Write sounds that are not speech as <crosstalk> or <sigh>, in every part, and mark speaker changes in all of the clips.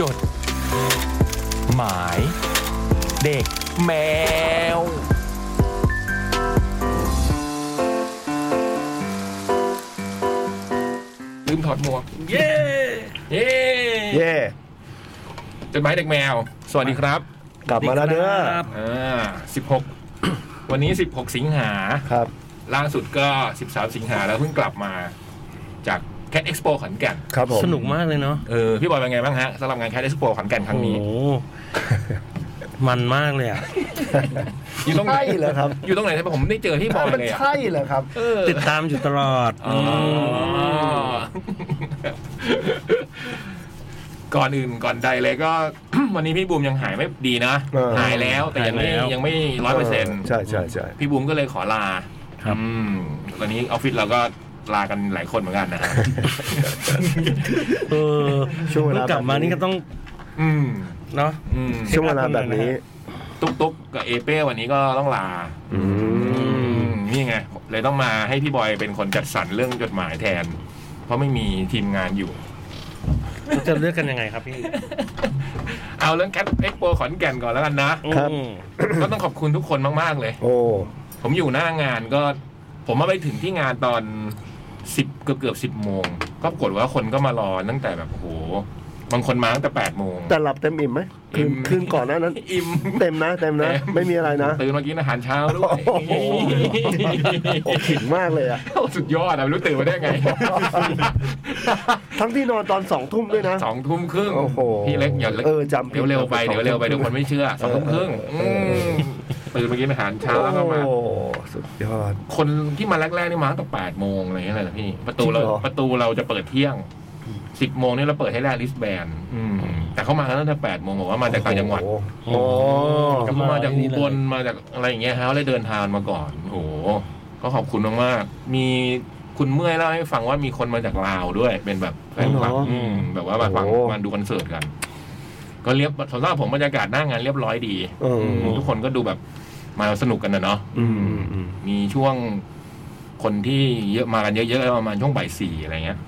Speaker 1: จด หมาย เด็กแมว ลืมถอดหมวก เย้ เย้
Speaker 2: เย่
Speaker 1: จดหมายเด็กแมว สวัสดีครับ
Speaker 2: กลับมาแล้วเด้อ
Speaker 3: ครับ
Speaker 1: อ่าสิบหก วันนี้สิบหกสิงหา
Speaker 2: ครับ
Speaker 1: ล่าสุดก็ 13 สิงหาแล้วเพิ่งกลับมาจาก Cat Expo ขอนแก่น
Speaker 2: ครับผม
Speaker 3: สนุกมากเลยเนาะ
Speaker 1: เออ พี่บอยเป็นไงบ้างฮะสำหรับงาน Cat Expo ขอนแก่นครั้ง
Speaker 3: โอ้
Speaker 1: นี้
Speaker 3: โหมันมากเลยอ่ะ
Speaker 1: อยู่ตรงไหน
Speaker 2: ใช่เหรอครับ
Speaker 1: อยู่ตรงไหนใช่ปะผมไม่ได้เจอพี่บอย
Speaker 2: มัน
Speaker 1: เลยอะ
Speaker 2: ใช่เหรอครับ
Speaker 1: เออ
Speaker 3: ติดตามอยู่ตลอด
Speaker 1: อ๋ออ
Speaker 3: ม
Speaker 1: ก่อนอื่นก่อนใดเลยก็ <coughs> วันนี้พี่บูมยังหายไม่ดีนะ
Speaker 2: เออ
Speaker 1: หายแล้วแต่ยังไม่
Speaker 3: หายแล้ว
Speaker 1: ยังไม่ร้อยเปอร์เซ็นต์
Speaker 2: ใช่ใช่ใช่
Speaker 1: พี่บูมก็เลยขอลา
Speaker 3: ครับ
Speaker 1: อืมตอนนี้ออฟฟิศเราก็ลากันหลายคนเหมือนกันนะฮะ
Speaker 3: เออ
Speaker 2: ช่วงเว
Speaker 3: เพิ่ง
Speaker 2: ลาก
Speaker 3: ลับมานี่ก็ต้อง
Speaker 1: อืม
Speaker 3: เนาะ
Speaker 1: อืม
Speaker 2: ช่วงเวลาแบบนี้
Speaker 1: ตุ๊กตุ๊กกับเอเป้วันนี้ก็ต้องลา
Speaker 2: อื
Speaker 1: อื
Speaker 2: ม
Speaker 1: ม นี่ไง เลยต้องมาให้พี่บอยเป็นคนจัดสรรเรื่องจดหมายแทน เพราะไม่มีทีมงานอยู่
Speaker 3: จะเลือกกันยังไงครับพี่
Speaker 1: เอาเรื่องแคทเอ็กโปขอนแก่นก่อนแล้วกันนะ
Speaker 3: อืม
Speaker 1: <coughs> ก็ต้องขอบคุณทุกคนมาก ๆ เลย
Speaker 2: โอ้
Speaker 1: ผมอยู่หน้างานก็ ผมมาไปถึงที่งานตอนสิบเกือบเกือบสิบโมง ก็ปรากฏว่าคนก็มารอตั้งแต่แบบโอ้โห บางคนมาตั้งแต่แปดโมง
Speaker 2: แต่หลับเต็มอิ่มไหมคืน
Speaker 1: อิ่ม
Speaker 2: คืนก่อนหน้านั้น
Speaker 1: อิ่ม
Speaker 2: เต็มนะเต็มนะ
Speaker 1: เต็ม
Speaker 2: ไม่มีอะไรนะ
Speaker 1: ตื่นมากินอาหารเช้าด้วย
Speaker 2: โอ้ขิงมากเลยอ่ะ
Speaker 1: โอ้สุดยอดอะไม่รู้ตื่นมาได้ไง
Speaker 2: ทั้งที่นอนตอนสองทุ่มด้วยนะ
Speaker 1: สองทุ่มครึ่ง
Speaker 2: โอ้โห
Speaker 1: พี่เล็กอย่า
Speaker 2: เออจำผิด
Speaker 1: เดี๋ยวเร็วไป
Speaker 2: จำผิด
Speaker 1: เดี๋ยวเร็วไป
Speaker 2: สองทุ่
Speaker 1: เดี๋ยว
Speaker 2: ม
Speaker 1: คนไม่เชื่อสองทุ่มครึ่ง
Speaker 2: เออ
Speaker 1: ม
Speaker 2: เออ
Speaker 1: ตื่นมากินอาหารเช้าแล้วก็มา
Speaker 2: โอ้สุดยอด
Speaker 1: คนที่มาแรกๆนี่มาตั้งแต่แปดโมงอะไรอย่างเงี้ยเลยนะพี่ ประตูเรา
Speaker 2: จริงเหรอ
Speaker 1: ประตูเราจะเปิดเที่ยงสิบโมงนี่เราเปิดให้แลกลิสแบนแต่เขามาตั้งแต่แปดโมงบอกว่ามาจากต่างจังหวัด
Speaker 2: โอ้โห
Speaker 1: เขามาจากอุบลมาจากอะไรอย่างเงี้ยฮะเลยเดินทางมาก่อนโอ้โหก็ขอบคุณมากๆมีคุณเมื่อยเล่าให้ฟังว่ามีคนมาจากลาวด้วย เป็นแบบแฟนคลับ
Speaker 2: อ๋อเหรออื
Speaker 1: มแบบว่ามาฟัง
Speaker 2: โอ้โห
Speaker 1: มาดูคอนเสิร์ตกัน ก็เรียบสำหรับผมบรรยากาศหน้างานเรียบร้อยดี
Speaker 2: เออ
Speaker 1: อืมทุกคนก็ดูแบบมาสนุกกันนะเนาะ
Speaker 2: อืมอืมอืม
Speaker 1: มีช่วงคนที่เยอะมากันเยอะๆประมาณช่วงบ่ายสี่อะไรเงี้ย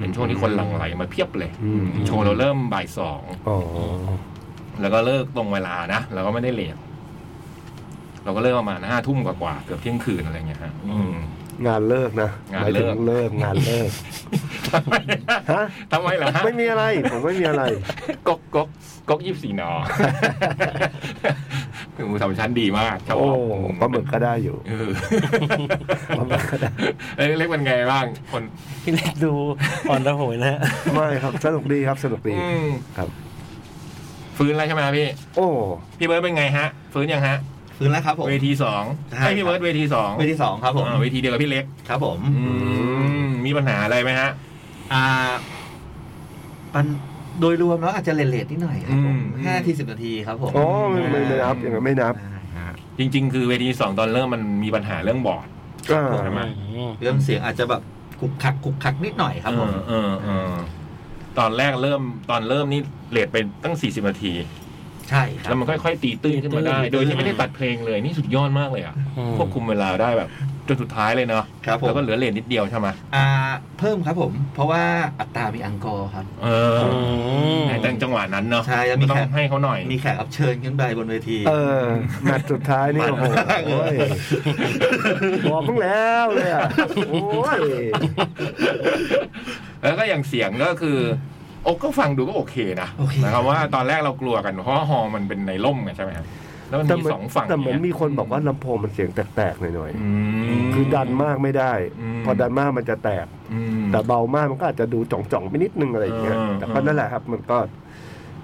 Speaker 1: เป็นช่วงที่คนหลั่งไหลมาเพียบเลย
Speaker 2: อืม
Speaker 1: โชว์เราเริ่มบ่ายสอง
Speaker 2: อ๋อ
Speaker 1: แล้วก็เลิกตรงเวลานะเราก็ไม่ได้เลทเราก็เลิกประมาณห้าทุ่มกว่าๆเกือบเที่ยงคืนอะไรเงี้ยฮะอืม
Speaker 2: งานเลิกนะ
Speaker 1: งาน
Speaker 2: หมายถึง
Speaker 1: เลิก
Speaker 2: เลิกงานเลิก ฮะ
Speaker 1: <laughs> ทำไมล่ะฮะ
Speaker 2: ไม่มีอะไร ผมไม่มีอะไร
Speaker 1: กกกกกกยี่สี่นอ <laughs> หมูสามชั้นดีมากชอบ
Speaker 2: โอ้ปลาหมึกก็ได้อยู่
Speaker 1: เออ
Speaker 2: ปลาหมึกก็ได้
Speaker 1: เอ้ยเล็กเป็นไงบ้างคน
Speaker 3: พี่เล็กดูอ่อนระโหยนะฮะ
Speaker 2: ไม่ครับ สนุกดีครับ สนุกดี
Speaker 1: อืม
Speaker 2: ครับ
Speaker 1: ฟื้นแล้วใช่ไหมพี่
Speaker 2: โอ้
Speaker 1: พี่เบิร์ดเป็นไงฮะ ฟื้นยังฮะ
Speaker 4: ฟื้นแล้วครับผม
Speaker 1: เวทีสอง
Speaker 4: ใช่
Speaker 1: ให้พี่เบิร์ดเวทีสอง
Speaker 4: เวทีสองครับผม
Speaker 1: อ่าเวทีเดียวกับพี่เล็ก
Speaker 4: ครับผม
Speaker 1: อืมมีปัญหาอะไรไหมฮะ
Speaker 4: อ่าปันโดยรวมแล้วอาจจะเลทๆนิดหน่อยครับผ
Speaker 1: อื
Speaker 4: ม
Speaker 1: ม
Speaker 4: ห้าทีสิบนาทีครับผม
Speaker 2: อ๋อไม่ไม่ไม่นับอย่างนั้นไม่นับ
Speaker 4: ได้ฮะ
Speaker 1: จริง ๆ คือเวทีสองตอนเริ่มมันมีปัญหาเรื่องบอร์ด
Speaker 2: อ่า
Speaker 1: ครับ
Speaker 3: อืม
Speaker 4: เรื่องเสียงอาจจะแบบขุกขักขุกขักนิดหน่อยครับผม
Speaker 1: เออเออเออตอนแรกเริ่มตอนเริ่มนี่เลทไปตั้ง 40นาที
Speaker 4: ใช่ครั
Speaker 1: แล้
Speaker 4: บ
Speaker 1: วมันค่อยๆตีตื้นขึ้นมาได้ โดยที่ไม่ได้ตัดเพลงเลยนี่สุดยอดมากเลยอ่ะควบคุมเวลาได้แบบจนสุดท้ายเลยเนาะ
Speaker 4: ครับผม
Speaker 1: แล้วก็เหลือเลนนิดเดียวใช่ไหม
Speaker 4: อ่าเพิ่มครับผม เพราะว่าอัตรามีอังกอร์ครับ
Speaker 1: เออ
Speaker 3: อืม
Speaker 1: แต่จังหวะนั้นเนาะ
Speaker 4: ใช่แล้วมี
Speaker 1: ก็ต้อง
Speaker 4: แขก
Speaker 1: ให้เขาหน่อย
Speaker 4: มีแขกรับเชิญขึ้นไปบนเวที
Speaker 2: เออแมตช์สุดท้าย
Speaker 1: <laughs>
Speaker 2: นี่ โอ้โหโอ้ยบอกเพิ่งแล้วเลยอ่ะโอ้ย
Speaker 1: <laughs> แล้วก็อย่างเสียงก็คือโอกก็ฟังดูก็โอเคนะ
Speaker 4: โอเค
Speaker 1: นะครับว่าตอนแรกเรากลัวกันเพราะว่าฮอลล์มันเป็นในร่มไงใช่ไหมครับแล้วมัน
Speaker 2: แต่
Speaker 1: มี
Speaker 2: เหมือน
Speaker 1: สองฝั่ง
Speaker 2: แต่เหมือนมี
Speaker 1: เนี่ย
Speaker 2: คนบอกว่าลำโพงมันเสียงแตกๆหน่อย
Speaker 1: อืม
Speaker 2: ๆ คือดันมากไม่ได้
Speaker 1: อืม
Speaker 2: พอดันมากมันจะแตก
Speaker 1: อืม
Speaker 2: แต่เบามากมันก็อาจจะดูจ่องๆไปนิดนึงอะไรอย่างเงี้ย
Speaker 1: เออ
Speaker 2: แต่ก็นั่นแหละครับ มันก็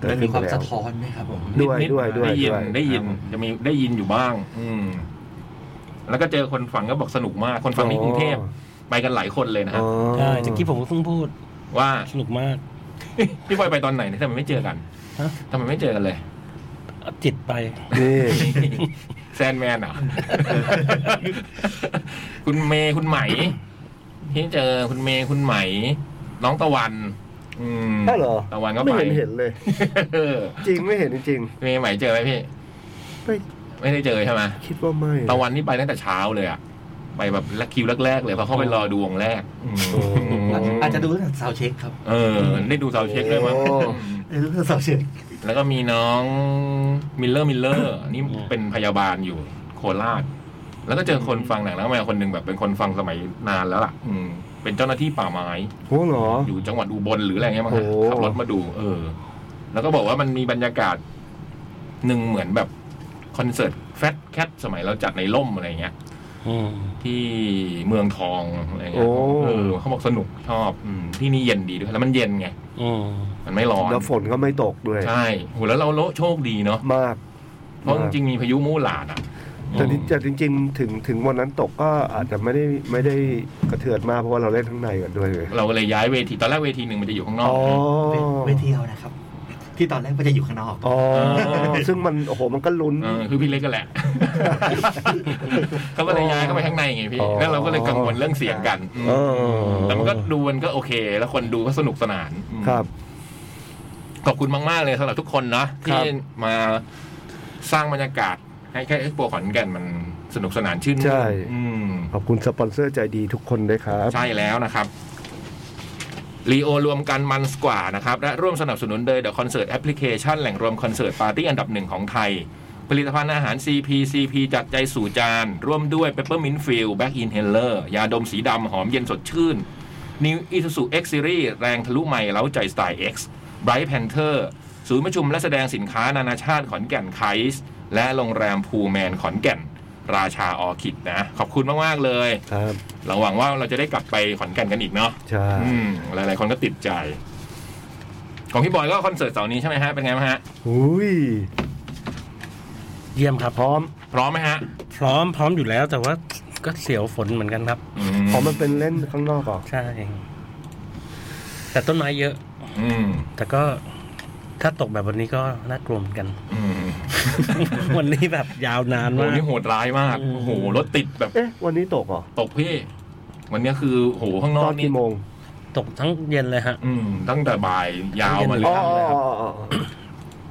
Speaker 2: เกิด
Speaker 4: มัน
Speaker 2: ขึ้
Speaker 4: มี
Speaker 2: น
Speaker 4: ความ
Speaker 2: แล้
Speaker 4: สะ
Speaker 2: ว
Speaker 4: ท้อนไหมครับผม
Speaker 2: ด้วย
Speaker 1: นิๆ
Speaker 2: ด้วยด้วย
Speaker 1: ได้ยิน
Speaker 2: ด้วย
Speaker 1: ได้ยิน
Speaker 2: ครับ
Speaker 1: จะมีได้ยินอยู่บ้าง อืม แล้วก็เจอคนฟังก็บอกสนุกมาก คนฟังที่กรุงเทพไปกันหลายคนเลยนะฮะ
Speaker 2: อ๋อ
Speaker 3: ใช่ตะกี้ผมก็เพิ่งพูด
Speaker 1: ว่า
Speaker 3: สนุกมาก
Speaker 1: พี่บอยไปตอนไหนเนี่ยทำไมไม่เจอกัน
Speaker 3: ฮะ
Speaker 1: ทำไมไม่เจอกันเลย
Speaker 3: เอาจิตไป
Speaker 2: นี่
Speaker 1: แซน <laughs> แมนเหรอ คุณเมย์คุณไหม ที่เจอคุณเมย์คุณไหม น้องตะวัน อืม
Speaker 2: อ้าวเหรอ
Speaker 1: ตะวันก็
Speaker 2: ไม่
Speaker 1: ไป
Speaker 2: เห็นเห็นเลย
Speaker 1: เออ
Speaker 2: จริงไม่เห็นจริง
Speaker 1: เมย์ไหมเจอไหมพี่
Speaker 2: ๆไม่
Speaker 1: ไม่ได้เจอใช่ไหม
Speaker 2: คิดว่าไม่
Speaker 1: ตะวันนี่ไปตั้งแต่เช้าเลยอ่ะ ไปแบบแรกคิวแรกๆเลยเพราะเขาไปรอดูวงแรก
Speaker 4: อาจจะดูตั้งแต่สาวเช็คครับ <laughs>
Speaker 1: เออ ได้ดูเสาเช็คด้วยมั้ง
Speaker 2: โอ้
Speaker 4: อาจจะดูตั้งแต่สาวเช็ค
Speaker 1: แล้วก็มีน้องมิลเลอร์มิลเลอร์นี่เป็นพยาบาลอยู่โคราช แล้วก็เจอคนฟังหนังแล้วแมวคนหนึ่งแบบเป็นคนฟังสมัยนานแล้วล่ะ อืมเป็นเจ้าหน้าที่ป่าไม้
Speaker 2: โอ้โหเหรอ
Speaker 1: อยู่จังหวัดอุบลหรืออะไรเงี้ยมั้งฮะ
Speaker 2: โอ้
Speaker 1: ขับรถมาดู เออ แล้วก็บอกว่ามันมีบรรยากาศหนึ่งเหมือนแบบคอนเสิร์ตแฟตแคทสมัยเราจัดในร่มอะไรเงี้ย
Speaker 3: อืม
Speaker 1: ที่เมืองทองอะไรเงี้ย
Speaker 2: โอ้
Speaker 1: เออเขาบอกสนุกชอบอืมที่นี่เย็นดีด้วยแล้วมันเย็นไง
Speaker 3: อืม
Speaker 1: มันไม่ร้อน
Speaker 2: แล้วฝนก็ไม่ตกด้วย
Speaker 1: ใช่โหแล้วเราโละโชคดีเนาะ
Speaker 2: มาก
Speaker 1: เพราะจริงๆมีพายุมู่หลานอ่ะ
Speaker 2: แต่จริงแต่จริง ๆ ถึงถึงวันนั้นตกก็อาจจะไม่ได้ไม่ได้กระเทือนมากเพราะว่าเราเล่นข้างในกันด้วยเลย
Speaker 1: เราก็เลยย้ายเวที ตอนแรกเวทีหนึ่งมันจะอยู่ข้างนอ
Speaker 2: อ๋
Speaker 1: ก
Speaker 2: อ
Speaker 4: เวทีเอานะครับ ที่ตอนแรกก็จะอยู่ข้างนอก
Speaker 2: อ๋อซึ่งมันโอ้โหมันก็ลุ้น
Speaker 1: เออคือพี่เล็กก็แห
Speaker 2: <laughs>
Speaker 1: ละ เขาก็เลยย้ายเข้าไปข้างในไงพี่
Speaker 2: อ๋อ
Speaker 1: แล้วเราก็เลยกังวลเรื่องเสียงกันอืม
Speaker 2: เออ
Speaker 1: แต่มันก็ดูมันก็โอเค แล้วคนดูก็สนุกสนาน
Speaker 2: ครับ
Speaker 1: ขอบคุณมากๆเลยสำหรับทุกคนเนาะ
Speaker 2: ครั
Speaker 1: ที่
Speaker 2: บ
Speaker 1: มาสร้างบรรยากาศ ให้แค่เอ็กซ์โปขอนแก่นมันสนุกสนานชื่น
Speaker 2: ใช่
Speaker 1: อืม
Speaker 2: ขอบคุณสปอนเซอร์ใจดีทุกคนด้วยครับ
Speaker 1: ใช่แล้วนะครับรีโอรวมกันมันสกว่านะครับ และร่วมสนับสนุนโดยเดอะคอนเสิร์ตแอปพลิเคชันแหล่งรวมคอนเสิร์ตปาร์ตี้อันดับหนึ่งของไทย ผลิตภัณฑ์อาหาร CP CP จากใจสู่จาน ร่วมด้วย Peppermint f i e l Back Inhaler ยาดมสีดำ หอมเย็นสดชื่น New Isuzu X Series แรงทะลุใหม่เล้าใจสไตล์ X Bright Panther ศูนย์ประชุมและแสดงสินค้านานาชาติขอนแก่นไคส์และโรงแรมพูแมนขอนแก่น ราชาออคิดนะ ขอบคุณมาก ๆ เลย
Speaker 2: ครับ
Speaker 1: เราหวังว่าเราจะได้กลับไปขอนแก่นกันอีกเนาะ
Speaker 2: ใช่
Speaker 1: อืมหลาย ๆ คนก็ติดใจ ของพี่บอยก็คอนเสิร์ตเสาร์นี้ใช่ไหมฮะเป็นไงบ้างฮะ
Speaker 2: อุ้ย
Speaker 3: เยี่ยมครับ
Speaker 2: พร้อม
Speaker 1: พร้อมไหมฮะ
Speaker 3: พร้อมพร้อมอยู่แล้วแต่ว่าก็เสียวฝนเหมือนกันครับ
Speaker 1: อื
Speaker 2: พร้อมมันเป็นเล่นข้างนอกเหรอ่ะ
Speaker 3: ใช่ แต่ต้นไม้เยอะ
Speaker 1: อืม
Speaker 3: แต่ก็ถ้าตกแบบวันนี้ก็น่ากลัวเหมือน <laughs> กัน
Speaker 1: อืม
Speaker 3: วันนี้แบบยาวนาน
Speaker 1: โห
Speaker 3: มาก
Speaker 1: นี่โหดร้ายมาก
Speaker 3: อืม
Speaker 1: โอ้โหรถติดแบบ
Speaker 2: เอ๊ะ วันนี้ตกเหรอ
Speaker 1: ตกพี่ วันนี้คือโหข้างน
Speaker 2: ต
Speaker 1: อ
Speaker 2: อก น
Speaker 1: นี่
Speaker 2: กี่โมง
Speaker 3: ตกทั้งเย็นเลยฮะ
Speaker 1: อืม ตั้งแต่บ่ายยาวมาเล
Speaker 2: อ๋อย อ๋ออ๋อ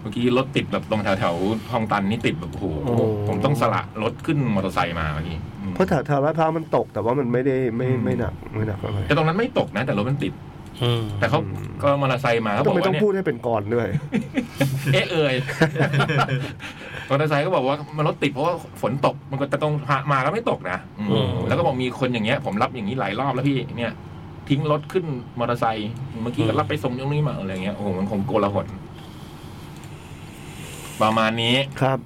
Speaker 1: เมื่อกี้รถติดแบบตรงแถวแถวๆคลองตันนี่ติดแบบโอ้โห
Speaker 2: โอ้โห
Speaker 1: ผมต้องสละรถขึ้นมอเตอร์ไซค์มาเมื่อกี้อืม
Speaker 2: เพราะแถวแถวลาดพร้าวมันตกแต่ว่ามันไม่ได้ไม่
Speaker 1: อืม
Speaker 2: ไม่หนักไม่หนักอะไร
Speaker 1: แต่ตรงนั้นไม่ตกนะ แต่รถมันติด
Speaker 3: อืม
Speaker 1: แต่เขาก็มอเตอร์ไซค์มาเขาบ
Speaker 2: ก็
Speaker 1: อก
Speaker 2: ไม่ต้
Speaker 1: ว่า
Speaker 2: อง
Speaker 1: เนี่ย
Speaker 2: พูดให้เป็นก่อนด้วย
Speaker 1: เอ๊ะเอ่ย <laughs> มอเตอร์ไซค์ก็บอกว่ามันรถติดเพราะว่าฝนตกมันก็จะต้องพามาก็ไม่ตกนะอืม
Speaker 2: อืม
Speaker 1: แล้วก็บอกมีคนอย่างเงี้ย ผมรับอย่างนี้หลายรอบแล้วพี่เนี่ย ทิ้งรถขึ้นมอเตอร์ไซค์เมื่อกี้ก็รับไปส่งตรงนี้มาอะไรเงี้ยโอ้โหมันคงโกลาหลประมาณนี้
Speaker 2: ครับ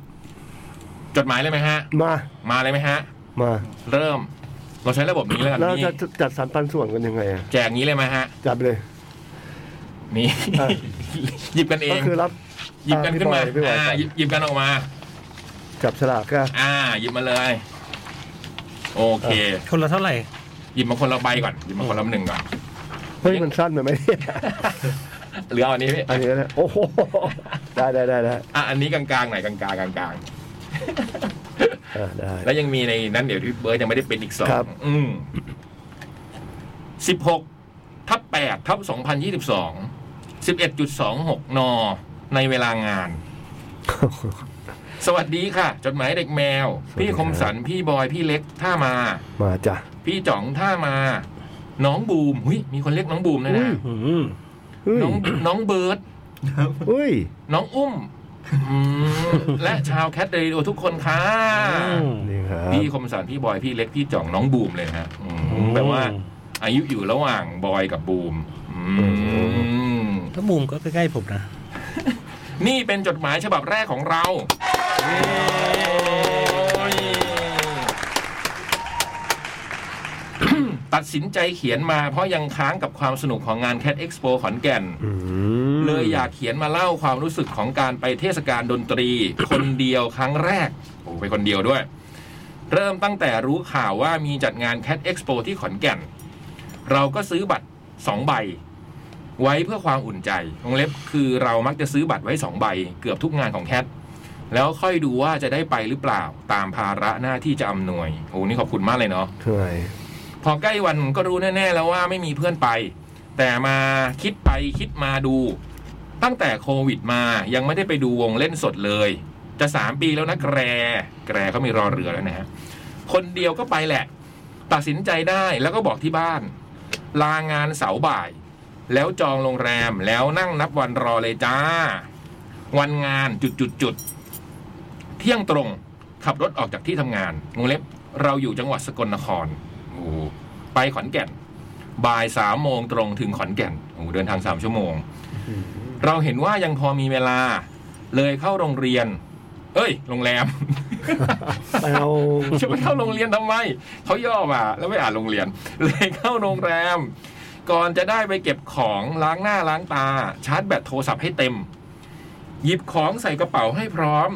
Speaker 1: จดหมายเลยไหมฮะ
Speaker 2: มา
Speaker 1: มาเลยไหมฮะ
Speaker 2: มา
Speaker 1: เริ่ม เราใช้ระบบนี้แล้วกัน
Speaker 2: แล้ว
Speaker 1: นี่
Speaker 2: จะจัดสรรปันส่วนกันยังไงอะ
Speaker 1: แจกนี้เลยไหมฮะ
Speaker 2: จัดเลย
Speaker 1: นี่
Speaker 2: อ่ะ
Speaker 1: หยิบกันเอ
Speaker 2: ก็
Speaker 1: ง
Speaker 2: คือรับ
Speaker 1: หยิบกันขึ้นมา
Speaker 2: อ่ะพี่บอยพี่บอย
Speaker 1: อ่าหยิบหยิบกันออกมา
Speaker 2: จับฉลากก็
Speaker 1: อ่า หยิบมาเลย โอเค
Speaker 3: คนละเท่าไหร่
Speaker 1: หยิบมาคนละใบก่อนหยิบมาคนละหนึ่งก่อน
Speaker 2: เฮ้ยมันสั้นไปไหมเนี่ย <laughs>
Speaker 1: เหลืออันนี้พี่
Speaker 2: อันนี้นะโอ้โหได้ได้ได้ได้
Speaker 1: อ่ะอันนี้กลางๆหน่อยกลางๆกลาง
Speaker 2: อ่าได้ <laughs>
Speaker 1: ๆ แล้วยังมีในนั้นเดี๋ยวที่เบิร์ดยังไม่ได้เป็นอีกสอง
Speaker 2: ครับ
Speaker 1: อืมสิบหกทับแปดทับสองพันยี่สิบสองสิบเอ็ดจุดสองหกนในเวลางาน สวัสดีค่ะ จดหมายเด็กแมว พี่คมสันพี่บอยพี่เล็กท่ามา
Speaker 2: มาจ้ะ
Speaker 1: พี่จ๋องท่ามา น้องบูมหุยมีคนเรียกน้องบูมด้วยนะ
Speaker 2: อุ้ย
Speaker 3: อืม
Speaker 2: เฮ้ย
Speaker 1: น้องน้องเบิร์ด
Speaker 2: เฮ้ย
Speaker 1: น้องอุ้ม <laughs> อืมและชาวแคทเรดิโอทุกคนค่ะ
Speaker 2: นี่ครับ
Speaker 1: พี่คมสารพี่บอย พี่เล็ก พี่จ่องน้องบูมเลยนะฮะอืมแปลว่า อายุอยู่ระหว่างบอยกับบูมอืม
Speaker 3: ถ้ามุมก็ใกล้ๆผมนะ
Speaker 1: นี่เป็นจดหมายฉบับแรกของเราโอ้ยตัดสินใจเขียนมาเพราะยังค้างกับความสนุกของงานแค t เอ็กซ์โปขอนแก่น
Speaker 2: อืม
Speaker 1: เลยอยากเขียนมาเล่าความรู้สึกของการไปเทศกาลดนตรี คนเดียวครั้งแรก โอ้ไปคนเดียวด้วย เริ่มตั้งแต่รู้ข่าวว่ามีจัดงาน Cat Expo ที่ขอนแก่น เราก็ซื้อบัตร 2 ใบ ไว้เพื่อความอุ่นใจวงเล็บคือเรามักจะซื้อบัตรไว้ 2 ใบ เกือบทุกงานของแคทแล้วค่อยดูว่าจะได้ไปหรือเปล่าตามภาระหน้าที่จะอำนวยโอ้นี่ขอบคุณมากเลยเนาะ
Speaker 2: เหนื่อย
Speaker 1: พอใกล้วันก็รู้แน่ ๆ แล้วว่าไม่มีเพื่อนไป แต่มาคิดไปคิดมาดู ตั้งแต่โควิดมายังไม่ได้ไปดูวงเล่นสดเลย จะสามปีแล้วนะแกร แกรเขามีรอเรือแล้วนะฮะ คนเดียวก็ไปแหละ ตัดสินใจได้แล้วก็บอกที่บ้าน ลางานเสาร์บ่าย แล้วจองโรงแรมแล้วนั่งนับวันรอเลยจ้า วันงานจุดจุดจุดเที่ยงตรงขับรถออกจากที่ทำงานวงเล็บเราอยู่จังหวัดสกลนครโอ้โหไปขอนแก่น บ่ายสามโมงตรงถึงขอนแก่นโอ้โหเดินทางสามชั่วโมง เราเห็นว่ายังพอมีเวลา เลยเข้าโรงเรียน เอ้ย โรงแรม
Speaker 2: ไปเอา
Speaker 1: <laughs> จะไปเข้าโรงเรียนทำไม เขาย่อมาแล้วไม่อ่านโรงเรียน <laughs> เลยเข้าโรงแรม ก่อนจะได้ไปเก็บของล้างหน้าล้างตา ชาร์จแบตโทรศัพท์ให้เต็ม หยิบของใส่กระเป๋าให้พร้อม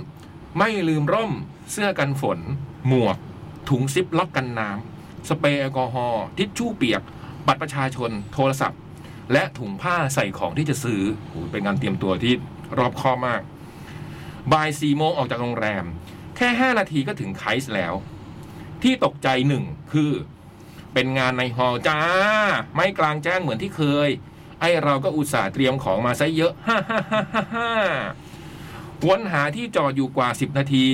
Speaker 1: ไม่ลืมร่ม เสื้อกันฝน หมวก ถุงซิปล็อกกันน้ำสเปรย์แอลกอฮอล์ทิชชู่เปียก บัตรประชาชน โทรศัพท์ และถุงผ้าใส่ของที่จะซื้อโอ้โหเป็นการเตรียมตัวที่รอบคอบมาก บ่ายสี่โมงออกจากโรงแรม แค่ 5 นาทีก็ถึงไคส์แล้ว ที่ตกใจหนึ่งคือ เป็นงานในฮอลล์จ้า ไม่กลางแจ้งเหมือนที่เคย ไอเราก็อุตส่าห์เตรียมของมาซะเย <laughs> อะ ฮ่าฮ่าฮ่าฮ่าฮ่าวนหาที่จอดอยู่กว่า 10 นาที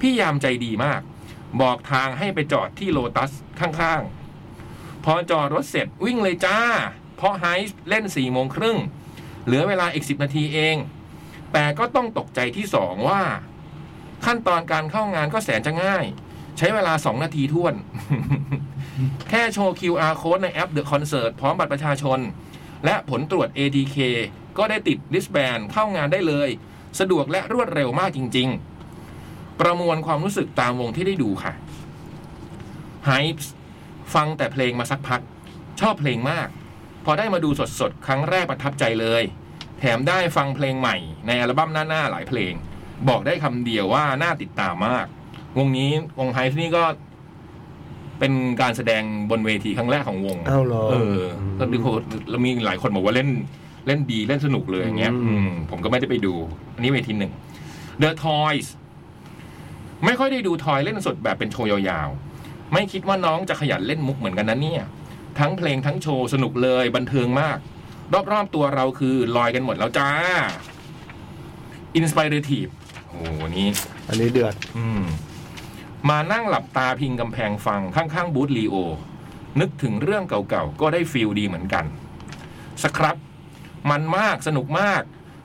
Speaker 1: พี่ยามใจดีมาก บอกทางให้ไปจอดที่โลตัสข้างๆ พอจอดรถเสร็จวิ่งเลยจ้า เพราะไฮส์เล่น4ี่โมงครึ่งเหลือเวลาอีก 10 นาทีเอง แต่ก็ต้องตกใจที่สองว่า ขั้นตอนการเข้างานก็แสนจะง่าย ใช้เวลา 2 นาทีท่วน <laughs> แค่โชว์ QR code ในแอป The Concert พร้อมบัตรประชาชน และผลตรวจ ATK ก็ได้ติด Listband เข้างานได้เลย สะดวกและรวดเร็วมากจริง ๆ ประมวลความรู้สึกตามวงที่ได้ดูค่ะ Hypes ฟังแต่เพลงมาสักพัก ชอบเพลงมาก พอได้มาดูสดๆ ครั้งแรกประทับใจเลย แถมได้ฟังเพลงใหม่ในอัลบั้มหน้า ๆ หลายเพลง บอกได้คำเดียวว่าน่าติดตามมาก วงนี้วงไฮส์นี่ก็เป็นการแสดงบนเวทีครั้งแรกของวง
Speaker 2: เอ้าเหรอ
Speaker 1: เออก็ดูคนแล้วมีหลายคนบอกว่าเล่นเล่นดีเล่นสนุกเลยอย่างเงี้ย
Speaker 2: อืม
Speaker 1: อืมผมก็ไม่ได้ไปดู อันนี้เวทีหนึ่ง The Toys ไม่ค่อยได้ดูทอยเล่นสดแบบเป็นโชว์ยาวๆ ไม่คิดว่าน้องจะขยันเล่นมุกเหมือนกันนะเนี่ย ทั้งเพลงทั้งโชว์สนุกเลยบันเทิงมาก รอบๆตัวเราคือลอยกันหมดแล้วจ้า Inspirative โอ้โหนี่
Speaker 2: อันนี้เดือด
Speaker 1: อืมมานั่งหลับตาพิงกำแพงฟังข้างๆบูธลีโอ นึกถึงเรื่องเก่าๆ ก็ได้ฟิลดีเหมือนกัน สครับ มันมากสนุกมาก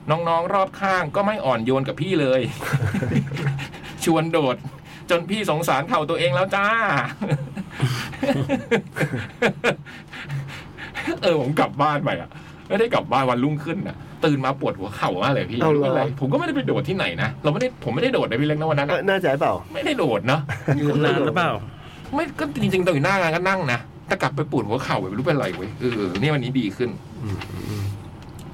Speaker 1: น้องๆ รอบข้างก็ไม่อ่อนโยนกับพี่เลย <laughs> ชวนโดด จนพี่สงสารเข่าตัวเองแล้วจ้า <laughs> เออผมกลับบ้านไปอ่ะ ไม่ได้กลับบ้านวันรุ่งขึ้นอ่ะ ตื่นมาปวดหัวเข่ามากเลยพี่
Speaker 2: เอาเหรอ
Speaker 1: ไม่ป็นไรผมก็ไม่ได้ไปโดดที่ไหนนะเราไม่ได้ผมไม่ได้โดดนะพี่เล็กนะวันนั้น
Speaker 2: เอ้
Speaker 1: อะ
Speaker 2: ยน่าใจเปล่า
Speaker 1: ไม่ได้โดดเนาะ
Speaker 3: ยืนนานหรือเปล่า
Speaker 1: ไม่ก็จริงๆตอนอยู่หน้างานก็นั่งนะแต่กลับไปปวดหัวเข่าไปไม่รู้เป็นไรเว้ยเออเนี่ยวันนี้ดีขึ้น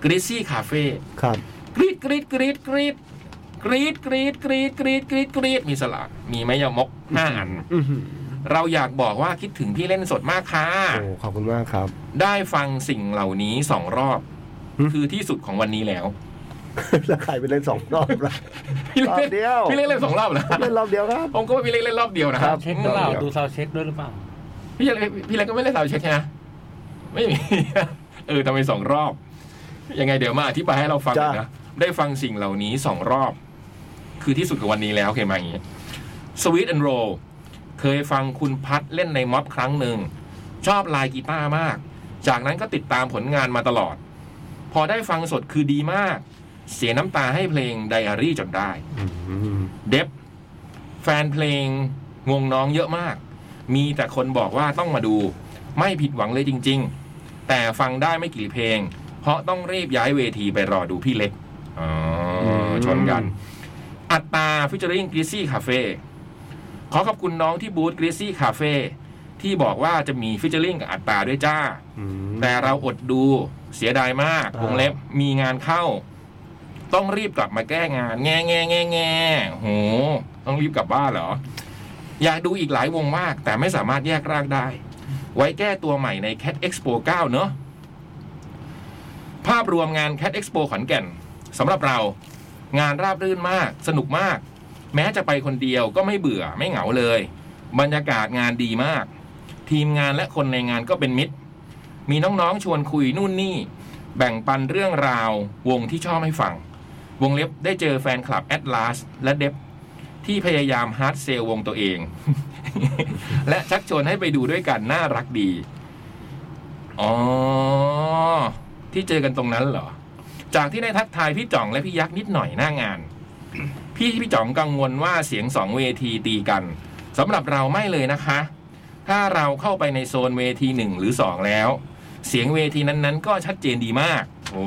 Speaker 1: กรีซี่คาเฟ่
Speaker 2: ครับ
Speaker 1: กรีดกรีดกรีดกรีดกรีดกรีดกรีดกรีดกรีดกรีดมีสลากมีไม้ยามกห้าอัน
Speaker 2: อื้อหือ
Speaker 1: เราอยากบอกว่าคิดถึงพี่เล่นสดมากค่ะ
Speaker 2: โอ้ขอบคุณมากครับ
Speaker 1: ได้ฟังสิ่งเหล่านี้สองรอบ
Speaker 2: หึ
Speaker 1: คือที่สุดของวันนี้แล้ว
Speaker 2: <laughs> แล้วใครไปเล่นสองรอบละ
Speaker 1: พี่
Speaker 2: รอ
Speaker 1: เล่น
Speaker 2: บเดียว
Speaker 1: พี่เล่นเล่นสองรอบนะ
Speaker 2: เล่นรอบเดียวครับ
Speaker 1: ผมก็ว่าพี่เล่นเล่นรอบเดียวนะ
Speaker 2: ค รับ
Speaker 3: เช็คหรือเปล่า ดูซาวด์เช็คด้วยหรือเปล่า
Speaker 1: พี่เล็กพี่เล็กก็ไม่ได้สาวเช็คนะไม่มี <laughs> เออทำไมสองรอบ ยังไงเดี๋ยวมาอธิบายให้เราฟัง
Speaker 2: จ้ะ
Speaker 1: นะได้ฟังสิ่งเหล่านี้สองรอบ คือที่สุดของวันนี้แล้วโอเคมาอย่างนี้สวีทแอนโรเคยฟังคุณพัดเล่นในม็อบครั้งหนึ่ง ชอบลายกีตาร์มาก จากนั้นก็ติดตามผลงานมาตลอด พอได้ฟังสดคือดีมาก เสียน้ำตาให้เพลงไดอารี่จนได้ เดฟแฟนเพลงงงน้องเยอะมาก มีแต่คนบอกว่าต้องมาดู ไม่ผิดหวังเลยจริง ๆ แต่ฟังได้ไม่กี่เพลง เพราะต้องรีบย้ายเวทีไปรอดูพี่เล็กอ๋ออ
Speaker 2: ม
Speaker 1: ชนกัน อัตตาฟิชเจอริงกริซี่คาเฟ่ขอขอบคุณน้องที่บูธกริซี่คาเฟ่ที่บอกว่าจะมีฟิชเจอริงกับอัตตาด้วยจ้า
Speaker 2: อืม
Speaker 1: แต่เราอดดูเสียดายมาก
Speaker 2: อ่าว
Speaker 1: งเล็บมีงานเข้า ต้องรีบกลับมาแก้งาน แง่แง่แง่แง่โหต้องรีบกลับบ้านเหรอ อยากดูอีกหลายวงมาก แต่ไม่สามารถแยกร่างได้ ไว้แก้ตัวใหม่ใน Cat Expo 9 เนอะภาพรวมงาน Cat Expo ขอนแก่นสำหรับเรา งานราบรื่นมาก สนุกมาก แม้จะไปคนเดียวก็ไม่เบื่อไม่เหงาเลย บรรยากาศงานดีมาก ทีมงานและคนในงานก็เป็นมิตร มีน้องๆ ชวนคุยนู่นนี่ แบ่งปันเรื่องราววงที่ชอบให้ฟัง วงเล็บได้เจอแฟนคลับแอ l ลาสและเดฟ ที่พยายามฮาร์ดเซลวงตัวเอง <laughs> และชักชวนให้ไปดูด้วยกันน่ารักดี อ๋อ ที่เจอกันตรงนั้นเหรอ จากที่ได้ทักทายพี่จ่องและพี่ยักษ์นิดหน่อยหน้างาน พี่พี่จ่องกังวลว่าเสียงสองเวทีตีกันสำหรับเราไม่เลยนะคะ ถ้าเราเข้าไปในโซนเวทีหนึ่งหรือสองแล้ว เสียงเวทีนั้นๆ ก็ชัดเจนดีมาก โอ้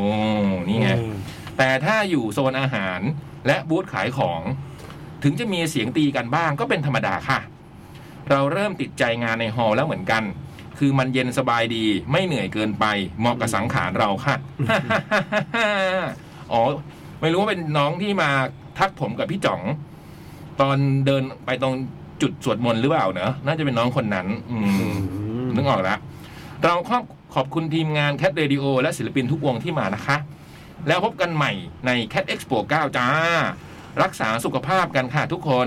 Speaker 1: นี่ไง
Speaker 3: อืม
Speaker 1: แต่ถ้าอยู่โซนอาหารและบูธขายของ ถึงจะมีเสียงตีกันบ้างก็เป็นธรรมดาค่ะ เราเริ่มติดใจงานในฮอลล์แล้วเหมือนกัน คือมันเย็นสบายดีไม่เหนื่อยเกินไป เหมาะกับสังขารเราค่ะ <laughs> อ๋อ ไม่รู้ว่าเป็นน้องที่มาทักผมกับพี่จ๋อง ตอนเดินไปตรงจุดสวดมนต์หรือเปล่าเนอะน่าจะเป็นน้องคนนั้น อืม นึกออกแล้ว เราขอบขอบคุณทีมงานแค t เ a ด i o และศิลปินทุกวงที่มานะคะ แล้วพบกันใหม่ใน Cat Expo 9 จ้า รักษาสุขภาพกันค่ะทุกคน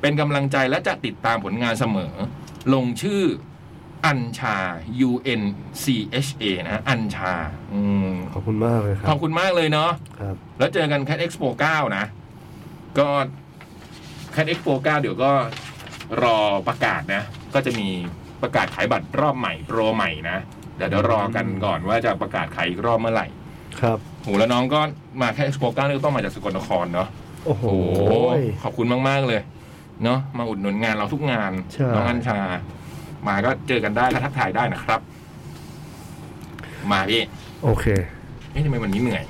Speaker 1: เป็นกำลังใจและจะติดตามผลงานเสมอ ลงชื่ออัญชา U N C H A นะอัญชาอืม
Speaker 2: ขอบคุณมากเลยค
Speaker 1: ข
Speaker 2: รั
Speaker 1: อบบคุณมากเลยเนาะ
Speaker 2: ครับ
Speaker 1: แล้วเจอกัน Cat Expo 9 นะ ก็ Cat Expo 9 เดี๋ยวก็รอประกาศนะ ก็จะมีประกาศขายบัตรรอบใหม่ โปรใหม่นะ เดี๋ยวเดี๋ยวรอกันก่อนว่าจะประกาศขายอีกรอบเมื่อไหร่
Speaker 2: ครับ
Speaker 1: โหแล้วน้องก็มา Cat Expo 9นี่ก็ต้องมาจากสกลนครเนาะ
Speaker 2: โอ้โห
Speaker 1: ขอบคุณมาก ๆ เลย เนาะมาอุดหนุนงานเราทุกงาน
Speaker 2: ใช่
Speaker 1: น้องอัญชา มาก็เจอกันได้และทักทายได้นะครับ มาพี่
Speaker 2: โอเค
Speaker 1: เอ๊ะทำไมวันนี้เหนื่อย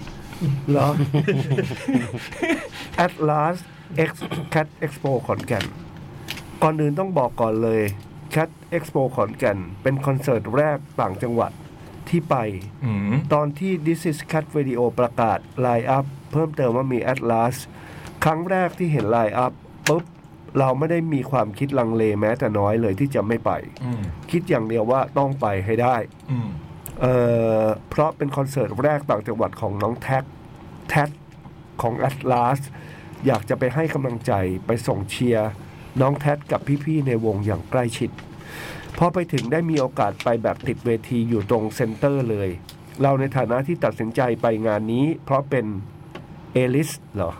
Speaker 2: เหร
Speaker 1: <laughs>
Speaker 2: อ Atlas X Cat Expo ขอนแก่น ก่อนอื่นต้องบอกก่อนเลย Cat Expo ขอนแก่น เป็นคอนเสิร์ตแรกต่างจังหวัดที่ไป
Speaker 1: อืม
Speaker 2: ตอนที่ This is Cat Video ประกาศ Line Up เพิ่มเติมว่ามี Atlas ครั้งแรกที่เห็น Line Up ปุ๊บ เราไม่ได้มีความคิดลังเลแม้แต่น้อยเลยที่จะไม่ไป
Speaker 1: อืม
Speaker 2: คิดอย่างเดียวว่าต้องไปให้ได้
Speaker 1: อืม
Speaker 2: เอ่อเพราะเป็นคอนเสิร์ตแรกต่างจังหวัดของน้องแท็กแท็กของ Atlas อยากจะไปให้กำลังใจไปส่งเชียร์น้องแท็กกับพี่ๆในวงอย่างใกล้ชิด พอไปถึงได้มีโอกาสไปแบบติดเวทีอยู่ตรงเซ็นเตอร์เลย เราในฐานะที่ตัดสินใจไปงานนี้ เพราะเป็นเอลิสเหรอ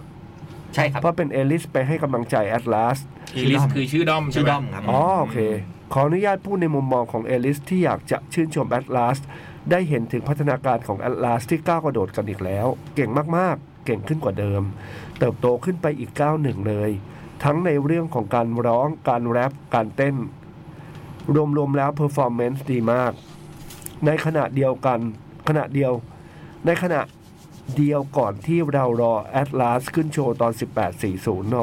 Speaker 4: ใช่ครับ
Speaker 2: เพราะเป็นเอลิสไปให้กำลังใจ Atlas
Speaker 1: อีลิสคือชื่อด้อมใช่
Speaker 4: ชื่อ
Speaker 1: ไหม
Speaker 4: ด้อมครับ
Speaker 2: อ๋อโอเค ขออนุญาตพูดในมุมมองของเอลิสที่อยากจะชื่นชมแอตลาสได้เห็นถึงพัฒนาการของแอตลาสที่ก้าวกระโดดกันอีกแล้ว เก่งมากๆ เก่งขึ้นกว่าเดิม เติบโตขึ้นไปอีกก้าวหนึ่งเลย ทั้งในเรื่องของการร้องการแรปการเต้น รวมๆแล้วเพอร์ฟอร์แมนซ์ดีมาก ในขณะเดียวกันขณะเดียว ในขณะเดียวก่อนที่เรารอแอตลาสขึ้นโชว์ตอน 1840 น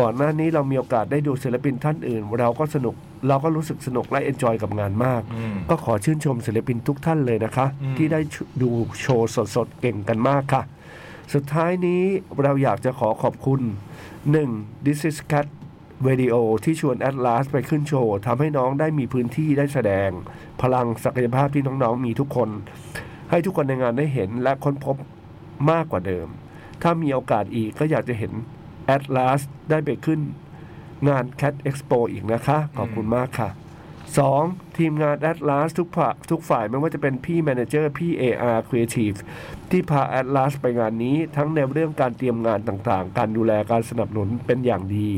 Speaker 2: ก่อนหน้านี้เรามีโอกาสได้ดูศิลปินท่านอื่น เราก็สนุกเราก็รู้สึกสนุกและเอนจอยกับงานมาก
Speaker 1: อืม
Speaker 2: ก็ขอชื่นชมศิลปินทุกท่านเลยนะคะ
Speaker 1: อืม
Speaker 2: ที่ได้ดูโชว์สดๆ เก่งกันมากค่ะ สุดท้ายนี้เราอยากจะขอขอบคุณ 1. This is Cat Radio ที่ชวน Atlas ไปขึ้นโชว์ทำให้น้องได้มีพื้นที่ได้แสดง พลังศักยภาพที่น้องๆมีทุกคน ให้ทุกคนในงานได้เห็นและค้นพบมากกว่าเดิม ถ้ามีโอกาสอีกก็อยากจะเห็น Atlas ได้ไปขึ้นงาน Cat Expo อีกนะคะ ขอบคุณมากค่ะ 2. ทีมงาน Atlas ทุกฝ่ายทุกฝ่ายไม่ว่าจะเป็นพี่แมเนเจอร์พี่ AR Creative ที่พา Atlas ไปงานนี้ทั้งในเรื่องการเตรียมงานต่างๆ การดูแลการสนับสนุนเป็นอย่างดี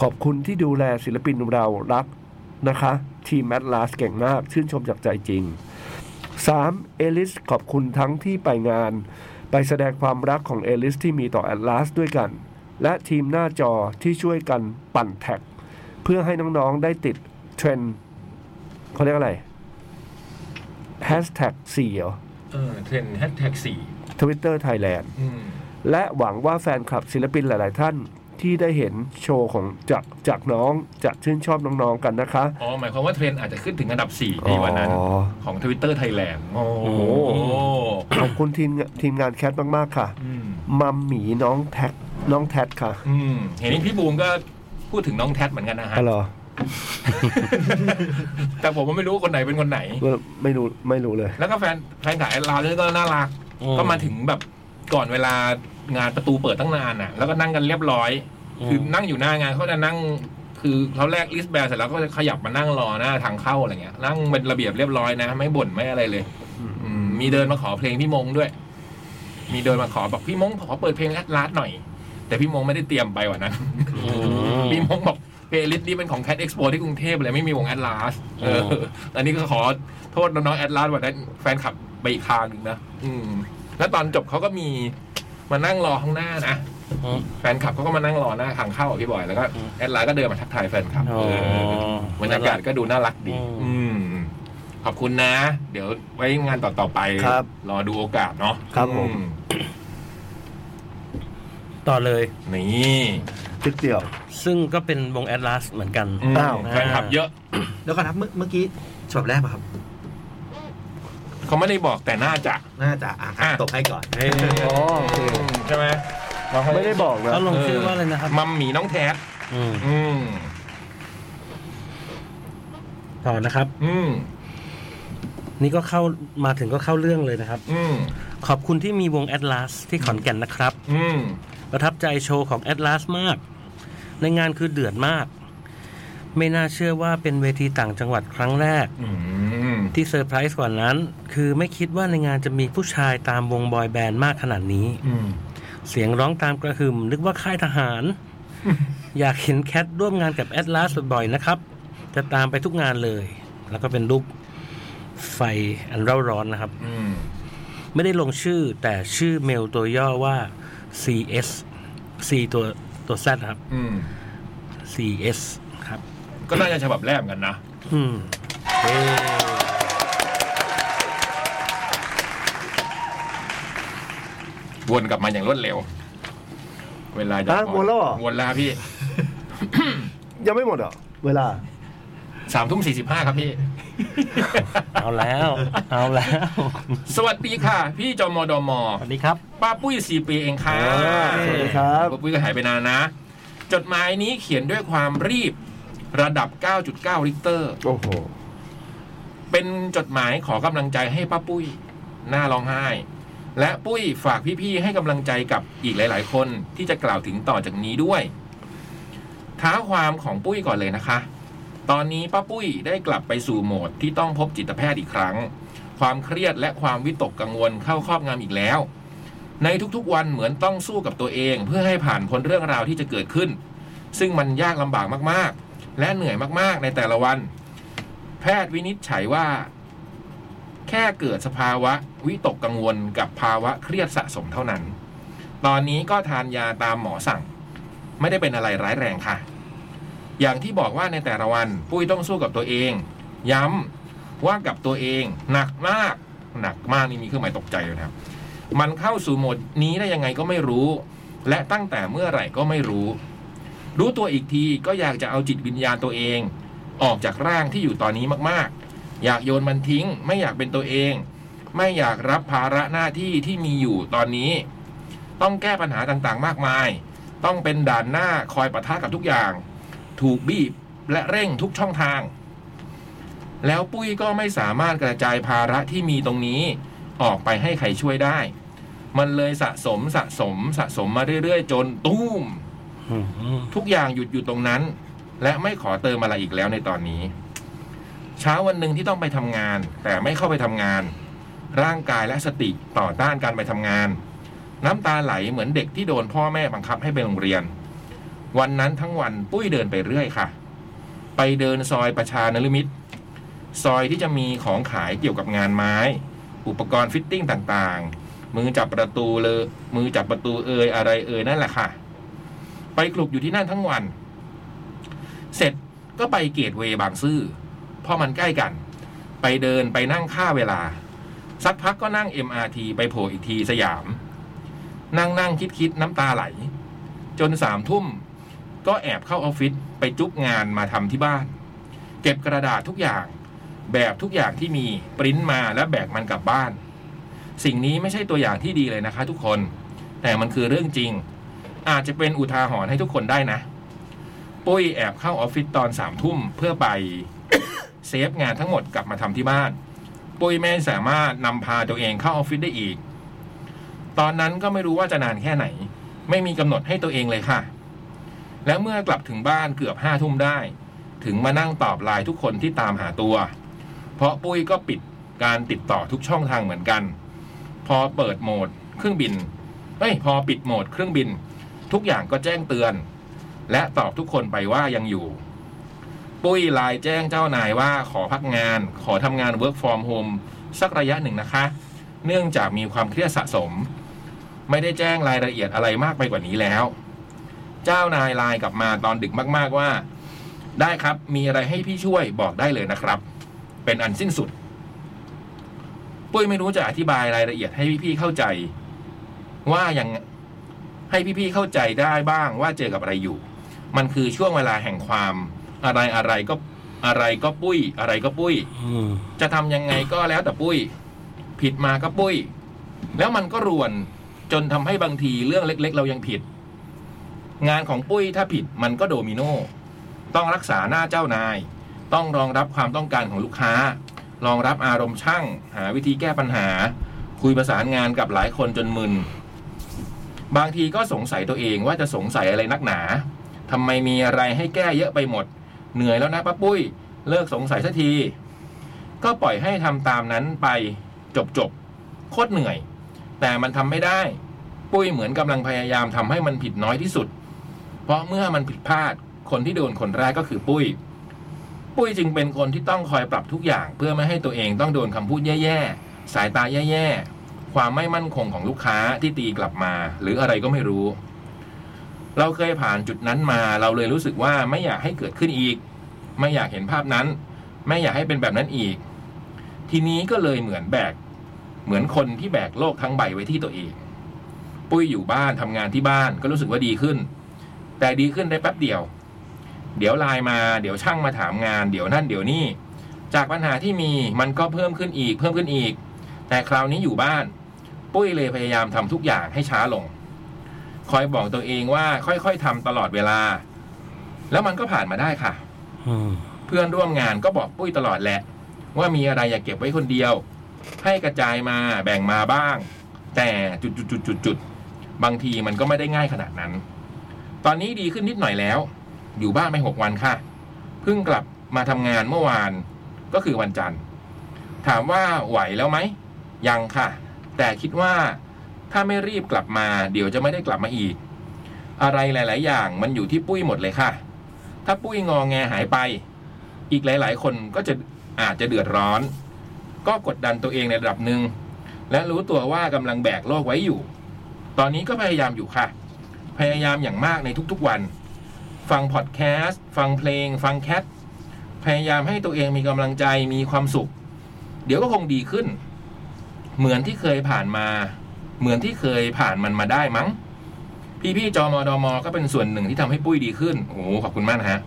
Speaker 2: ขอบคุณที่ดูแลศิลปินเรารักนะคะ ทีม Atlas เก่งมาก ชื่นชมจากใจจริง 3. เอลิสขอบคุณทั้งที่ไปงาน ไปแสดงความรักของเอลิสที่มีต่อแอตลาสด้วยกัน และทีมหน้าจอที่ช่วยกันปั่นแท็ก เพื่อให้น้องๆได้ติดเทรนด์เขาเรียกอะไรแฮชแท็กสี่เหรอ
Speaker 1: เออเทรนด์แฮชแท็กสี่
Speaker 2: ทวิตเตอร์ไทยแลนด์
Speaker 1: อืม
Speaker 2: และหวังว่าแฟนคลับศิลปินหลาย ๆ ท่านที่ได้เห็นโชว์ของจากจากน้องจะชื่นชอบน้อง ๆ กันนะคะ
Speaker 1: อ๋อ หมายความว่าเทรนด์อาจจะขึ้นถึงอันดับ 4 ในวันนั้น
Speaker 2: อ๋อ
Speaker 1: ของ Twitter Thailand โอ้โห
Speaker 2: ขอบคุณทีมทีมงานแคทมาก ๆ ค่ะ
Speaker 1: อืม
Speaker 2: มัมหมีน้องแท็กน้องแท็กค่ะ
Speaker 1: อืมเห็นพี่บูมก็พูดถึงน้องแท็ดเหมือนกันนะฮะ
Speaker 2: อะไรเหรอ
Speaker 1: <laughs> แต่ผมว่าไม่รู้ว่าคนไหนเป็นคนไหน
Speaker 2: ไม่รู้ไม่รู้เลย
Speaker 1: แล้วก็แฟนแฟนขายลาวนี่ก็น่ารัก ก็มาถึงแบบก่อนเวลางานประตูเปิดตั้งนานอ่ะ แล้วก็นั่งกันเรียบร้อย คือนั่งอยู่หน้างานเขาจะนั่ง คือเขาแลกลิสต์แบนเสร็จแล้วก็จะขยับมานั่งรอหน้าทางเข้าอะไรเงี้ย นั่งเป็นระเบียบเรียบร้อยนะ ไม่บ่นไม่อะไรเลย อืมมีเดินมาขอเพลงพี่มงด้วย มีเดินมาขอบอกพี่มงขอเปิดเพลงแอดลาสหน่อย แต่พี่มงไม่ได้เตรียมไปวันนั้น
Speaker 3: อืม
Speaker 1: พี่มงบอกเพลย์ลิสต์นี่เป็นของแคดเอ็กซ์โปที่กรุงเทพเลยไม่มีวงแอตลาสเอออ
Speaker 3: ม
Speaker 1: อันนี้ก็ขอโทษน้องๆแอตลาสวันนั้นแฟนคลับไปอีกทางหนึ่งนะอืม แล้วตอนจบเขาก็มีมานั่งรอข้างหน้านะ
Speaker 3: อืม
Speaker 1: แฟนคลับเขาก็มานั่งรอหน้าทางเข้าอะพี่บอย แล้วก็
Speaker 3: อืม
Speaker 1: แอดไลน์ก็เดินมาทักทายแฟนคลับ
Speaker 3: โอ้
Speaker 1: เออบรรยากาศก็ดูน่ารักดี
Speaker 3: อืม
Speaker 1: อืม ขอบคุณนะ เดี๋ยวไว้งานต่อ ๆ ไป
Speaker 4: ครับ
Speaker 1: รอดูโอกาสเนาะ
Speaker 4: ครับผม
Speaker 1: อื
Speaker 3: ต่อเลย
Speaker 1: นี่
Speaker 2: ตึกเดียว
Speaker 3: ซึ่งก็เป็นวงแอตลาสเหมือนกัน
Speaker 1: ม
Speaker 2: อ้าว
Speaker 1: แฟนคลับเยอะ
Speaker 4: แล้วก็นับเมื่อเมื่อกี้ฉบับแรกป่ะครับ
Speaker 1: เขาไม่ได้บอกแต่น่าจะ
Speaker 4: น่าจะอ่ะ
Speaker 1: อ่ะ
Speaker 4: ตบให้ก่อน
Speaker 3: เฮ้ย
Speaker 2: อ๋อโอเค
Speaker 1: มใช่ไหมน้งเขา
Speaker 2: ไม่ได้บอกนะ
Speaker 3: เขาลงชื่อว่าอะไรนะครับ
Speaker 1: มัมหมีน้องแท้
Speaker 3: อืม
Speaker 1: อืม
Speaker 3: ต่อนะครับ
Speaker 1: อืม
Speaker 3: นี่ก็เข้ามาถึงก็เข้าเรื่องเลยนะครับ
Speaker 1: อืม
Speaker 3: ขอบคุณที่มีวงแอตลาสที่ขอนแก่นนะครับ
Speaker 1: อืม
Speaker 3: ประทับใจโชว์ของแอตลาสมาก ในงานคือเดือดมาก ไม่น่าเชื่อว่าเป็นเวทีต่างจังหวัดครั้งแรก
Speaker 1: อืม
Speaker 3: ที่เซอร์ไพรส์กว่านั้น คือไม่คิดว่าในงานจะมีผู้ชายตามวงบอยแบนด์มากขนาดนี้
Speaker 1: อืม
Speaker 3: เสียงร้องตามกระหึ่มนึกว่าค่ายทหาร อยากเห็นแคทร่วมงานกับแอตลาสบ่อยๆนะครับ จะตามไปทุกงานเลย แล้วก็เป็นรูปไฟอันเร่าร้อนนะครับ
Speaker 1: อืม
Speaker 3: ไม่ได้ลงชื่อแต่ชื่อเมลตัวย่อว่า CS C ตัวตัว Z ครับ
Speaker 1: อืม
Speaker 3: CS ครับ
Speaker 1: ก็น่าจะฉบับแรกเหมือนกันนะ
Speaker 3: อืม
Speaker 1: วนกลับมาอย่างรวดเร็ว เวลาจะ
Speaker 2: ฮะ
Speaker 1: พอ
Speaker 2: วนแล้วเหรอ
Speaker 1: วนแล้วพี่
Speaker 2: ยังไม่หมดเหรอเวลา
Speaker 1: สามทุ่มสี่สิบห้าครับพี่ <laughs>
Speaker 3: เอาแล้ว เอาแล้ว
Speaker 1: สวัสดีค่ะ พี่จมดม
Speaker 3: สวัสดีครับ
Speaker 1: ป้าปุ้ยสี่ปีเองค่ะ
Speaker 2: สวัสดีครับ
Speaker 1: ป้าปุ้ยก็หายไปนานนะ จดหมายนี้เขียนด้วยความรีบระดับ 9.9 ลิกเตอร์
Speaker 2: โอ้โห
Speaker 1: เป็นจดหมายขอกำลังใจให้ป้าปุ้ยหน้าร้องไห้ และปุ้ยฝากพี่ๆให้กำลังใจกับอีกหลาย ๆ คนที่จะกล่าวถึงต่อจากนี้ด้วย ท้าความของปุ้ยก่อนเลยนะคะ ตอนนี้ป้าปุ้ยได้กลับไปสู่โหมดที่ต้องพบจิตแพทย์อีกครั้ง ความเครียดและความวิตกกังวลเข้าครอบงำอีกแล้ว ในทุกๆวันเหมือนต้องสู้กับตัวเอง เพื่อให้ผ่านพ้นเรื่องราวที่จะเกิดขึ้น ซึ่งมันยากลำบากมากๆ และเหนื่อยมากๆ ในแต่ละวัน แพทย์วินิจฉัยว่า แค่เกิดสภาวะวิตกกังวลกับภาวะเครียดสะสมเท่านั้น ตอนนี้ก็ทานยาตามหมอสั่ง ไม่ได้เป็นอะไรร้ายแรงค่ะ อย่างที่บอกว่าในแต่ละวัน ปุ้ยต้องสู้กับตัวเอง ย้ำว่ากับตัวเองหนักมาก หนักมากนี่มีเครื่องหมายตกใจเลยนะครับ มันเข้าสู่โหมดนี้ได้ยังไงก็ไม่รู้ และตั้งแต่เมื่อไหร่ก็ไม่รู้ รู้ตัวอีกทีก็อยากจะเอาจิตวิญญาณตัวเอง ออกจากร่างที่อยู่ตอนนี้มากๆ อยากโยนมันทิ้ง ไม่อยากเป็นตัวเอง ไม่อยากรับภาระหน้าที่ที่มีอยู่ตอนนี้ ต้องแก้ปัญหาต่างๆ มากมาย ต้องเป็นด่านหน้าคอยปะทะกับทุกอย่าง ถูกบีบและเร่งทุกช่องทาง แล้วปุ้ยก็ไม่สามารถกระจายภาระที่มีตรงนี้ ออกไปให้ใครช่วยได้ มันเลยสะสมสะสมสะสมมาเรื่อยๆ จนตุ้ม
Speaker 3: อืม
Speaker 1: ทุกอย่างหยุดอยู่ตรงนั้น และไม่ขอเติมอะไรอีกแล้วในตอนนี้ เช้าวันหนึ่งที่ต้องไปทำงาน แต่ไม่เข้าไปทำงาน ร่างกายและสติต่อต้านการไปทำงาน น้ำตาไหลเหมือนเด็กที่โดนพ่อแม่บังคับให้ไปโรงเรียน วันนั้นทั้งวันปุ้ยเดินไปเรื่อยค่ะ ไปเดินซอยประชานฤมิตรซอยที่จะมีของขายเกี่ยวกับงานไม้ อุปกรณ์ฟิตติ้งต่างๆ มือจับประตูเลย มือจับประตูเอยอะไรเอยนั่นแหละค่ะ ไปกลุกอยู่ที่นั่นทั้งวัน เสร็จก็ไปเกตเวย์บางซื่อเพราะมันใกล้กัน ไปเดินไปนั่งค่าเวลา สักพักก็นั่ง MRT ไปโผล่อีกทีสยาม นั่งนั่งคิดคิดๆน้ำตาไหล จนสามทุ่ม ก็แอบเข้าออฟฟิศไปจุ๊บงานมาทำที่บ้าน เก็บกระดาษทุกอย่าง แบบทุกอย่างที่มีปริ้นมาและแบกมันกลับบ้าน สิ่งนี้ไม่ใช่ตัวอย่างที่ดีเลยนะคะทุกคน แต่มันคือเรื่องจริง อาจจะเป็นอุทาหรณ์ให้ทุกคนได้นะ ปุ้ยแอบเข้าออฟฟิศตอนสามทุ่มเพื่อไป เซฟงานทั้งหมดกลับมาทำที่บ้าน ปุ้ยไม่สามารถนำพาตัวเองเข้าออฟฟิศได้อีก ตอนนั้นก็ไม่รู้ว่าจะนานแค่ไหน ไม่มีกำหนดให้ตัวเองเลยค่ะ และเมื่อกลับถึงบ้านเกือบห้าทุ่มได้ ถึงมานั่งตอบไลน์ทุกคนที่ตามหาตัว เพราะปุ้ยก็ปิดการติดต่อทุกช่องทางเหมือนกัน พอเปิดโหมดเครื่องบินเอ้ยพอปิดโหมดเครื่องบิน ทุกอย่างก็แจ้งเตือน และตอบทุกคนไปว่ายังอยู่ ปุ้ยไลน์แจ้งเจ้านายว่าขอพักงาน ขอทำงาน work from home สักระยะหนึ่งนะคะ เนื่องจากมีความเครียดสะสม ไม่ได้แจ้งรายละเอียดอะไรมากไปกว่านี้แล้ว เจ้านายไลน์กลับมาตอนดึกมากๆว่า ได้ครับมีอะไรให้พี่ช่วยบอกได้เลยนะครับ เป็นอันสิ้นสุด ปุ้ยไม่รู้จะอธิบายรายละเอียดให้พี่ๆเข้าใจ ว่ายังให้พี่ๆเข้าใจได้บ้างว่าเจอกับอะไรอยู่ มันคือช่วงเวลาแห่งความอะไรอะไรก็อะไรก็ปุ้ย อะไรก็ปุ้ย
Speaker 3: อืม
Speaker 1: จะทำยังไงก็แล้วแต่ปุ้ย ผิดมาก็ปุ้ย แล้วมันก็รวนจนทำให้บางทีเรื่องเล็ก ๆ เรายังผิด งานของปุ้ยถ้าผิดมันก็โดมิโนต้องรักษาหน้าเจ้านาย ต้องรองรับความต้องการของลูกค้ารองรับอารมณ์ช่าง หาวิธีแก้ปัญหา คุยประสานงานกับหลายคนจนมึน บางทีก็สงสัยตัวเองว่าจะสงสัยอะไรนักหนาทำไมมีอะไรให้แก้เยอะไปหมด เหนื่อยแล้วนะป้าปุ้ย เลิกสงสัยสักที ก็ปล่อยให้ทำตามนั้นไปจบจบๆโคตรเหนื่อย แต่มันทำไม่ได้ ปุ้ยเหมือนกำลังพยายามทำให้มันผิดน้อยที่สุด เพราะเมื่อมันผิดพลาด คนที่โดนคนแรกก็คือปุ้ย ปุ้ยจึงเป็นคนที่ต้องคอยปรับทุกอย่าง เพื่อไม่ให้ตัวเองต้องโดนคำพูดแย่ๆ สายตาแย่ๆ ความไม่มั่นคงของลูกค้าที่ตีกลับมา หรืออะไรก็ไม่รู้ เราเคยผ่านจุดนั้นมา เราเลยรู้สึกว่าไม่อยากให้เกิดขึ้นอีก ไม่อยากเห็นภาพนั้น ไม่อยากให้เป็นแบบนั้นอีก ทีนี้ก็เลยเหมือนแบก เหมือนคนที่แบกโลกทั้งใบไว้ที่ตัวเอง ปุ้ยอยู่บ้านทำงานที่บ้านก็รู้สึกว่าดีขึ้น แต่ดีขึ้นได้แป๊บเดียว เดี๋ยวไลน์มาเดี๋ยวช่างมาถามงาน เดี๋ยวนั่นเดี๋ยวนี่ จากปัญหาที่มีมันก็เพิ่มขึ้นอีก เพิ่มขึ้นอีก แต่คราวนี้อยู่บ้าน ปุ้ยเลยพยายามทำทุกอย่างให้ช้าลง คอยบอกตัวเองว่าค่อยๆทำตลอดเวลา แล้วมันก็ผ่านมาได้ค่ะ
Speaker 3: อืม
Speaker 1: เพื่อนร่วมงานก็บอกปุ้ยตลอดแหละ ว่ามีอะไรอย่าเก็บไว้คนเดียว ให้กระจายมาแบ่งมาบ้าง แต่จุดจุดจุดจุดจุดบางทีมันก็ไม่ได้ง่ายขนาดนั้น ตอนนี้ดีขึ้นนิดหน่อยแล้ว อยู่บ้านไปหกวันค่ะเพิ่งกลับมาทำงานเมื่อวานก็คือวันจันทร์ ถามว่าไหวแล้วไหมยังค่ะ แต่คิดว่าถ้าไม่รีบกลับมา เดี๋ยวจะไม่ได้กลับมาอีก อะไรหลาย ๆ อย่างมันอยู่ที่ปุ้ยหมดเลยค่ะ ถ้าปุ้ยงองแงหายไป อีกหลาย ๆ คนก็จะอาจจะเดือดร้อน ก็กดดันตัวเองในระดับหนึ่ง และรู้ตัวว่ากำลังแบกโลกไว้อยู่ ตอนนี้ก็พยายามอยู่ค่ะ พยายามอย่างมากในทุก ๆ วัน ฟังพอดแคสต์ฟังเพลง ฟังแคท พยายามให้ตัวเองมีกำลังใจมีความสุข เดี๋ยวก็คงดีขึ้น เหมือนที่เคยผ่านมา เหมือนที่เคยผ่านมันมาได้มั้ง พี่ๆจอมอดอมอก็เป็นส่วนหนึ่งที่ทำให้ปุ้ยดีขึ้นโอ้โหขอบคุณมากนะฮะ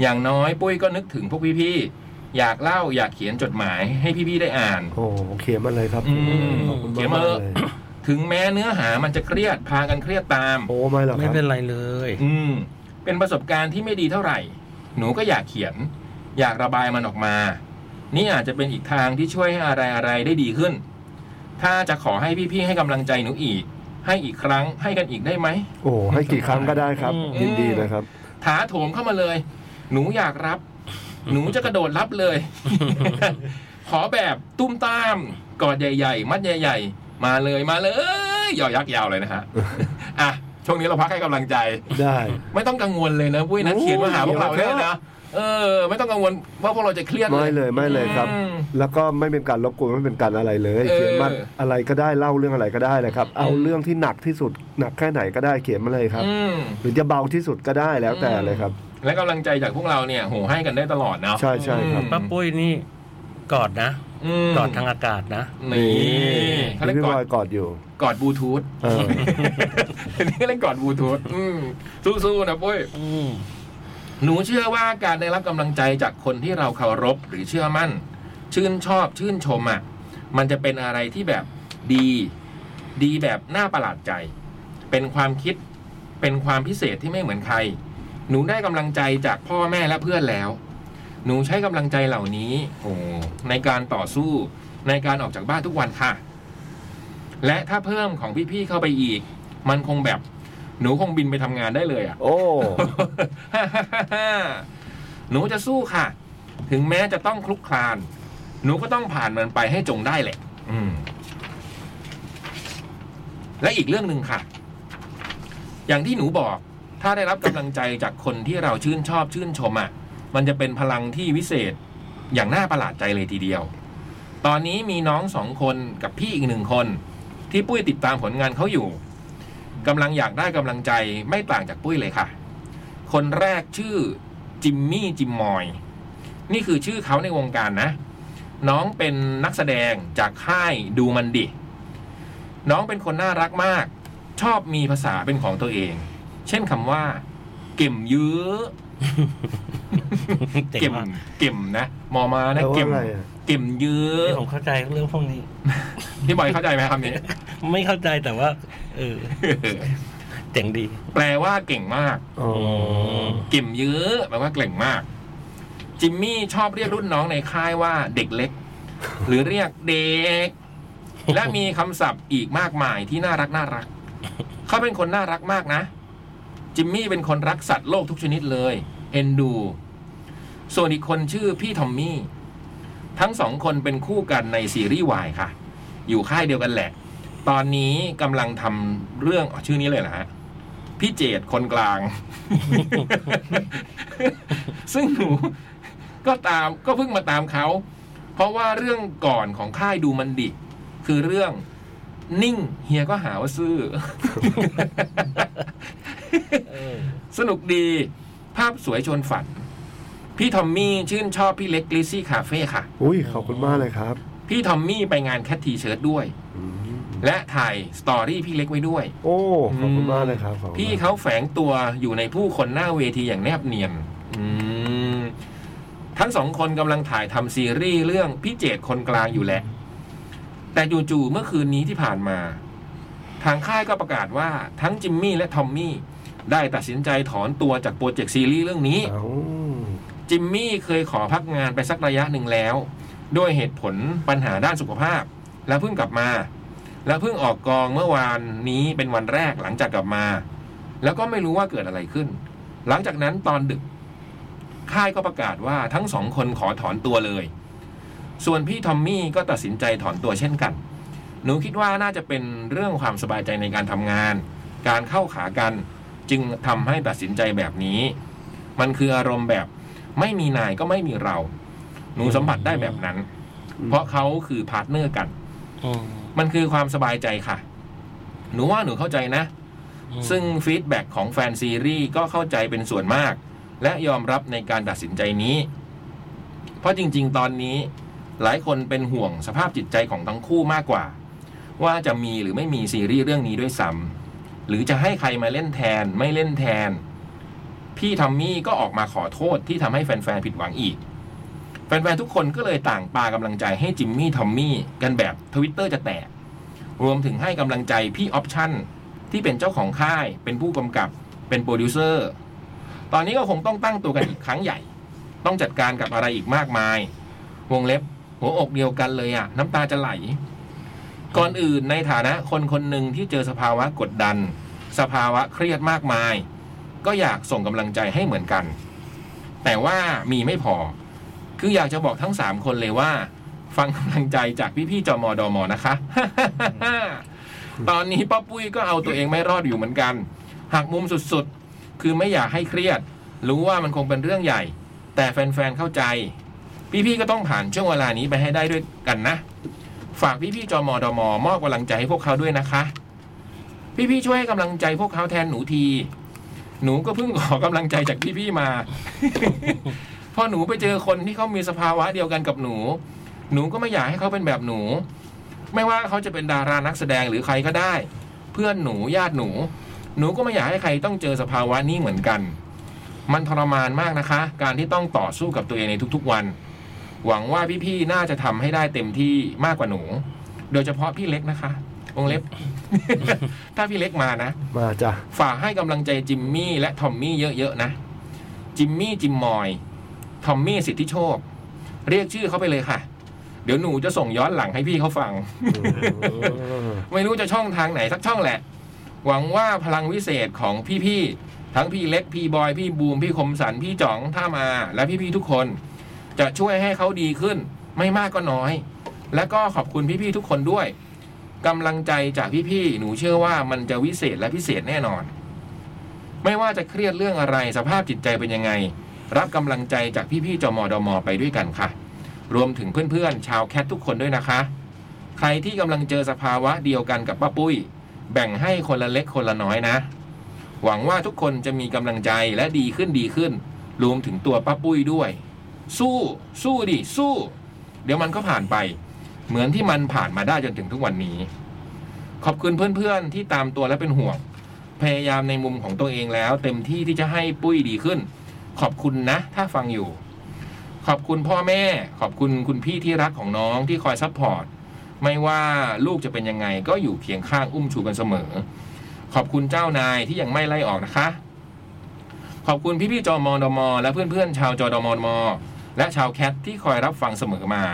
Speaker 1: อย่างน้อยปุ้ยก็นึกถึงพวกพี่ๆ อยากเล่าอยากเขียนจดหมายให้พี่ๆ ได้อ่าน
Speaker 2: โอ้โหเขียนมาเลยครับ
Speaker 1: อืม
Speaker 2: ขอบคุณ
Speaker 1: เขียนมา
Speaker 2: มากๆเลย
Speaker 1: ถึงแม้เนื้อหามันจะเครียดพากันเครียดตาม
Speaker 2: โอ้ไม่หรอกค
Speaker 3: ไม่
Speaker 2: รับ
Speaker 3: เป็นไรเลย
Speaker 1: อืม เป็นประสบการณ์ที่ไม่ดีเท่าไหร่ หนูก็อยากเขียน อยากระบายมันออกมา นี่อาจจะเป็นอีกทางที่ช่วยให้อะไรอะไรๆได้ดีขึ้น ถ้าจะขอให้พี่ๆ ให้กำลังใจหนูอีก ให้อีกครั้งให้กันอีกได้ไหม
Speaker 2: โอ้ให้กี่ครั้งก็ได้ครับ
Speaker 3: อืม
Speaker 2: ยินดีเลยครับ
Speaker 1: ถาโถมเข้ามาเลย หนูอยากรับ หนูจะกระโดดรับเลย <laughs> ขอแบบตุ้มตามกอดใหญ่ ๆ มัดใหญ่ ๆ มาเลยมาเลยย่อยักษ์ยาวเลยนะฮะ <laughs> อ่ะ ช่วงนี้เราพักให้กำลังใจ
Speaker 2: ได้
Speaker 1: ไม่ต้องกังวลเลยนะปุ้ยนะ
Speaker 2: โอ้ย
Speaker 1: เขียนมาหาพวกเราได้นะเออ ไม่ต้องกังวลว่าพวกเราจะเครียด
Speaker 2: ไม่เลยไม่เลยครับ
Speaker 1: อืม
Speaker 2: แล้วก็ไม่เป็นการรบกวนไม่เป็นการอะไรเลย
Speaker 1: เออ
Speaker 2: เขียนมาอะไรก็ได้เล่าเรื่องอะไรก็ได้นะครับ เอาเรื่องที่หนักที่สุดหนักแค่ไหนก็ได้เขียนมาเลยครับ
Speaker 1: อืม
Speaker 2: หรือจะเบาที่สุดก็ได้แล้วแต่เลยครับ
Speaker 1: และกำลังใจจากพวกเราเนี่ยโหให้กันได้ตลอดเนาะ
Speaker 2: ใช่ใช่ครับ
Speaker 1: อืม
Speaker 3: ป้าปุ้ยนี่กอดนะ กอดทางอากาศนะ
Speaker 1: นี่เขาเรียก
Speaker 2: พี่
Speaker 1: ก
Speaker 2: บ
Speaker 1: อ
Speaker 2: อ
Speaker 1: ด
Speaker 2: ยกอดอยู่
Speaker 1: กอดบลูทู
Speaker 2: <laughs>
Speaker 1: ธ
Speaker 2: เออ
Speaker 1: อันนี้ก็เล่นกอดบลูทูธอืมสู้ๆนะปุ้ย
Speaker 3: อืม
Speaker 1: หนูเชื่อว่าการได้รับกำลังใจจากคนที่เราเคารพหรือเชื่อมั่น ชื่นชอบชื่นชมอ่ะ มันจะเป็นอะไรที่แบบดี ดีแบบน่าประหลาดใจ เป็นความคิด เป็นความพิเศษที่ไม่เหมือนใคร หนูได้กำลังใจจากพ่อแม่และเพื่อนแล้ว หนูใช้กำลังใจเหล่านี้โอ้ในการต่อสู้ในการออกจากบ้านทุกวันค่ะ และถ้าเพิ่มของพี่ๆเข้าไปอีก มันคงแบบ หนูคงบินไปทำงานได้เลยอ่ะ
Speaker 2: โอ้
Speaker 1: ฮ่าฮ่าฮ่าฮ่า <laughs> หนูจะสู้ค่ะ ถึงแม้จะต้องคลุกคลาน หนูก็ต้องผ่านมันไปให้จงได้แหละ อืม และอีกเรื่องหนึ่งค่ะ อย่างที่หนูบอก ถ้าได้รับกำลังใจจากคนที่เราชื่นชอบชื่นชมอ่ะ มันจะเป็นพลังที่วิเศษอย่างน่าประหลาดใจเลยทีเดียว ตอนนี้มีน้องสองคนกับพี่อีกหนึ่งคน ที่ปุ้ยติดตามผลงานเขาอยู่กำลังอยากได้กำลังใจไม่ต่างจากปุ้ยเลยค่ะ คนแรกชื่อจิมมี่จิมมอย นี่คือชื่อเขาในวงการนะ น้องเป็นนักแสดงจากค่ายดูมันดิ น้องเป็นคนน่ารักมาก ชอบมีภาษาเป็นของตัวเอง เช่นคำว่า เก่มเยื้อ
Speaker 3: เจ๋ง
Speaker 1: เก่ม
Speaker 3: มา
Speaker 1: เก่ม
Speaker 3: ก
Speaker 1: นะมอมา
Speaker 2: แป
Speaker 1: นะ
Speaker 2: ลว่า
Speaker 1: เก่ม
Speaker 2: อะไรอะ
Speaker 1: เก่มเยื้อ
Speaker 3: เดี๋ยวผมเข้าใจเรื่องพวกนี้
Speaker 1: พี่บอยเข้าใจไหมค <laughs> ำนี้
Speaker 3: ไม่เข้าใจแต่ว่า เออเจ๋งดี
Speaker 1: แปลว่าเก่งมาก
Speaker 2: อ๋อ
Speaker 1: เก่มเยื้อแปลว่าเก่งมาก จิมมี่ชอบเรียกรุ่นน้องในค่ายว่าเด็กเล็ก หรือเรียกเด็ก และมีคำศัพท์อีกมากมายที่น่ารักน่ารัก เขาเป็นคนน่ารักมากนะ จิมมี่เป็นคนรักสัตว์โลกทุกชนิดเลย เอ็นดู ส่วนอีกคนชื่อพี่ทอมมี่ ทั้งสองคนเป็นคู่กันในซีรีส์วายค่ะ อยู่ค่ายเดียวกันแหละ ตอนนี้กำลังทำเรื่องอ๋อชื่อนี้เลยเหรอฮะ พี่เจดคนกลาง ซึ่งหนู <laughs> ก็ตามก็เพิ่งมาตามเขา เพราะว่าเรื่องก่อนของค่ายดูมันดิ คือเรื่องนิ่งเฮียก็หาว่าซื่อ <laughs>
Speaker 3: เออ
Speaker 1: สนุกดีภาพสวยชวนฝัน พี่ทอมมี่ชื่นชอบพี่เล็กกลิซซี่คาเฟ่ค่ะ
Speaker 2: อุ้ยขอบคุณมากเลยครับ
Speaker 1: พี่ทอมมี่ไปงานแคททีเชิร์ตด้วย
Speaker 2: อืม
Speaker 1: และถ่ายสตอรี่พี่เล็กไว้ด้วย
Speaker 2: โอ้ขอบคุณมากเลยครับขอบคุณมก
Speaker 1: พี่เขาแฝงตัวอยู่ในผู้คนหน้าเวทีอย่างแนบเนียนอืมทั้งสองคนกำลังถ่ายทำซีรีส์เรื่องพี่เจตคนกลางอยู่แหละ แต่จู่ๆเมื่อคืนนี้ที่ผ่านมา ทางค่ายก็ประกาศว่าทั้งจิมมี่และทอมมี่ได้ตัดสินใจถอนตัวจากโปรเจกต์ซีรีส์เรื่องนี้
Speaker 2: เอ้า
Speaker 1: จิมมี่เคยขอพักงานไปสักระยะหนึ่งแล้ว ด้วยเหตุผลปัญหาด้านสุขภาพ แล้วเพิ่งกลับมา แล้วเพิ่งออกกองเมื่อวานนี้เป็นวันแรกหลังจากกลับมา แล้วก็ไม่รู้ว่าเกิดอะไรขึ้น หลังจากนั้นตอนดึก ค่ายก็ประกาศว่าทั้งสองคนขอถอนตัวเลย ส่วนพี่ทอมมี่ก็ตัดสินใจถอนตัวเช่นกัน หนูคิดว่าน่าจะเป็นเรื่องความสบายใจในการทำงาน การเข้าขากัน จึงทำให้ตัดสินใจแบบนี้ มันคืออารมณ์แบบ ไม่มีนายก็ไม่มีเรา หนูสัมผัสได้แบบนั้น เพราะเขาคือพาร์ทเนอร์กัน
Speaker 3: อืม
Speaker 1: มันคือความสบายใจค่ะ หนูว่าหนูเข้าใจนะ
Speaker 3: อืม
Speaker 1: ซึ่งฟีดแบ็กของแฟนซีรีส์ก็เข้าใจเป็นส่วนมาก และยอมรับในการตัดสินใจนี้ เพราะจริงๆ ตอนนี้ หลายคนเป็นห่วงสภาพจิตใจของทั้งคู่มากกว่า ว่าจะมีหรือไม่มีซีรีส์เรื่องนี้ด้วยซ้ำหรือจะให้ใครมาเล่นแทนไม่เล่นแทน พี่ทอมมี่ก็ออกมาขอโทษที่ทำให้แฟนๆผิดหวังอีก แฟนๆทุกคนก็เลยต่างปากำลังใจให้จิมมี่ทอมมี่กันแบบทวิตเตอร์จะแตก รวมถึงให้กำลังใจพี่ออปชั่น ที่เป็นเจ้าของค่าย เป็นผู้กำกับ เป็นโปรดิวเซอร์ ตอนนี้ก็คงต้องตั้งตัวกันอีกครั้งใหญ่ ต้องจัดการกับอะไรอีกมากมาย วงเล็บ หัวอกเดียวกันเลยอะน้ำตาจะไหล ก่อนอื่นในฐานะคนคนหนึ่งที่เจอสภาวะกดดัน สภาวะเครียดมากมาย ก็อยากส่งกำลังใจให้เหมือนกัน แต่ว่ามีไม่พอ คืออยากจะบอกทั้งสามคนเลยว่า ฟังกำลังใจจากพี่ๆจมดมนะคะ <laughs> ตอนนี้ป้าปุ้ยก็เอาตัวเองไม่รอดอยู่เหมือนกัน หักมุมสุดๆ คือไม่อยากให้เครียด รู้ว่ามันคงเป็นเรื่องใหญ่ แต่แฟนๆ เข้าใจ พี่ๆ ก็ต้องผ่านช่วงเวลานี้ไปให้ได้ด้วยกันนะ ฝากพี่ๆ จมดม มอบกำลังใจให้พวกเขาด้วยนะคะ พี่ๆ ช่วยให้กำลังใจพวกเขาแทนหนูที หนูก็เพิ่งขอกำลังใจจากพี่ๆ มา <laughs> พอหนูไปเจอคนที่เขามีสภาวะเดียวกันกับหนู หนูก็ไม่อยากให้เขาเป็นแบบหนู ไม่ว่าเขาจะเป็นดารานักแสดงหรือใครก็ได้ เพื่อนหนูญาติหนู หนูก็ไม่อยากให้ใครต้องเจอสภาวะนี้เหมือนกัน มันทรมานมากนะคะ การที่ต้องต่อสู้กับตัวเองในทุกๆวัน หวังว่าพี่ๆน่าจะทำให้ได้เต็มที่มากกว่าหนู โดยเฉพาะพี่เล็กนะคะวงเล็บ <laughs> ถ้าพี่เล็กมานะ
Speaker 2: มาจ้ะ
Speaker 1: ฝากให้กำลังใจจิมมี่และทอมมี่เยอะๆนะ จิมมี่จิมมอย ทอมมี่สิทธิโชค เรียกชื่อเขาไปเลยค่ะ เดี๋ยวหนูจะส่งย้อนหลังให้พี่เขาฟัง
Speaker 2: อืม
Speaker 1: ไม่รู้จะช่องทางไหนสักช่องแหละ หวังว่าพลังวิเศษของพี่ๆ ทั้งพี่เล็ก พี่บอย พี่บูม พี่คมสัน พี่จ๋อง ท่ามา และพี่ๆ ทุกคน จะช่วยให้เขาดีขึ้น ไม่มากก็น้อย และก็ขอบคุณพี่ๆ ทุกคนด้วย กำลังใจจากพี่ๆ หนูเชื่อว่ามันจะวิเศษและพิเศษแน่นอน ไม่ว่าจะเครียดเรื่องอะไรสภาพจิตใจเป็นยังไง รับกำลังใจจากพี่ๆจมดมไปด้วยกันค่ะ รวมถึงเพื่อนๆ ชาวแคททุกคนด้วยนะคะ ใครที่กำลังเจอสภาวะเดียวกันกับป้าปุ้ย แบ่งให้คนละเล็กคนละน้อยนะ หวังว่าทุกคนจะมีกำลังใจและดีขึ้นดีขึ้น รวมถึงตัวป้าปุ้ยด้วย สู้ สู้ดิ สู้ เดี๋ยวมันก็ผ่านไป เหมือนที่มันผ่านมาได้จนถึงทุกวันนี้ ขอบคุณเพื่อนๆ ที่ตามตัวและเป็นห่วง พยายามในมุมของตัวเองแล้ว เต็มที่ที่จะให้ปุ้ยดีขึ้น ขอบคุณนะ ถ้าฟังอยู่ ขอบคุณพ่อแม่ ขอบคุณคุณพี่ที่รักของน้องที่คอยซัพพอร์ต ไม่ว่าลูกจะเป็นยังไงก็อยู่เคียงข้างอุ้มชูกันเสมอ ขอบคุณเจ้านายที่ยังไม่ไล่ออกนะคะ ขอบคุณพี่ๆจอมอดมอและเพื่อนๆชาวจอดมอดมอและชาวแคทที่คอยรับฟังเสมอมา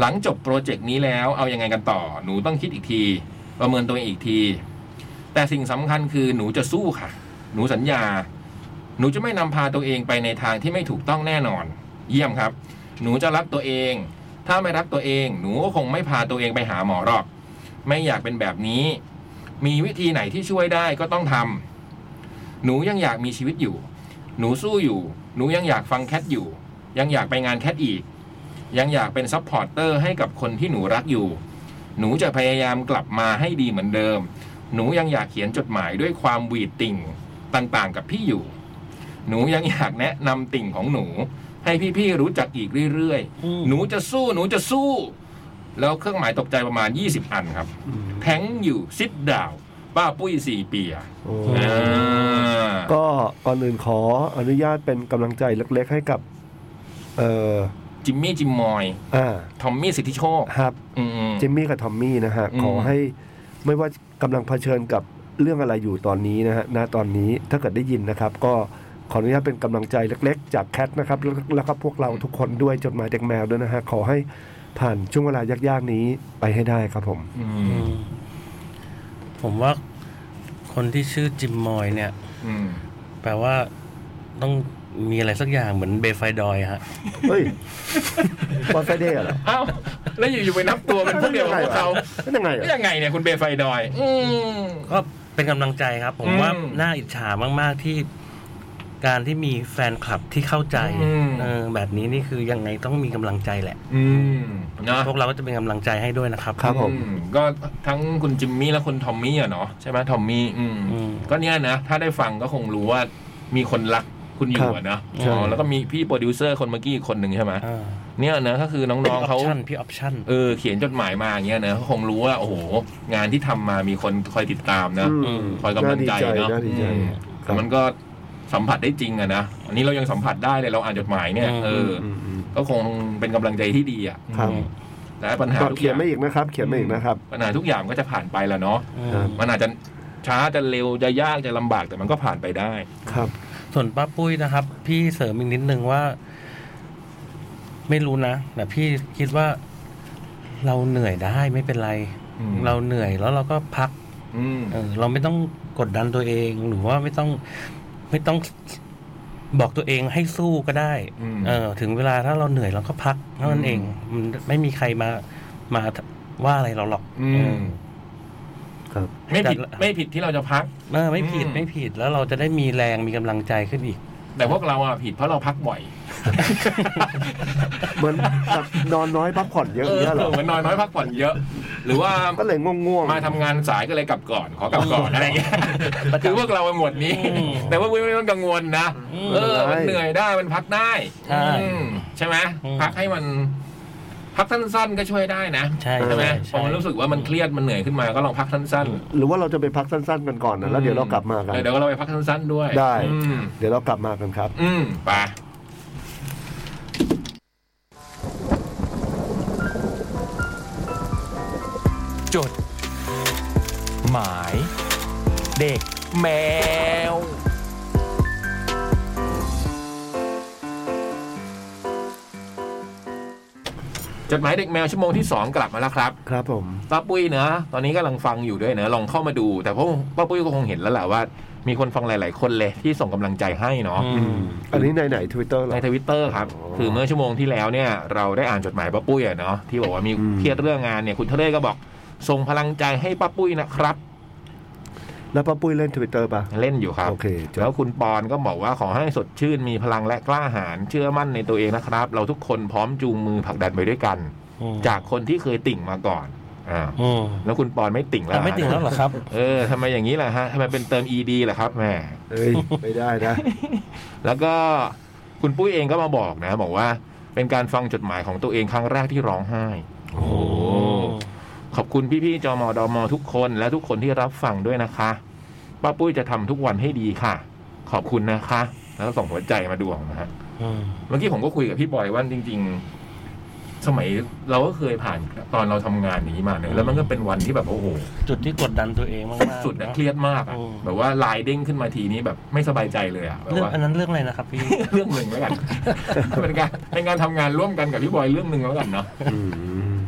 Speaker 1: หลังจบโปรเจกต์นี้แล้วเอายังไงกันต่อ หนูต้องคิดอีกที ประเมินตัวเองอีกที แต่สิ่งสำคัญคือหนูจะสู้ค่ะ หนูสัญญา หนูจะไม่นำพาตัวเองไปในทางที่ไม่ถูกต้องแน่นอน เยี่ยมครับ หนูจะรักตัวเอง ถ้าไม่รักตัวเอง หนูก็คงไม่พาตัวเองไปหาหมอหรอก ไม่อยากเป็นแบบนี้ มีวิธีไหนที่ช่วยได้ก็ต้องทำ หนูยังอยากมีชีวิตอยู่ หนูสู้อยู่ หนูยังอยากฟังแคทอยู่ ยังอยากไปงานแคทอีก ยังอยากเป็นซัพพอร์ตเตอร์ให้กับคนที่หนูรักอยู่ หนูจะพยายามกลับมาให้ดีเหมือนเดิม หนูยังอยากเขียนจดหมายด้วยความหวีดติ่งต่างๆ กับพี่อยู่ หนูยังอยากแนะนำติ่งของหนู ให้พี่ๆรู้จักอีกเรื่อย
Speaker 3: อืม
Speaker 1: ๆ หนูจะสู้ หนูจะสู้ แล้วเครื่องหมายตกใจประมาณ 20 อันครับ แท้งอยู่ซิดดาว ป้าปุ้ยสี่เปีย
Speaker 2: โอ้
Speaker 1: อ่า
Speaker 2: ก็ก่อนอื่นขออนุญาตเป็นกำลังใจเล็กๆให้กับ เอ่อ
Speaker 1: จิมมี่จิมมอย
Speaker 2: อ่า
Speaker 1: ทอมมี่สิทธิโชค
Speaker 2: ครับ
Speaker 1: อืม
Speaker 2: จิมมี่กับทอมมี่นะฮะ
Speaker 1: อืม
Speaker 2: ขอให้ไม่ว่ากำลังเผชิญกับเรื่องอะไรอยู่ตอนนี้นะฮะณตอนนี้ถ้าเกิดได้ยินนะครับ ก็ขออนุญาตเป็นกำลังใจเล็กๆ จากแคทนะครับแล้วแล้วก็พวกเราทุกคนด้วยจดหมายเด็กแมวด้วยนะฮะ ขอให้ผ่านช่วงเวลายากๆนี้ไปให้ได้ครับผม
Speaker 1: อื
Speaker 3: อื
Speaker 1: ม
Speaker 3: มผมว่าคนที่ชื่อจิมมอยเนี่ย
Speaker 1: อืม
Speaker 3: แปลว่าต้องมีอะไรสักอย่างเหมือนเบไฟดอยฮะ
Speaker 2: เฮ้ย <laughs> บอลไฟเดย์เหรอ
Speaker 1: เอ้า แล้วอยู่ๆไปนับตัวเป็นพวกเดียวกับพวกเขา
Speaker 2: เป็นยังไง
Speaker 1: แล้ว
Speaker 2: อ่ะ
Speaker 1: ยังไงเนี่ยคุณเบย์ไฟดอย อืม
Speaker 3: ก็เป็นกำลังใจครับ ผม
Speaker 1: อืม
Speaker 3: ว่าน่าอิจฉามาก ๆ ที่การที่มีแฟนคลับที่เข้าใจ
Speaker 1: อืม
Speaker 3: เออแบบนี้นี่คือยังไงต้องมีกำลังใจแหละ
Speaker 1: อืมนะ
Speaker 3: พวกเราก็จะเป็นกำลังใจให้ด้วยนะครับ
Speaker 2: ครับผม
Speaker 1: อืมก็ทั้งคุณจิมมี่และคุณทอมมี่อะเนาะใช่ไหมทอมมี่อืม
Speaker 3: อืม
Speaker 1: ก็เนี่ยนะ ถ้าได้ฟังก็คงรู้ว่ามีคนรักคุณอยู่อะนะ
Speaker 2: ใช่
Speaker 1: อ๋อแล้วก็มีพี่โปรดิวเซอร์คนเมื่อกี้อีกคนหนึ่งใช่ไหม
Speaker 3: อ่า
Speaker 1: เนี่ยนะก็คือน้องๆเขา
Speaker 3: พี่ออปชั่นพี่ออปชั่น
Speaker 1: เออเขียนจดหมายมาอย่างเงี้ยนะก็คงรู้ว่าโอ้โห งานที่ทำมามีคนคอยติดตามนะ
Speaker 2: อืม
Speaker 1: คอยกำลังใจเนาะ
Speaker 2: น่าดีใจ
Speaker 1: อืม
Speaker 2: ครับ
Speaker 1: มันก็สัมผัสได้จริงอะนะ อันนี้เรายังสัมผัสได้เลยเราอ่านจดหมายเนี่ย
Speaker 3: อืม
Speaker 1: เอออ
Speaker 2: อืมอืม
Speaker 1: ก็คงเป็นกำลังใจที่ดีอะ
Speaker 2: ครับ
Speaker 1: และปัญหา
Speaker 2: ก็
Speaker 1: ทุกอ
Speaker 2: เขียน
Speaker 1: ย่าง
Speaker 2: มาอีกนะครับ เขียนมาอีกนะครับ
Speaker 1: ปัญหาทุกอย่างก็จะผ่านไปแล้วเนาะ
Speaker 3: อื
Speaker 2: ครั
Speaker 3: ม
Speaker 2: บ
Speaker 1: มันอาจจะช้าจะเร็วจะยากจะลำบากแต่มันก็ผ่านไปได้
Speaker 2: ครับ
Speaker 3: ส่วนป้าปุ้ยนะครับ พี่เสริมอีกนิดนึงว่า ไม่รู้นะแต่พี่คิดว่าเราเหนื่อยได้ไม่เป็นไร
Speaker 1: อืม
Speaker 3: เราเหนื่อยแล้วเราก็พัก
Speaker 1: อืม
Speaker 3: เออเราไม่ต้องกดดันตัวเองหรือว่าไม่ต้องไม่ต้องบอกตัวเองให้สู้ก็ได้
Speaker 1: อืม
Speaker 3: เออ ถึงเวลาถ้าเราเหนื่อยเราก็พักเท่านั้นเองมันไม่มีใครมามาว่าอะไรเราหรอก
Speaker 1: อื
Speaker 3: เอ
Speaker 1: ม
Speaker 3: อ
Speaker 2: ครับ
Speaker 1: ไม่ผิด
Speaker 3: แต่ละ
Speaker 1: ไม่ผิดที่เราจะพัก
Speaker 3: เออไม่ผิด
Speaker 1: อืม
Speaker 3: ไม่ผิดแล้วเราจะได้มีแรงมีกำลังใจขึ้นอีก
Speaker 1: แต่พวกเราอะผิดเพราะเราพัก
Speaker 3: <laughs>
Speaker 1: บ่อย
Speaker 2: เหมือน <laughs> แบบนอนน้อยพักผ่อนเยอะอย่างเงี้ยเหรอ
Speaker 1: เหมือนนอนน้อยพักผ่อนเยอะ หรือว่า
Speaker 2: ก็เลยง่วงๆ
Speaker 1: มาทำงานสายก็เลยกลับก่อน ขอกลับก่อนอะไรอย่างเงี้ยคือพวกเราหมดนี้
Speaker 3: อืม
Speaker 1: แต่ว่าไม่ต้องกังวลนะ
Speaker 3: อืม
Speaker 1: เออมันเหนื่อยได้มันพักได้
Speaker 3: ใช่
Speaker 1: อืมใช่ไหม
Speaker 3: อืม
Speaker 1: พักให้มัน พักสั้นๆก็ช่วยได้นะ
Speaker 3: ใช่
Speaker 1: ไหม
Speaker 3: ใช่ใช่
Speaker 1: พอมันรู้สึกว่ามันเครียดมันเหนื่อยขึ้นมาก็ลองพักสั้น
Speaker 2: หรือว่าเราจะไปพักสั้นๆกันก่อนนะ
Speaker 1: ๆ
Speaker 2: แล้วเดี๋ยวเรากลับมากัน
Speaker 1: เออเดี๋ยวเราไปพักสั้นๆด้วย
Speaker 2: ได้
Speaker 1: อืม
Speaker 2: เดี๋ยวเรากลับมากันครับ
Speaker 1: อืมไป
Speaker 5: จด หมาย เด็ก แมว
Speaker 1: จดหมายเด็กแมวชั่วโมงที่สองกลับมาแล้วครับ
Speaker 2: ครับผม
Speaker 1: ป้าปุ้ยนะตอนนี้กำลังฟังอยู่ด้วยนะลองเข้ามาดู แต่เพราะป้าปุ้ยก็คงเห็นแล้วแหละว่า มีคนฟังหลาย ๆ คนเลยที่ส่งกำลังใจให้เนาะ
Speaker 2: อันนี้ในไหนทวิตเตอร์หร
Speaker 1: ใน
Speaker 2: อ
Speaker 1: ทวิตเตอร์ครับ
Speaker 2: อ๋อ
Speaker 1: คือเมื่อชั่วโมงที่แล้วเนี่ย เราได้อ่านจดหมายป้าปุ้ยอะเนาะที่บอกว่ามี
Speaker 2: อืม
Speaker 1: เครียดเรื่องงานเนี่ยคุณทะเลก็บอกส่งพลังใจให้ป้าปุ้ยนะครับ
Speaker 2: แล้วป้าปุ้ยเล่นทวิตเตอร์ป่ะ
Speaker 1: เล่นอยู่ครับ
Speaker 2: โอเคจบ
Speaker 1: แล้วคุณปอนก็บอกว่าขอให้สดชื่นมีพลังและกล้าหาญเชื่อมั่นในตัวเองนะครับ เราทุกคนพร้อมจูงมือผลักดันไปด้วยกัน จากคนที่เคยติ่งมาก่อนอ่า
Speaker 3: อืม
Speaker 1: แล้วคุณปอนไม่ติ่งแล้
Speaker 3: แต่
Speaker 1: ว
Speaker 3: ไม่ติงแล้วเหรอครับ
Speaker 1: เออทำไมอย่างนี้ล่ะฮะทำไมเป็นเติม ed ล่ะครับแหม่
Speaker 2: เอ้ย ไม่ได้นะ
Speaker 1: แล้วก็คุณปุ้ยเองก็มาบอกนะ บอกว่าเป็นการฟังจดหมายของตัวเองครั้งแรกที่ร้องไห้
Speaker 3: โอ้
Speaker 1: ขอบคุณพี่ๆจมดมทุกคนและทุกคนที่รับฟังด้วยนะคะป้าปุ้ยจะทำทุกวันให้ดีค่ะ ขอบคุณนะคะ แล้วส่งหัวใจมาดวงนะฮะ
Speaker 3: อืม
Speaker 1: เมื่อกี้ผมก็คุยกับพี่บอยว่าจริง ๆ สมัยเราก็เคยผ่านตอนเราทำงานอย่างนี้มาเนี่ยแล้วมันก็เป็นวันที่แบบโอ้โห
Speaker 3: จุดที่กดดันตัวเองมากๆ
Speaker 1: สุดๆนะ
Speaker 3: นะ
Speaker 1: เครียดมากอะ
Speaker 3: อืม
Speaker 1: แบบว่าลายเด้งขึ้นมาทีนี้แบบไม่สบายใจเลยอะแบบ
Speaker 3: เรื่อง
Speaker 1: ว่า
Speaker 3: อันนั้นเรื่องอะไรนะครับพี่
Speaker 1: เรื่องหนึ่งแล้วกัน <laughs> เป็นการเป็นการทำงานร่วมกันกับพี่บอยเรื่องหนึ่งแล้วกันเนาะ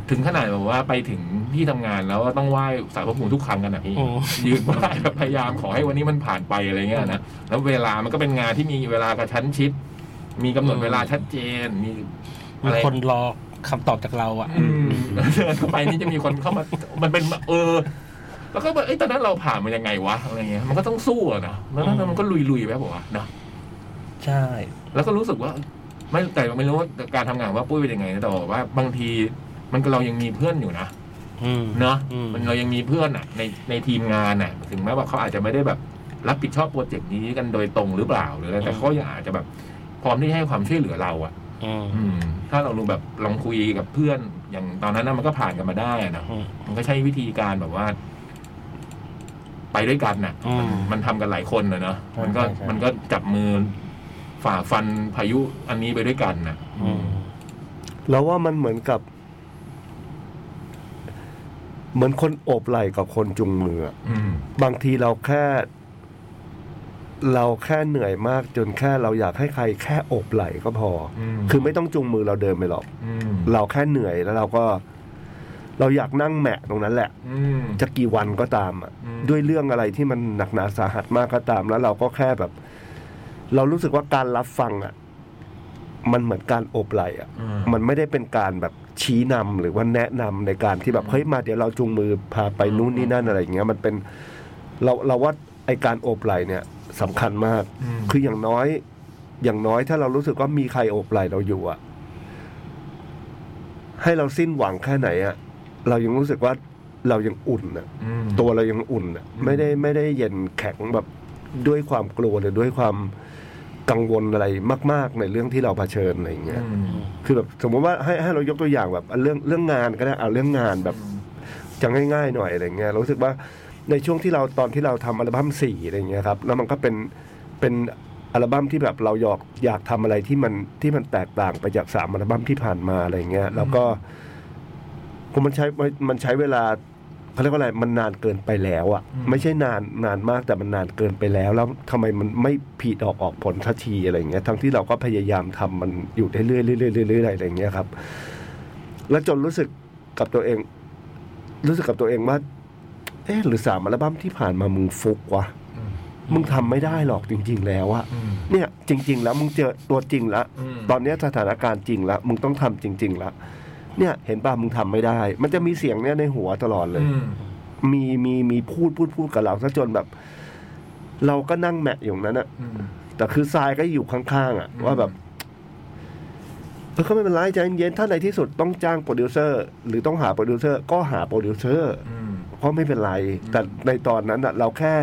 Speaker 1: ถึงขนาดแบบว่าไปถึงที่ทำงานแล้วต้องไหว้สารพระภูมิทุกครั้งกันนะพี่
Speaker 3: โอ้
Speaker 1: ยืนไหว้แบบพยายามขอให้วันนี้มันผ่านไปอะไรเงี้ยนะ แล้วเวลามันก็เป็นงานที่มีเวลากระชั้นชิด มีกำหนดเวลาชัดเจน มี
Speaker 3: มี
Speaker 1: อะไร
Speaker 3: คนรอคำตอบจากเราอ่ะ
Speaker 1: อืมเดินเข้าไปนี่จะมีคนเข้ามา มันเป็นเออ แล้วก็แบบเอ้ยตอนนั้นเราผ่านมันยังไงวะอะไรเงี้ย มันก็ต้องสู้อะเนาะแล้วนั้นมันก็ลุยๆไปบอกว่าเนาะ
Speaker 3: ใช่
Speaker 1: แล้วก็รู้สึกว่าไม่แต่ไม่รู้ว่าการทำงานของว่าปุ้ยเป็นยังไงนะแต่บอกว่าบางทีมันก็เรายังมีเพื่อนอยู่นะ
Speaker 3: อืม
Speaker 1: เนาะ
Speaker 3: อืม
Speaker 1: มันเรายังมีเพื่อนอ่ะ ในในทีมงานอ่ะ ถึงแม้ว่าเขาอาจจะไม่ได้แบบรับผิดชอบโปรเจกต์นี้กันโดยตรงหรือเปล่าหรืออะไรแต่เขายังอาจจะแบบพร้อมที่จะให้ความช่วยเหลือเราอ่ะ
Speaker 3: อืม
Speaker 1: อืม ถ้าเรารู้แบบลองคุยกับเพื่อน อย่างตอนนั้นนะมันก็ผ่านกันมาได้อะนะ
Speaker 3: อืม
Speaker 1: มันก็ใช้วิธีการแบบว่า ไปด้วยกันน่ะ
Speaker 3: อืม
Speaker 1: มันทำกันหลายคนนะเนอะ
Speaker 3: ใช่
Speaker 1: มันก็
Speaker 3: ใช่ใช่
Speaker 1: มันก็จับมือฝ่าฟันพายุอันนี้ไปด้วยกันนะ
Speaker 3: อืม
Speaker 2: แล้วว่ามันเหมือนกับ เหมือนคนโอบไหล่กับคนจุงมืออะ
Speaker 1: อืม
Speaker 2: บางทีเราแค่ เราแค่เหนื่อยมาก จนแค่เราอยากให้ใครแค่โอบไหล่ก็พออ
Speaker 1: ม
Speaker 2: คือไม่ต้องจุงมือเราเดินไปหรอก
Speaker 1: อืม
Speaker 2: เราแค่เหนื่อยแล้วเราก็ เราอยากนั่งแหมะตรงนั้นแหละ
Speaker 1: อืม
Speaker 2: จะกี่วันก็ตามอ่ะ
Speaker 1: อืม
Speaker 2: ด้วยเรื่องอะไรที่มันหนักหนาสาหัสมากก็ตาม แล้วเราก็แค่แบบ เรารู้สึกว่าการรับฟังอ่ะ มันเหมือนการโอบไหล่อ่ะ
Speaker 1: อืม
Speaker 2: มันไม่ได้เป็นการแบบชี้นำหรือว่าแนะนำในการที่แบบเฮ้ยมาเดี๋ยวเราจูงมือพาไปนู่นนี่นั่นอะไรอย่างเงี้ย มันเป็น เราเราว่าไอการโอบไหล่เนี่ยสำคัญมาก
Speaker 1: อืม
Speaker 2: คืออย่างน้อย อย่างน้อยถ้าเรารู้สึกว่ามีใครโอบไหล่เราอยู่อะให้เราสิ้นหวังแค่ไหนอะเรายังรู้สึกว่าเรายังอุ่นอะ
Speaker 1: อืม
Speaker 2: ตัวเรายังอุ่นอะ
Speaker 1: อืม
Speaker 2: ไม่ได้ไม่ได้เย็นแข็งแบบด้วยความกลัวหรือด้วยความกังวลอะไรมาก ๆ ในเรื่องที่เราเผชิญอะไรอย่างเงี้ย
Speaker 1: อืม
Speaker 2: คือแบบสมมติว่าให้ให้เรายกตัวอย่างแบบเรื่องเรื่องงานก็ได้เอาเรื่องงานแบบจะง่ายๆหน่อยอะไรเงี้ยเรารู้สึกว่าในช่วงที่เราตอนที่เราทำอัลบั้มสี่อะไรเงี้ยครับแล้วมันก็เป็นเป็นอัลบั้มที่แบบเราอยากอยากทำอะไรที่มันที่มันแตกต่างไปจากสามอัลบั้มที่ผ่านมาอะไรเงี้ยแล้วก็ผมมันใช้มันใช้เวลาเขาเรียกว่าอะไรมันนานเกินไปแล้วอะ่ะ ไม่ใช่นานนานมากแต่มันนานเกินไปแล้ว แล้วทำไมมันไม่ผีดออกออกผลทันทีอะไรเงี้ยทั้งที่เราก็พยายามทำมันอยู่เรื่อยๆเรื่อยๆเรื่อยๆอะไรเงี้ยครับ แล้วจนรู้สึกกับตัวเอง รู้สึกกับตัวเองว่า เอ๊ะหรือสามอัลบั้มที่ผ่านมามึงฟุกวะมึงทำไม่ได้หรอกจริง ๆ แล้วอะ
Speaker 1: อืม
Speaker 2: เนี่ย จริง ๆ แล้วมึงเจอตัวจริงละ
Speaker 1: อืม
Speaker 2: ตอนเนี้ยสถานการณ์จริงละมึงต้องทำจริง ๆละเนี่ยเห็นป่ะมึงทำไม่ได้ มันจะมีเสียงเนี่ยในหัวตลอดเลย
Speaker 1: อืม
Speaker 2: มีมีมีพูดพูดพูดกับเราซะจนแบบ เราก็นั่งแมะอยู่นั้นอะ
Speaker 1: อืม
Speaker 2: แต่คือทรายก็อยู่ข้างๆอะว่าแบบ เออก็ไม่เป็นไรใจเย็นๆถ้าในที่สุดต้องจ้างโปรดิวเซอร์ หรือต้องหาโปรดิวเซอร์ก็หาโปรดิวเซอร์
Speaker 1: อืม
Speaker 2: เพราะไม่เป็นไร แต่ในตอนนั้นอะเราแค่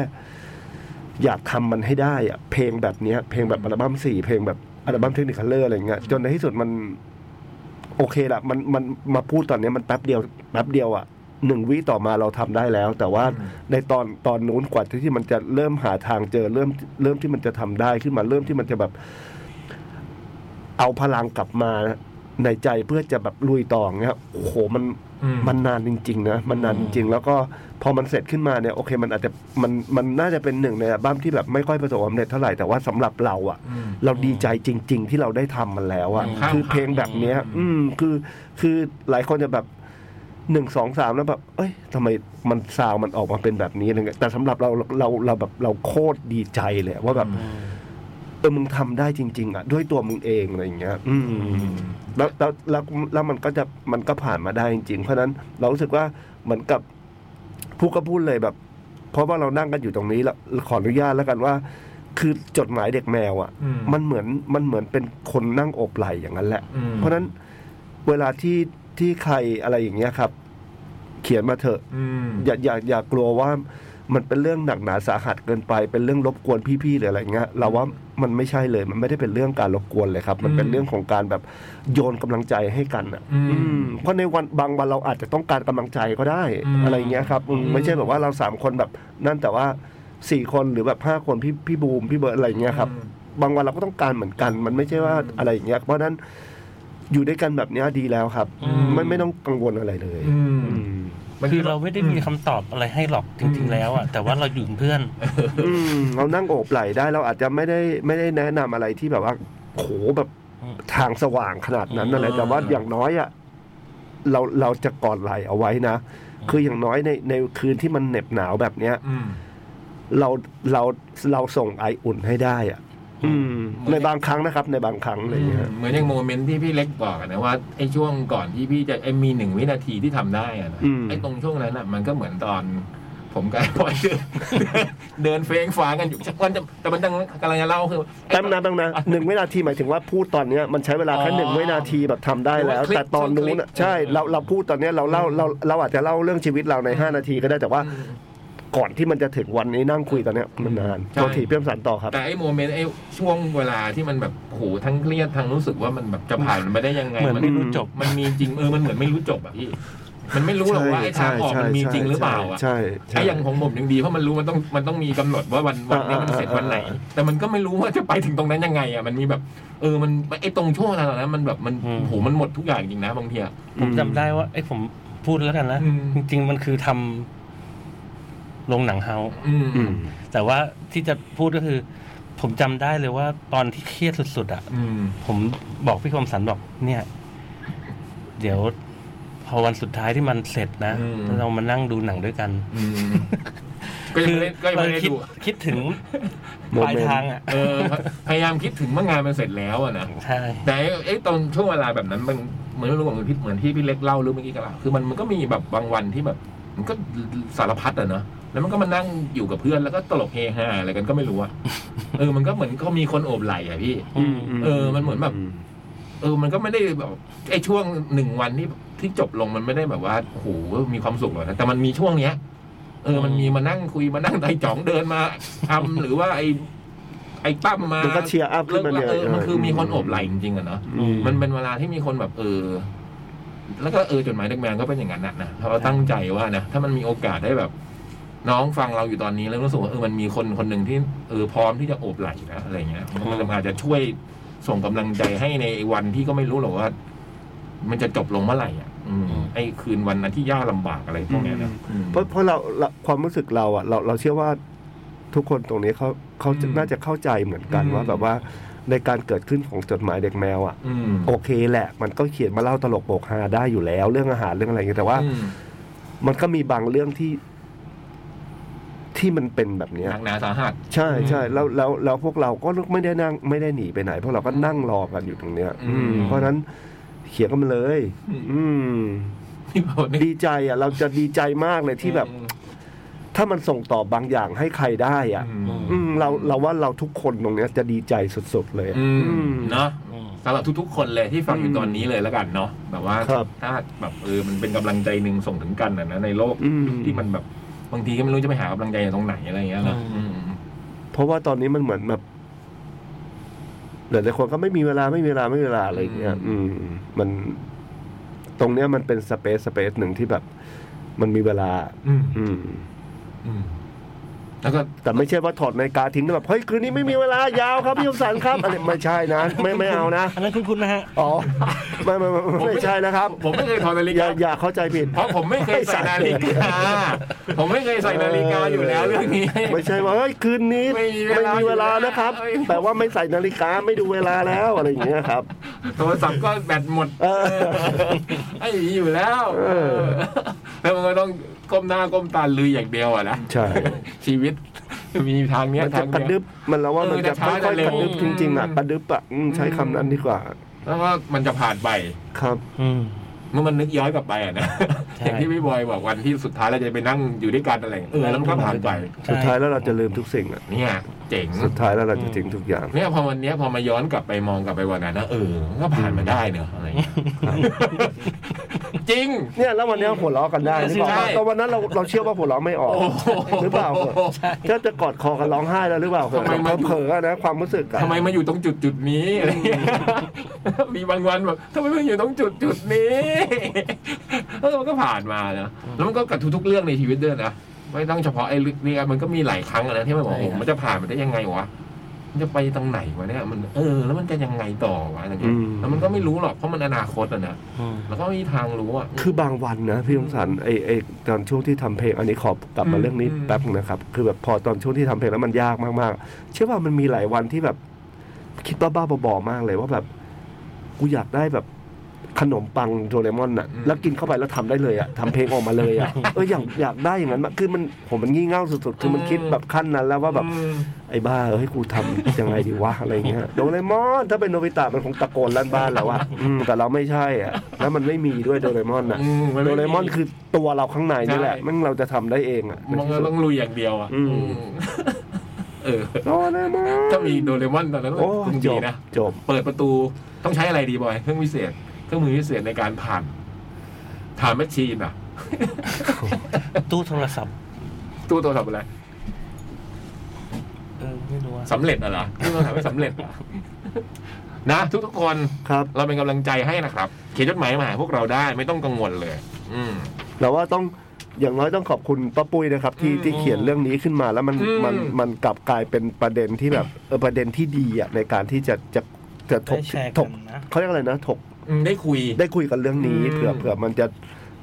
Speaker 2: อยากทำมันให้ได้อะเพลงแบบเนี้ย เพลงแบบอัลบั้มสี่เพลงแบบอัลบั้มเทคนิคคัลเลอร์อะไรเงี้ยจนในที่สุดมัน โอเคละมันมันมาพูดตอนเนี้ยมันแป๊บเดียวแป๊บเดียวอะหนึ่งวิต่อมาเราทำได้แล้ว แต่ว่า
Speaker 1: อืม
Speaker 2: ในตอนตอนนู้นกว่าที่ที่มันจะเริ่มหาทางเจอเริ่มเริ่มที่มันจะทำได้ขึ้นมาเริ่มที่มันจะแบบ เอาพลังกลับมาในใจเพื่อจะแบบลุยต่อเงี้ยโอ้โหมัน
Speaker 1: อืม
Speaker 2: มันนานจริง ๆ นะ มันนานจริง ๆ แล้วก็พอมันเสร็จขึ้นมาเนี่ยโอเค มันอาจจะมันมันน่าจะเป็นหนึ่งในอัลบั้มที่แบบไม่ค่อยประสบความสำเร็จเท่าไหร่แต่ว่าสำหรับเราอะ
Speaker 1: อืม
Speaker 2: เราดีใจจริง ๆ ที่เราได้ทำมันแล้วอะ
Speaker 1: อืม
Speaker 2: คือเพลงแบบเนี้ย
Speaker 1: อื
Speaker 2: อื
Speaker 1: ม
Speaker 2: มคือคือหลายคนจะแบบหนึ่งสองสามแล้วแบบเอ้ยทำไมมันซาวมันออกมาเป็นแบบนี้อะไรเงี้ยแต่สำหรับเราเราเราแบบเราโคตรดีใจเลยว่าแบบเออมึงทำได้จริง ๆอะด้วยตัวมึงเองอะไรอย่างเงี้ย อืม แล้วแล้วแล้วแล้วมันก็จะมันก็ผ่านมาได้จริงๆ เพราะฉะนั้นเรารู้สึกว่าเหมือนกับพูดก็พูดเลยแบบ เพราะว่าเรานั่งกันอยู่ตรงนี้แล้วขออนุญาตแล้วกันว่า คือจดหมายเด็กแมวอะ่ะ
Speaker 1: อืม
Speaker 2: มันเหมือนมันเหมือนเป็นคนนั่งโอบไหลอย่างนั้นแหละ
Speaker 1: อืม
Speaker 2: เพราะฉะนั้นเวลาที่ที่ใครอะไรอย่างเงี้ยครับ เขียนมาเถอะ
Speaker 1: อืม
Speaker 2: อย่าอย่าอย่ากลัวว่ามันเป็นเรื่องหนักหนาสาหัสเกินไป เป็นเรื่องรบกวนพี่ๆหรืออะไรเงี้ยเราว่ามันไม่ใช่เลย มันไม่ได้เป็นเรื่องการรบกวนเลยครับ มันเป็น
Speaker 1: อืม
Speaker 2: เรื่องของการแบบโยนกำลังใจให้กันอ่ะ
Speaker 1: อืม
Speaker 2: อืมเพราะในวันบางวันเราอาจจะต้องการกำลังใจก็ได้
Speaker 1: อืม
Speaker 2: อะไรเงี้ยครับอืม
Speaker 1: อืม
Speaker 2: ไม่ใช่แบบว่าเราสามคนแบบนั่นแต่ว่าสี่คนหรือแบบห้าคนพี่พี่บูมพี่เบิร์ดอะไรเงี้ยครับ บางวันเราก็ต้องการเหมือนกัน มันไม่ใช่ว่าอะไรอย่างเงี้ยเพราะฉะนั้นอยู่ด้วยกันแบบเนี้ยดีแล้วครับ
Speaker 3: อืม
Speaker 2: ไม่ไม่ต้องกังวลอะไรเลย
Speaker 1: อืม
Speaker 2: อืม
Speaker 3: คือเราไม่ได้มีคำตอบอะไรให้หรอกจริง ๆ แล้วอ่ะแต่ว่าเราอยู่เป็นเพื่อน
Speaker 2: อืมเรานั่งโอบไหลได้เราอาจจะไม่ได้ไม่ได้แนะนำอะไรที่แบบว่าโหแบบ
Speaker 3: อืม
Speaker 2: ทางสว่างขนาดนั้นอะไรแต่ว่าอย่างน้อยอะเราเราจะกอดไหลเอาไว้นะ คืออย่างน้อยในในคืนที่มันเหน็บหนาวแบบเนี้ย
Speaker 1: อืม
Speaker 2: เราเราเราส่งไออุ่นให้ได้อ่ะ อืม ในบางครั้งนะครับ ในบางครั้งอะไรอย่างเงี้ย
Speaker 1: เหมือนอย่างโมเมนต์ที่พี่เล็กบอกอะนะว่าไอ้ช่วงก่อนที่พี่จะไอ้มีหนึ่งวินาทีที่ทำได้อะนะ
Speaker 2: อืม
Speaker 1: ไอ้ตรงช่วงนั้นอะมันก็เหมือนตอน ผมกับไอ้พลอยเดิน <laughs> เดินเฟ้งฟ้างกันอยู่มันจะแต่มันกำลังกำลังจะเล่าคือไอ้
Speaker 2: แป๊บนะแป๊บนะหนึ่งวินาทีหมายถึงว่าพูดตอนเนี้ยมันใช้เวลาแค่
Speaker 1: อ๋อ
Speaker 2: หนึ่งวินาทีแบบทำได้
Speaker 1: ห
Speaker 2: แล้ว
Speaker 1: รือว่าคลิป
Speaker 2: แต่ตอนนู้นน่ะ
Speaker 1: คลิป
Speaker 2: ใช่
Speaker 1: เออ
Speaker 2: เราเราพูดตอนเนี้ยเราเล่าเราเราอาจจะเล่าเรื่องชีวิตเราใน 5 นาทีก็ได้แต่ว่า
Speaker 1: อืม
Speaker 2: ก่อนที่มันจะถึงวันนี้นั่งคุยตอนเนี้ยมันนาน
Speaker 1: ใช่
Speaker 2: โทษทีเพิ่มสันต่อครับ
Speaker 1: แต่ไอ้โมเมนต์ไอ้ช่วงเวลาที่มันแบบโอ้โหทั้งเครียดทั้งรู้สึกว่ามันแบบจะผ่านมันไปได้ยังไง
Speaker 3: เหมือนไม่รู้จบ
Speaker 1: มันมีจริงเออมันเหมือนไม่รู้จบอะพี่มันไม่รู้หรอกว่าไอ้ทางออกมันมีจริงหรือเปล่าอะ
Speaker 2: ใช่ใช่
Speaker 1: ไอ้อย่างของผมยังดีเพราะมันรู้มันต้องมันต้องมีกำหนดว่าวันวันนี้มันเสร็จวันไหน
Speaker 2: อ่าอ่าอ่า
Speaker 1: แต่มันก็ไม่รู้ว่าจะไปถึงตรงนั้นยังไงอ่ะมันมีแบบ เออมันไอ้ตรงช่วงเวลาเหล่านั้นมันแบบมัน
Speaker 3: อืม
Speaker 1: โอ้โหมันหมดทุกอย่างจริงนะบางทีอะ
Speaker 3: ผมจำได้ว่าไอ้ยผมพูดแล้วกันนะ
Speaker 1: อืม
Speaker 3: จริง ๆ มันคือทำโรงหนังเฮา
Speaker 1: อืม
Speaker 2: อืม
Speaker 3: แต่ว่าที่จะพูดก็คือ ผมจำได้เลยว่าตอนที่เครียดสุดๆอ่ะ
Speaker 1: อืม
Speaker 3: ผมบอกพี่คมสันบอกเนี่ย เดี๋ยว พอวันสุดท้ายที่มันเสร็จนะเรามานั่งดูหนังด้วยกัน
Speaker 1: อืมก็ยังไม่ได้ก็ยัง
Speaker 3: เรา
Speaker 1: ไม่ได้
Speaker 3: คิด
Speaker 1: ดู
Speaker 3: คิดถึงปลายทางอ่ะ
Speaker 1: เออพยายามคิดถึงเมื่องานมันเสร็จแล้วอะนะ
Speaker 3: ใช่
Speaker 1: แต่ไอ้ไอ้ตอนช่วงเวลาแบบนั้นมันเหมือนรู้เหมือนพี่เหมือนที่พี่เล็กเล่าหรือเมื่อกี้กันละคือมันมันก็มีแบบบางวันที่แบบ มันก็สารพัดอะเนอะแล้วมันก็มานั่งอยู่กับเพื่อนแล้วก็ตลกเฮฮาอะไรกันก็ไม่
Speaker 2: <laughs>
Speaker 1: รู้อะเออมันก็เหมือนก็มีคนโอบไหล่อะพี่
Speaker 3: อืม
Speaker 1: เออมันเหมือนแบบ เออ มันก็ไม่ได้แบบไอ้ช่วงหนึ่งวันที่ที่จบลงมันไม่ได้แบบว่าโอ้โหมีความสุขหรอกนะแต่มันมีช่วงเนี้ย เออ มันมีมานั่งคุยมานั่งไอ้จ่องเดินมาทำ หรือว่าไอ้ไอ้ตั้มมา
Speaker 2: มันก็เชียร์อัพขึ้นมา
Speaker 1: เลิ
Speaker 2: เนี่
Speaker 1: ก
Speaker 2: ย
Speaker 1: ละเออมันคือมีคนโอบไหล่จริงๆอะเนาะ
Speaker 2: อืม
Speaker 1: มันเป็นเวลาที่มีคนแบบเออ แล้วก็เออจดหมายเด็กแมนก็เป็นอย่างนั้นนะนะเพราะว่าตั้งใจว่านะถ้ามันมีโอกาสได้แบบ น้องฟังเราอยู่ตอนนี้แล้วรู้สึกว่าเออมันมีคนคนหนึ่งที่เออพร้อมที่จะโอบไหล่นะอะไรเงี้ยมันก็อาจจะช่วยส่งกำลังใจให้ในวันที่ก็ไม่รู้หรอกว่า มันจะจบลงเมื่อไหร่อ่ะอืม
Speaker 3: อืม
Speaker 1: ไอ้คืนวันนั้นที่ยากลำบากอะไรพวกเนี้ยนะอืม
Speaker 2: เพราะเพราะเราเราความรู้สึกเราอ่ะเราเราเชื่อว่าทุกคนตรงนี้เขาเขาจะ
Speaker 1: อืม
Speaker 2: น่าจะเข้าใจเหมือนกัน
Speaker 1: อืม
Speaker 2: ว่าแบบว่าในการเกิดขึ้นของจดหมายเด็กแมวอ่ะ
Speaker 1: อืม
Speaker 2: โอเคแหละ มันก็เขียนมาเล่าตลกโปกฮาได้อยู่แล้ว เรื่องอาหารเรื่องอะไรอย่างเงี้ยแต่ว่า
Speaker 1: อืม
Speaker 2: มันก็มีบางเรื่องที่ ที่มันเป็นแบบเนี้ย
Speaker 1: หนักหนาสาหัส
Speaker 2: ใช่ใช่แล้วแล้วแล้วพวกเราก็ไม่ได้นั่งไม่ได้หนีไปไหนพวกเราก็นั่งรอกันอยู่ตรงเนี้ย อืม
Speaker 1: อืม
Speaker 2: เพราะฉะนั้นเขียนกันมาเลย อืม
Speaker 1: ที่บอกนี่
Speaker 2: ดีใจอ่ะ เราจะดีใจมากเลยที่แบบ ถ้ามันส่งต่อบางอย่างให้ใครได้อ่ะ
Speaker 1: อืม
Speaker 2: อืมเราเราว่าเราทุกคนตรงเนี้ยจะดีใจสุดๆเลยอะ
Speaker 1: อื
Speaker 2: อื
Speaker 1: ม
Speaker 2: ม
Speaker 1: เนาะ
Speaker 3: อืม
Speaker 1: สำหรับทุกๆ คนเลยที่ฟังอยู่
Speaker 2: อืม
Speaker 1: ตอนนี้เลยแล้วกันเนาะแบบว่า
Speaker 2: ครับ
Speaker 1: ถ้าแบบเออมันเป็นกำลังใจหนึ่งส่งถึงกันนะนะในโลก
Speaker 2: อืม
Speaker 1: ที่มันแบบบางทีก็ไม่รู้จะไปหากำลังใจจากตรงไหนอะไรอย่างเงี้ยเนอะ
Speaker 3: อืม
Speaker 1: อืม
Speaker 2: เพราะว่าตอนนี้มันเหมือนแบบหลายๆคนก็ไม่มีเวลาไม่มีเวลาไม่มีเวลาอะไรอย่างเงี้ย
Speaker 1: อื
Speaker 2: อื
Speaker 1: ม
Speaker 2: ม มันตรงเนี้ยมันเป็นสเปซสเปซหนึ่งที่แบบ มันมีเวลา
Speaker 1: อืม
Speaker 2: อืม
Speaker 1: อืมแล้วก็
Speaker 2: แต่ไม่ใช่ว่าถอดนาฬิกาทิ้งแล้วแบบเฮ้ยคืนนี้ไม่มีเวลายาวครับพี่คมสันครับ <laughs> อันนี้ไม่ใช่นะไม่ไม่เอานะ
Speaker 3: อันนั้นคุณคุณนะฮะ
Speaker 2: อ๋อไม่ไม่ไม่ไม่ใช่นะครับ
Speaker 1: ผมไม่เคยถอดนา
Speaker 2: อ
Speaker 1: ฬิา
Speaker 2: กย่าอย่าเข้าใจผิด
Speaker 1: เพราะผมไม่เคยใส่นาฬิกาผมไม่เคยใส่นาฬิกาอยู่แล้วเรื่องนี้
Speaker 2: ไม่ใช่ว่าเฮ้ยคืนนี้
Speaker 1: ไม่
Speaker 2: ไม่
Speaker 1: มี
Speaker 2: มี
Speaker 1: เวลา
Speaker 2: เวลา
Speaker 1: อยู่แล้ว
Speaker 2: นะครับ
Speaker 1: เอ้ย
Speaker 2: แต่ว่าไม่ใส่นาฬิกาไม่ดูเวลาแล้วอะไรอย่างเงี้ยครับ
Speaker 1: โทรศัพท์ก็แบตหมด
Speaker 2: เออ
Speaker 1: ไอ้อยู่แล้ว
Speaker 2: เออ
Speaker 1: แล้วมันก็ต้องก้มหน้าก้มตาลืออย่างเดียวอะนะ
Speaker 2: ใช่
Speaker 1: ชีวิตมีทางเนี้ย
Speaker 2: มันจะ
Speaker 1: ทาง
Speaker 2: กระ
Speaker 1: เนี้ย
Speaker 2: ดึบมันแล้วว่า
Speaker 1: เออ
Speaker 2: มันจะ
Speaker 1: จะช้า
Speaker 2: ค่อย
Speaker 1: จะเร็
Speaker 2: ๆ
Speaker 1: ว
Speaker 2: กระดึบจริงๆอ่ะ
Speaker 1: อืม
Speaker 2: กระดึบอ่ะอืมใช้
Speaker 1: อืม
Speaker 2: คำนั้นดีกว่า
Speaker 1: แล้วก็มันจะผ่านไป
Speaker 2: ครับ
Speaker 3: อืม
Speaker 1: เมื่อมันนึกย้อนกลับไปอะนะ
Speaker 3: ใช่
Speaker 1: อย่างที่พี่บอยบอกวันที่สุดท้ายเราจะไปนั่งอยู่ด้วยกันอะไรอย่างเงี้ยเออแล้วมันก็ผ่านไป
Speaker 2: สุดท้ายแล้วเราจะลืมทุกสิ่งอะ
Speaker 1: เนี่ยเจ๋ง
Speaker 2: สุดท้ายแล้วเราจะทิ้งทุกอย่าง
Speaker 1: เนี่ยพอวันเนี้ยพอมาย้อนกลับไปมองกลับไปวันนั้นนะเออมันก็ผ่านมาได้เนอะอะไรอย่างเงี้ยจริง
Speaker 2: เนี่ยแล้ววันนี้หัวเราะ
Speaker 1: <laughs>
Speaker 2: กันได้หรือเปล่า
Speaker 1: ใช่
Speaker 2: ตอนวันนั้นเราเราเชื่อว่าหัวเราะไม่ออก
Speaker 1: โอ้โ
Speaker 2: หรือเปล่า
Speaker 3: ใช่
Speaker 2: ก็จะกอดคอกันร้องไห้แล้วหรือเปล่า
Speaker 1: ทำไมมัน
Speaker 2: เผลอๆอะนะความรู้สึกอะ
Speaker 1: ทำไมมาอยู่ตรงจุดจุดๆนี้อะไรเงี้ย <laughs> มีบางวันแบบทำไมมาอยู่ตรงจุดจุดๆนี้ <laughs> แล้วมันก็ผ่านมานะแล้วมันก็กับทุกๆเรื่องในชีวิตด้วยนะไม่ต้องเฉพาะไอ้เรื่องนี้มันก็มีหลายครั้งอะนะที่มันบอกโอ้โหมันจะผ่านมันได้ยังไงวะมันจะไปทางไหนวะเนี่ยมันเออ แล้วมันจะยังไงต่อวะอะไร
Speaker 2: อื
Speaker 1: เงี้ย
Speaker 2: ม
Speaker 1: แล้วมันก็ไม่รู้หรอกเพราะมันอนาคตอะนะแล้วก็ไม่มีทางรู้อะ
Speaker 2: คือบางวันนะพี่สงสารไอไอตอนช่วงที่ทำเพลง อันนี้ขอกลับมา
Speaker 1: อืม
Speaker 2: เรื่องนี้
Speaker 1: อืม
Speaker 2: แป๊บนึงนะครับ คือแบบพอตอนช่วงที่ทำเพลงแล้วมันยากมากๆ เชื่อว่ามันมีหลายวันที่แบบ คิดบ้าๆบอๆมากเลยว่าแบบกูอยากได้แบบขนมปังโดเรมอนน่ะ แล้วกินเข้าไปแล้วทำได้เลยอะทำเพลงออกมาเลย
Speaker 1: <laughs>
Speaker 2: อะเอออยากอยากได้อย่างนั้นมากคือมันผมมันงี่เง่าสุดๆ คือมันคิดแบบขั้นนั้นแล้วว่าแบบ
Speaker 1: อืม
Speaker 2: ไอ้บ้าเอ้ยกูทำยังไงดีวะ อะไร
Speaker 1: <laughs>
Speaker 2: เงี้ยโดเรมอนถ้าเป็นโนบิตะมันคงตะโกนลั่นบ้านแล้วอะอืมแต่เราไม่ใช่อะแล้วมันไม่มีด้วยโดเรมอนอะ
Speaker 1: อืมมันไม่
Speaker 2: โด
Speaker 1: มี
Speaker 2: เรมอนคือตัวเราข้างในนี่แหละ
Speaker 1: ใช่
Speaker 2: มันเราจะทำได้เองอะ
Speaker 1: มันก็ต้องลุยอย่างเดียวอ่ะ
Speaker 2: อืม
Speaker 1: อืม <laughs> เออ
Speaker 2: โดเรมอน
Speaker 1: ถ้ามีโดเรมอนตอนนั้น
Speaker 2: โอ้
Speaker 1: คง
Speaker 2: จ
Speaker 1: ดี
Speaker 2: บ
Speaker 1: นะ
Speaker 2: จบ
Speaker 1: เปิดประตูต้องใช้อะไรดีบอย เครื่องวิเศษ เครื่องมือวิเศษในการผ่านผ่านแมชชีนอ่ะ
Speaker 3: ตู้โทรศัพท์
Speaker 1: ตู้โทรศัพท์อะไร
Speaker 3: เออไม่รู้ว่า
Speaker 1: สำเร็จอะเหรอตู้โทรศัพท์ไม่สำเร็จเหรอ <laughs> นะทุกๆคน
Speaker 2: ครับ
Speaker 1: เราเป็นกำลังใจให้นะครับ เขียนจดหมายมาหาพวกเราได้ไม่ต้องกังวลเลย อืม
Speaker 2: เราว่าต้องอย่างน้อยต้องขอบคุณป้าปุ้ยนะครับ ที่
Speaker 1: อืม
Speaker 2: ที่เขียนเรื่องนี้ขึ้นมาแล้วมัน
Speaker 1: อืม
Speaker 2: มันมันกลับกลายเป็นประเด็นที่แบบเออประเด็นที่ดีอะในการที่จะจะจะถก
Speaker 6: ได้แชร์
Speaker 2: ถ
Speaker 6: กั
Speaker 2: ก
Speaker 6: นนะ
Speaker 2: เขาเรียกอะไรนะถก
Speaker 1: อืมได้คุย
Speaker 2: ได้คุยกันเรื่องนี้
Speaker 1: อืม
Speaker 2: เผื่อเผื่อมันจะ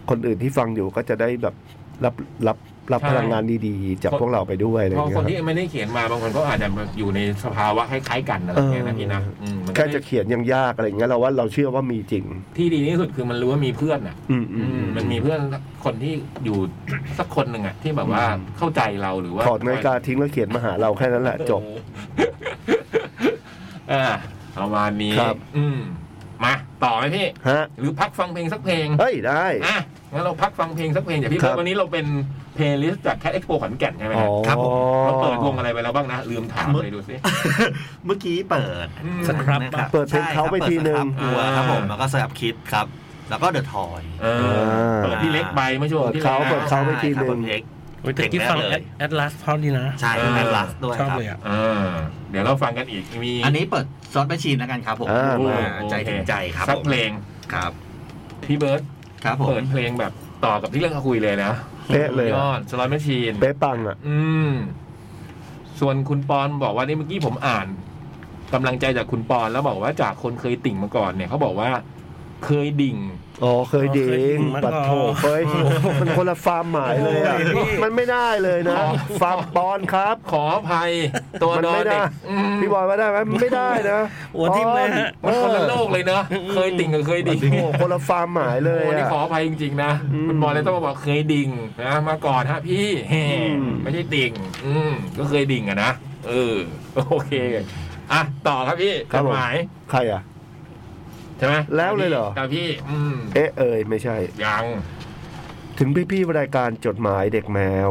Speaker 2: คนอื่นที่ฟังอยู่ก็จะได้แบบรับรับรับ
Speaker 1: ใช่
Speaker 2: พลังงานดีๆ จากพวกเราไปด้วยอะไรอ
Speaker 1: เพ
Speaker 2: ย่าง
Speaker 1: ราะคน
Speaker 2: เงี้ย
Speaker 1: ที่
Speaker 2: ครับ
Speaker 1: ไม่ได้เขียนมาบางคนก็อาจจะอยู่ในสภาวะคล้ายๆกันอะไรอย่างเงี้ยนะ
Speaker 2: เออ
Speaker 1: พี่นะอืมมันก็
Speaker 2: แค่จะเขียนยังยากอะไรอย่างเงี้ยเราว่าเราเชื่อว่ามีจริง
Speaker 1: ที่ดีที่สุดคือมันรู้ว่ามีเพื่อนอ่ะ
Speaker 2: อืม
Speaker 1: อื
Speaker 2: อื
Speaker 1: ม
Speaker 2: ม
Speaker 1: มันมีเพื่อนคนที่อยู่ สักคนหนึ่งอะที่แบบว่าเข้าใจเราหรือว่า
Speaker 2: ถอดนาฬิกาทิ้งแล้วเขียนมาหาเราแค่นั้นแหละจบ
Speaker 1: เออประมาณนี้
Speaker 2: ครับ
Speaker 1: อืมมาต่อไหมพี่
Speaker 2: ฮะ
Speaker 1: หรือพักฟังเพลงสักเพลง
Speaker 2: เฮ้ยได้
Speaker 1: อ่ะงั้นเราพักฟังเพลงสักเพลงจากพี่
Speaker 2: ครั
Speaker 1: เบิ
Speaker 2: บ
Speaker 1: ร์ดวันนี้เราเป็นเพลย์ลิสต์จากแค t เอ็กโปขอนแก่นใช่ไหม
Speaker 2: อ๋อ
Speaker 1: ครับผมเราเปิดวงอะไรไปแล้วบ้างนะลืมถามเลยดูสิ
Speaker 4: เมื่อกี้เปิด
Speaker 1: อืม
Speaker 3: สครับ
Speaker 4: นะ
Speaker 2: เปิดเพลงเขาไปทีหนึ่ง
Speaker 4: ใช่ค
Speaker 1: อ่า
Speaker 4: รับเปิดสครับตัวครับผมแล้วก็สครับคิดครับ แล้วก็เดอะทอย
Speaker 1: เออเปิดพี่เล็กไปเมื่อช่วงที่
Speaker 2: เปิดเขา
Speaker 1: แล้ว
Speaker 2: เปิดเขา ไปทีหนึ่ง
Speaker 3: โอ้ยแต่กี้ฟัง
Speaker 4: เจ๋งแน่เลย
Speaker 3: แอดลาสเพราะดีนะ
Speaker 4: ใช่ครับแอดลาสด้วย
Speaker 3: ชอบ
Speaker 4: ครับ
Speaker 3: เลยอ่ะ
Speaker 1: เออเดี๋ยวเราฟังกันอีกมี
Speaker 4: อันนี้เปิดซอสแมชชีนแล้วกันครับผม
Speaker 2: อ่า
Speaker 1: โอ้โห
Speaker 4: อ่าใจถึงใจครับ
Speaker 1: สัก
Speaker 4: ผม
Speaker 1: เพลง
Speaker 4: ครับ
Speaker 1: พี่เบิร์ด
Speaker 4: ครับผม
Speaker 1: เปิดเพลงแบบต่อกับที่เรื่องคุยเลยนะ
Speaker 2: เป๊ะเลย
Speaker 1: ย
Speaker 2: อะ
Speaker 1: อดสลอยแมชชีน
Speaker 2: เป๊ะปังอ่ะ
Speaker 1: อืม ส่วนคุณปอนบอกว่านี่เมื่อกี้ผมอ่านกำลังใจจากคุณปอนแล้วบอกว่าจากคนเคยติ่งมาก่อนเนี่ยเขาบอกว่าเคยดิ่ง
Speaker 2: อ๋อเคยดิ
Speaker 3: เคยดิ่
Speaker 2: ง
Speaker 3: งมาก่อน
Speaker 2: ปัดโถเฮ้ยมันคนละฟาร์มหมายเลยอ่ะ
Speaker 1: โอ้ย
Speaker 2: มันไม่ได้เลยนะฟาร์มปอนครับ
Speaker 1: ขออภัยตัว
Speaker 2: มัน
Speaker 1: นอน
Speaker 2: ไม่ได้
Speaker 1: เด็กอืม
Speaker 2: พี่บอยมาได้ไหมไม่ได้นะ
Speaker 3: หัวทิ่มเลยฮะ
Speaker 2: ป
Speaker 1: มัน
Speaker 2: อ
Speaker 1: คนละ
Speaker 2: เออ
Speaker 1: โลกเลยเนอะเคยติ่งกับเคยดิ่ง
Speaker 2: โอ้โหคนละฟาร์มหมายเลย
Speaker 1: โอ้นี่
Speaker 2: อะ
Speaker 1: ขออภัยจริงๆนะ
Speaker 2: อืม
Speaker 1: คุณปอนเลยต้องมาบอกเคยดิ่งนะมาก่อนฮะ พี่แฮ่
Speaker 2: อืม
Speaker 1: ไม่ใช่ติ่ง อืมก็เคยดิ่งอะนะเออโอเคอ่ะต่อครับพี่จดหมาย
Speaker 2: ใครอ่ะ
Speaker 1: ใช่ไหม
Speaker 2: แล้วเลยเหรอ
Speaker 1: ตามพี่อืม
Speaker 2: เอ๊ะเอ่ยไม่ใช่
Speaker 1: ยัง
Speaker 2: ถึงพี่ๆรายการจดหมายเด็กแมว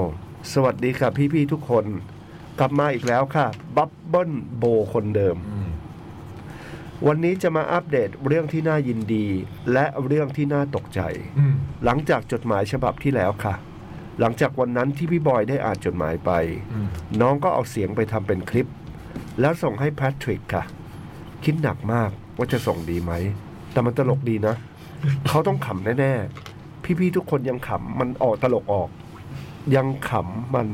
Speaker 2: สวัสดีค่ะพี่ๆทุกคน กลับมาอีกแล้วค่ะบับเบิ้ลโบคนเดิม
Speaker 1: อืม
Speaker 2: วันนี้จะมาอัปเดตเรื่องที่น่ายินดี และเรื่องที่น่าตกใจ
Speaker 1: อืม
Speaker 2: หลังจากจดหมายฉบับที่แล้วค่ะ หลังจากวันนั้นที่พี่บอยได้อ่านจดหมายไป
Speaker 1: อืม
Speaker 2: น้องก็เอาเสียงไปทำเป็นคลิป แล้วส่งให้แพทริกค่ะ คิดหนักมากว่าจะส่งดีไหม แต่มันตลกดีนะ เขาต้องขำแน่ ๆ พี่ ๆ ทุกคนยังขำมันออกตลกออก ยังขำมัน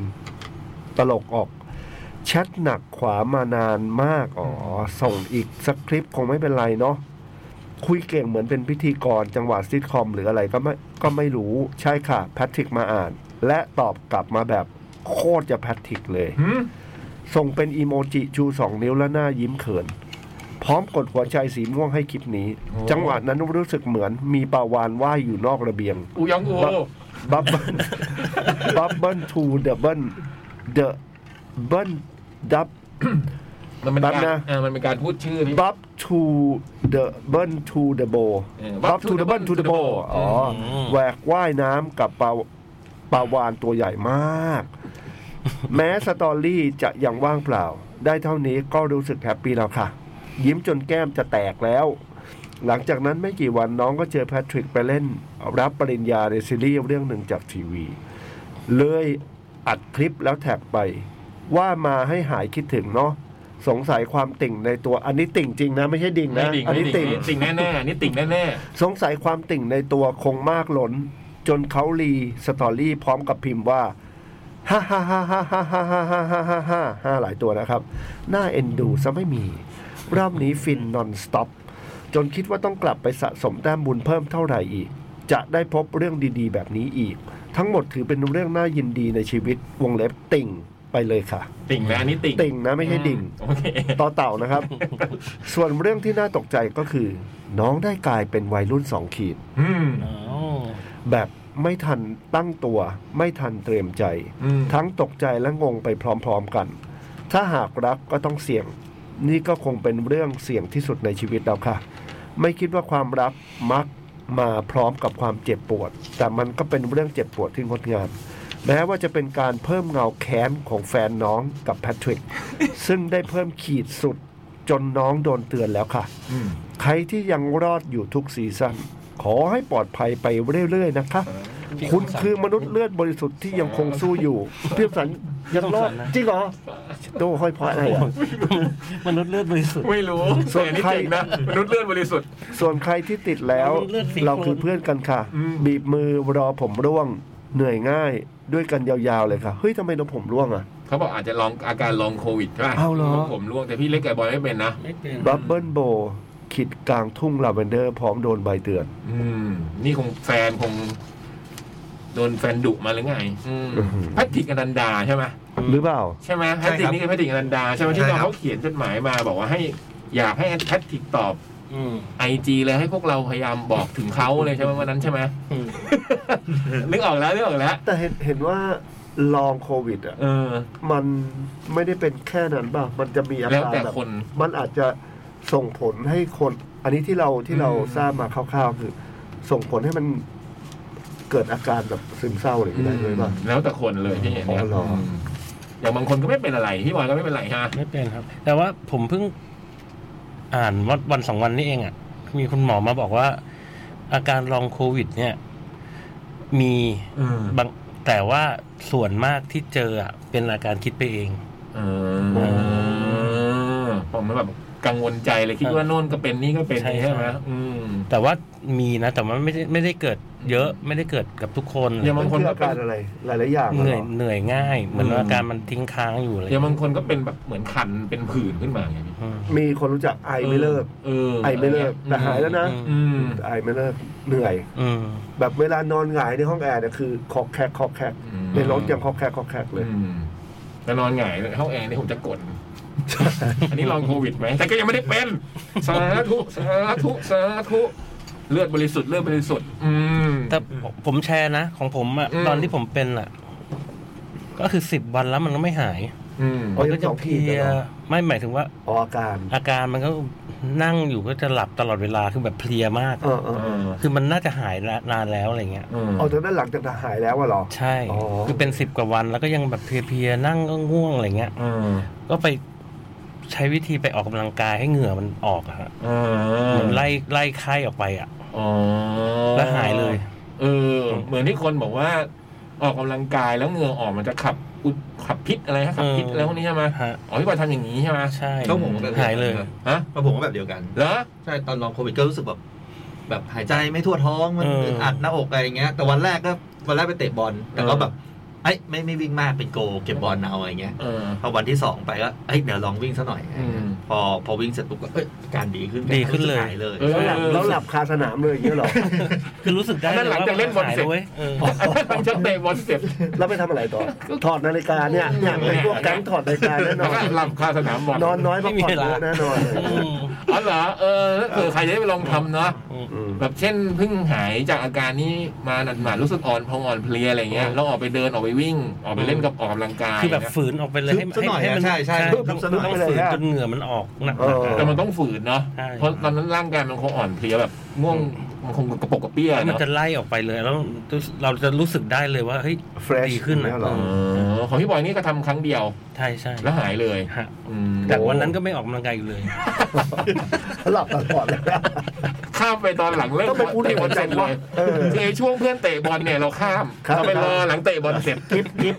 Speaker 2: ตลกออกแชทหนักขวามานานมาก อ๋อ ส่งอีกสักคลิปคงไม่เป็นไรเนาะคุยเก่งเหมือนเป็นพิธีกรจังหวะซิทคอมหรืออะไรก็ไม่ก็ไม่รู้ใช่ค่ะ แพทริกมาอ่าน และตอบกลับมาแบบโคตรจะแพทริกเลย
Speaker 1: หืม
Speaker 2: ส่งเป็นอีโมจิชูสองนิ้วและหน้ายิ้มเขิน พร้อมกดหัวใจสีม่วงให้คลิปนี้ จังหวะนั้นรู้สึกเหมือนมีปลาวานว่ายอยู่นอกระเบียง
Speaker 1: อูยองอู
Speaker 2: บับ บับเบิ้ล <laughs> บับเบิ้ลทูเดอะเบิ้ลเดอะเบิ้ลดับ
Speaker 1: มันเป็น
Speaker 2: แป๊บ
Speaker 1: การ
Speaker 2: นะ
Speaker 1: เออมันเป็นการพูดชื่อพี่
Speaker 2: Bob to the burn to the bow
Speaker 1: เออ
Speaker 2: Bob to the burn to the bow อ๋ออ
Speaker 3: ม
Speaker 2: แหวกว่ายน้ำกับปลาปลาวานตัวใหญ่มาก <laughs> แม้สตอรี่จะยังว่างเปล่า ได้เท่านี้ก็รู้สึกแฮปปี้แล้วค่ะ ยิ้มจนแก้มจะแตกแล้ว หลังจากนั้นไม่กี่วันน้องก็เจอแพทริกไปเล่น รับปริญญาในซีรีส์เรื่องหนึ่งจากทีวี เลยอัดคลิปแล้วแท็กไป ว่ามาให้หายคิดถึงเนาะสงสัยความติ่งในตัวอันนี้ติ่งจริงนะ ไม่ใช่ดิ่ง
Speaker 1: ไม่
Speaker 2: นะ
Speaker 1: ดิ่ง
Speaker 2: อัน
Speaker 1: ไม่
Speaker 2: นี้
Speaker 1: ดิ่
Speaker 2: ติ่
Speaker 1: ง
Speaker 2: ง
Speaker 1: ติ่งแน่ๆอันนี่ติ่งแน่
Speaker 2: สงสัยความติ่งในตัวคงมากหล้น จนเขารีสตอรี่พร้อมกับพิมพ์ว่าฮ่าฮ่าฮ่าฮ่าฮ่าฮ่าฮ่าฮ่าฮ่าฮ่าฮ่าฮ่าหลายตัวนะครับน่าเอ็นดูซะไม่มีรอบนี้ฟินนอนสต็อปจนคิดว่าต้องกลับไปสะสมแต้มบุญเพิ่มเท่าไหร่อีก จะได้พบเรื่องดีๆ แบบนี้อีก ทั้งหมดถือเป็นเรื่องน่ายินดีในชีวิตวงเล็บติ่งไปเลยค่ะ
Speaker 1: ๆติ่งแล้วอันนี้ติ่ง
Speaker 2: ติ่งนะไม่ใช่ดิ่ง
Speaker 1: โอเค
Speaker 2: ต่อเต่านะครับ ส่วนเรื่องที่น่าตกใจก็คือ น้องได้กลายเป็นวัยรุ่นสองขีด
Speaker 1: อืม
Speaker 3: อ๋อ
Speaker 2: แบบไม่ทันตั้งตัว ไม่ทันเตรียมใจ
Speaker 1: อืม
Speaker 2: ทั้งตกใจและงงไปพร้อมๆกัน ถ้าหากรักก็ต้องเสี่ยง นี่ก็คงเป็นเรื่องเสี่ยงที่สุดในชีวิตแล้วค่ะ ไม่คิดว่าความรักมักมาพร้อมกับความเจ็บปวด แต่มันก็เป็นเรื่องเจ็บปวดที่งดงามแม้ว่าจะเป็นการเพิ่มเงาแค้นของแฟนน้องกับแพทริก ซึ่งได้เพิ่มขีดสุดจนน้องโดนเตือนแล้วค่ะ
Speaker 1: อืม
Speaker 2: ใครที่ยังรอดอยู่ทุกซีซั่นขอให้ปลอดภัยไปเรื่อย ๆ นะคะ คุณคือมนุษย์เลือดบริสุทธิ์ที่ยังคงสู้ <laughs> อยู่ พี่สันยังรอด
Speaker 3: สงสารนะ
Speaker 2: จริงเหรอโต้ห้อยเพราะอะไรอ่ะ
Speaker 3: <laughs> มนุษย์เลือดบริสุทธิ์
Speaker 1: ไม่รู้
Speaker 2: ส่วน
Speaker 1: แต่อันนี้
Speaker 2: ใคร
Speaker 1: เจ๋งนะมนุษย์เลือดบริสุทธิ์
Speaker 2: ส่วนใครที่ติดแล้ว
Speaker 3: เลือดสี
Speaker 2: เรา
Speaker 3: โคลน
Speaker 2: คือเพื่อนกันค่ะ
Speaker 1: อืม
Speaker 2: บีบมือรอผมร่วง เหนื่อยง่ายด้วยกันยาวๆเลยค่ะ เฮ้ยทำไมนมผมร่วงอ่ะ
Speaker 1: เขาบอกอาจจะลองอาการลองโควิดใช่ป่ะ
Speaker 2: เอาเหรอ
Speaker 1: ผมร่วงแต่พี่เล็กกับบอยไม่เป็นนะ
Speaker 3: ไม่เป็น
Speaker 2: บับเบิลโบขิดกลางทุ่งลาเวนเดอร์พร้อมโดนใบเตือน
Speaker 1: อืม นี่คงแฟนคง โดนแฟนดุมาหรือไงอืม
Speaker 2: อื้อหือ
Speaker 1: แพทริกอนันดาใช่ไหม
Speaker 2: หรือเปล่า
Speaker 1: ใช่ไหมแพ
Speaker 4: ใช่
Speaker 1: ทริก
Speaker 4: ครับ
Speaker 1: นี่คือแพทริกอนันดาใช่ไหมที่
Speaker 4: ใช่
Speaker 1: น้อง
Speaker 4: ครับ
Speaker 1: เขาเขียนจดหมายมาบอกว่าให้ อยากให้แพทริกตอบ
Speaker 3: อืม
Speaker 1: ไอจีเลยให้พวกเราพยายามบอกถึงเขาเลยใช่ไหมวันนั้นใช่ไหม
Speaker 3: อืม
Speaker 1: นึกออกแล้วนึกออกแล้ว
Speaker 2: แต่เห็นเห็นว่าลองโควิดอ่ะ
Speaker 1: เออ
Speaker 2: มันไม่ได้เป็นแค่นั้นป่ะ มันจะมีอา
Speaker 1: แล้ว
Speaker 2: การ
Speaker 1: แต่
Speaker 2: แบบ
Speaker 1: คน
Speaker 2: มันอาจจะส่งผลให้คน อันนี้ที่เราที่เรา
Speaker 1: อืม
Speaker 2: ทราบมาคร่าวๆคือ ส่งผลให้มันเกิดอาการแบบซึมเศร้าอะไรอย่างเงี้ยด้วยป่ะ
Speaker 1: แล้วแต่คนเลยที่เห็นเนี่ย
Speaker 2: อ๋อเหรออื
Speaker 1: มอย่างบางคนก็ไม่เป็นอะไรพี่บอยก็ไม่เป็นไรฮะ
Speaker 3: ไม่เป็นครับ แต่ว่าผมเพิ่งอ่านวันวันสองวันนี้เองอะ่ะ มีคุณหมอมาบอกว่า อาการลองโควิด เนี่ย มี
Speaker 1: อืม
Speaker 3: บางแต่ว่าส่วนมากที่เจออะเป็นอาการคิดไปเอง
Speaker 1: เออผมแบบกังวลใจเลยคิดว่าโน่นก็เป็นนี่ก็เป็น
Speaker 3: ใช่
Speaker 1: ใช่ไหม
Speaker 3: ใช่
Speaker 1: อืม
Speaker 3: แต่ว่ามีนะ แต่ว่าไม่ได้ไม่ได้เกิด เยอะไม่ได้เกิดกับทุกคน
Speaker 1: อย่ามา
Speaker 2: มันคืออาการอะไร หลาย ๆ อย่างะ
Speaker 3: เหนื่อย
Speaker 2: ร
Speaker 3: เหนื่อยง่าย เหมือนว่าอาการมันทิ้งค้างอยู่อะ
Speaker 1: อ
Speaker 3: ไร
Speaker 1: ย่างบางคนก็เป็นแบบเหมือนคันเป็นผื่นขึ้นมาไงพี่
Speaker 3: อืม
Speaker 2: มีคนรู้จักไอไม่เลิก
Speaker 1: เออ
Speaker 2: ไอไม่เลิก แต่หายแล้วนะ
Speaker 3: อื
Speaker 1: อืม
Speaker 2: ไอไม่เลิก เหนื่อย
Speaker 3: อืม
Speaker 2: แบบเวลานอนหงายในห้องแอร์เนี่ยคือคอกแคกคอกแคกในรถยังคอกแคกคอกแคกเลย
Speaker 1: อืมแต่นอนหงายในห้องแอร์นี่ผมจะกดอันนี้ลองโควิดไหมแต่ก็ยังไม่ได้เป็น <laughs> สาธุสาธุสาธุเลือดบริสุทธิ์เลือดบริสุทธิ์อืม
Speaker 3: แต่ผมผมแชร์นะ ของผมอะ
Speaker 1: อืม
Speaker 3: ตอนที่ผมเป็นอะก็คือสิบวันแล้วมันก็ไม่หาย
Speaker 1: อืม
Speaker 2: โอ้ย
Speaker 3: ก็
Speaker 2: ส
Speaker 3: จะ
Speaker 2: อง
Speaker 3: เพ
Speaker 2: ขี
Speaker 3: ลี
Speaker 2: ดเลย
Speaker 3: ย
Speaker 2: เหรอ
Speaker 3: ไม่หมายถึงว่า
Speaker 2: ออกอาการ
Speaker 3: อาการมันก็นั่งอยู่ก็จะหลับตลอดเวลาคือแบบเพลียมาก
Speaker 2: เออเออเออ
Speaker 3: คือมันน่าจะหายละนานแล้วอะไรเงี้ย
Speaker 2: เอาจากนั้นหลังจากหายแล้ววะเหรอ
Speaker 3: ใช่
Speaker 2: อ๋อ
Speaker 3: คือเป็นสิบกว่าวันแล้วก็ยังแบบเพลียๆนั่งก็ง่วงอะไรเงี้ย
Speaker 1: อืม
Speaker 3: ก็ไปใช้วิธีไปออกกำลังกายให้เหงื่อมันออกอะฮะ
Speaker 1: อื
Speaker 3: เหมือน
Speaker 1: ม
Speaker 3: ไล่ไล่ไข้ออกไปอะ
Speaker 1: อ๋อ
Speaker 3: แล้วหายเลย
Speaker 1: เออ เหมือนที่คนบอกว่า ออกกำลังกายแล้วเหงื่อออกมันจะขับอุดขับพิษอะไรฮะขับพิษ
Speaker 3: เอออ
Speaker 1: อะไรพวกนี้ใช่ไหม
Speaker 3: ฮะ
Speaker 1: อ๋อที่บอยทำอย่างนี้ใช่ไหม
Speaker 3: ใช่
Speaker 4: ก็ผมก็แบบ
Speaker 3: หายเลย
Speaker 1: ฮะ
Speaker 4: ก็ผมก็แบบเดียวกัน
Speaker 1: เหรอ
Speaker 4: ใช่ตอนลองโควิดก็รู้สึกแบบแบบหายใจไม่ทั่วท้องมัน
Speaker 3: เอออึ
Speaker 4: ดอัดหน้าอกอะไรอย่างเงี้ย แต่วันแรกก็วันแรกไปเตะบอลแต่ก็แบบไอ้ยไม่ไม่วิ่งมากเป็นโกเก็บบอลเอาอะไรเงี้ย
Speaker 1: เออ
Speaker 4: พอวันที่สองไปก็เอ้ยเดี๋ยวลองวิ่งซะหน่อย
Speaker 1: อืม
Speaker 4: พอพอวิ่งเสร็จปุ๊บก็เอ้ยอาการดีขึ้น
Speaker 3: ดีขึ้นเลย
Speaker 4: หายเลย
Speaker 2: แล้วหลับแล้วหลับคาสนามเลยอย่างเงี้ยเหรอ
Speaker 1: <laughs>
Speaker 3: คือรู้สึกได้
Speaker 1: อันนั้นหลังจากเล่นบอล
Speaker 3: หาย
Speaker 1: เสร็จ
Speaker 3: เว้ยเออ
Speaker 1: หลังจากเตะบอลเสร็จ
Speaker 2: แล้วไปทำอะไรต่อ ถอดนาฬิกาเนี่ยเนี่ยเป็นพวกแก๊งถอดนาฬิกาแน่น
Speaker 1: แล้ว
Speaker 2: อน
Speaker 1: ก็หลับคาสนามบอล
Speaker 2: นอนน้อยพักผ่อนเยอะแน่นอน
Speaker 3: อืม
Speaker 1: อ๋อเหรอเออเผื่อใครจะได้ไปลองทำเนาะ
Speaker 2: อืม
Speaker 1: แบบเช่นเพิ่งหายจากอาการนี้มาหนักๆรู้สึกอ่อนพองอ่อนเพลียอะไรเงี้ยแล้วออกไปเดินออกไป วิ่ง ออกไปเล่นกับออกกำลังกาย
Speaker 3: คือแบบ
Speaker 1: นะ
Speaker 3: ฝืนออกไปเลยให้มั
Speaker 4: ทึบซะหน่อย
Speaker 3: ให้
Speaker 4: อะ
Speaker 3: มั
Speaker 4: ใช่ใช่
Speaker 3: ต้อง
Speaker 4: ทึ
Speaker 3: ต้อบ ง
Speaker 4: ซะหน่อย
Speaker 3: ต้องฝืนจนเหงื่อมันออกหนัก
Speaker 2: เออ
Speaker 1: แต่มัน
Speaker 3: ๆ
Speaker 1: ต้องฝืนเนาะ
Speaker 3: ใช่
Speaker 1: เพราะตอนนั้นร่างกายมันคงอ่อนเพลียแบบง่วงมันคงกระปกกระเปี้ย
Speaker 3: แล้วมัน
Speaker 1: เนาะ
Speaker 3: จะไล่ออกไปเลยแล้วเราจะรู้สึกได้เลยว่าเฮ้ย
Speaker 2: Fresh
Speaker 3: ดีขึ้นนะ
Speaker 2: เนี่ยเหรอ
Speaker 1: อ๋อของพี่บอยนี่ก็ทำครั้งเดียว
Speaker 3: ใช่ใช่
Speaker 1: แล้วหายเลย
Speaker 3: ฮะ
Speaker 1: อืม
Speaker 3: แต่วันนั้นก็ไม่ออกกำลังกายอีกเลย
Speaker 2: หลับตลอดเลย
Speaker 1: ข้ามไปตอนหลังเลิก
Speaker 2: ต้องไปพูดถึ
Speaker 1: เตะ
Speaker 2: ง
Speaker 1: บอลเสร็จ
Speaker 2: จัง
Speaker 1: เล
Speaker 2: วะ
Speaker 1: ย
Speaker 2: เออ
Speaker 1: คือไอ้ช่วงเพื่อนเตะบอลเนี่ยเราข้าม
Speaker 2: ครับ
Speaker 1: เราไปรอหลังเตะบอลเสร็จ
Speaker 2: กิฟกิฟ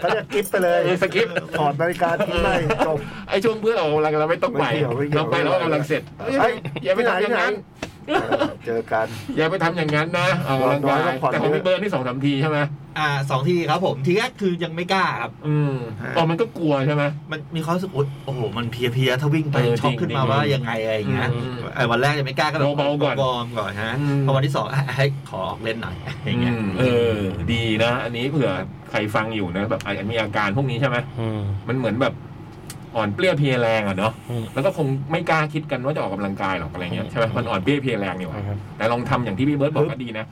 Speaker 2: เขาจะกิฟไปเลย
Speaker 1: เออสกิป
Speaker 2: ถอดนาฬิกาทิ้งไปจบ
Speaker 1: ไอ้ช่วงเพื่อนออกกำลังเราไม่ต้องไป
Speaker 2: ไม่เกี่ยวไม่เกี่ยว
Speaker 1: เราไปแล้วออกกำลังเสร็จ
Speaker 2: เอ้ย
Speaker 1: อย่าไปทำอย่างนั้น
Speaker 2: ไหน เออเจอกัน
Speaker 1: อย่าไปทำอย่างนั้นนะออกกำลังกาย
Speaker 2: นอนน้อยพักผ่อน
Speaker 1: แต่ของ
Speaker 2: เยอะ
Speaker 1: พี่เบิร์ดนี่สองสามทีใช่ไหม
Speaker 4: อ่าสองทีครับผมทีแรกคือยังไม่กล้าครับ
Speaker 1: อืมอ๋อมันก็กลัวใช่ไหม
Speaker 4: มันมีความรู้สึกอุ๊ยโอ้โห มันเพลียๆ ถ้าวิ่งไป
Speaker 1: เออ
Speaker 4: ช็อ
Speaker 1: จริ
Speaker 4: ก
Speaker 1: ง
Speaker 4: ขึ้นมา
Speaker 1: จริง
Speaker 4: ว่ายังไงอะไรอย่างเงี้ย
Speaker 1: อืม
Speaker 4: ไอ้วันแรกยังไม่กล้าก็แบบ
Speaker 1: เบาๆก่อน
Speaker 4: วอร์มก่อนฮะ
Speaker 1: อืม
Speaker 4: พอวันที่สองอ่ะให้ขอออกเล่นหน่อยอย่างเงี้ย
Speaker 1: อืมเออ ดีนะ อันนี้เผื่อใครฟังอยู่นะแบบอาจจะมีอาการพวกนี้ใช่ไหม
Speaker 3: อืม
Speaker 1: มันเหมือนแบบอ่อนเปรี้ยเพลียแรงอ่ะเนาะ
Speaker 3: อืม
Speaker 1: แล้วก็คงไม่กล้าคิดกันว่าจะออกกำลังกายหรอกอะไรเงี้ยใช่ไหมมันอ่อนเปรี้ยเพลียแรงอยู่อะ
Speaker 3: ครับ
Speaker 1: แต่ลองทำอย่างที่พี่เบิร์ดบอกก็ดีนะ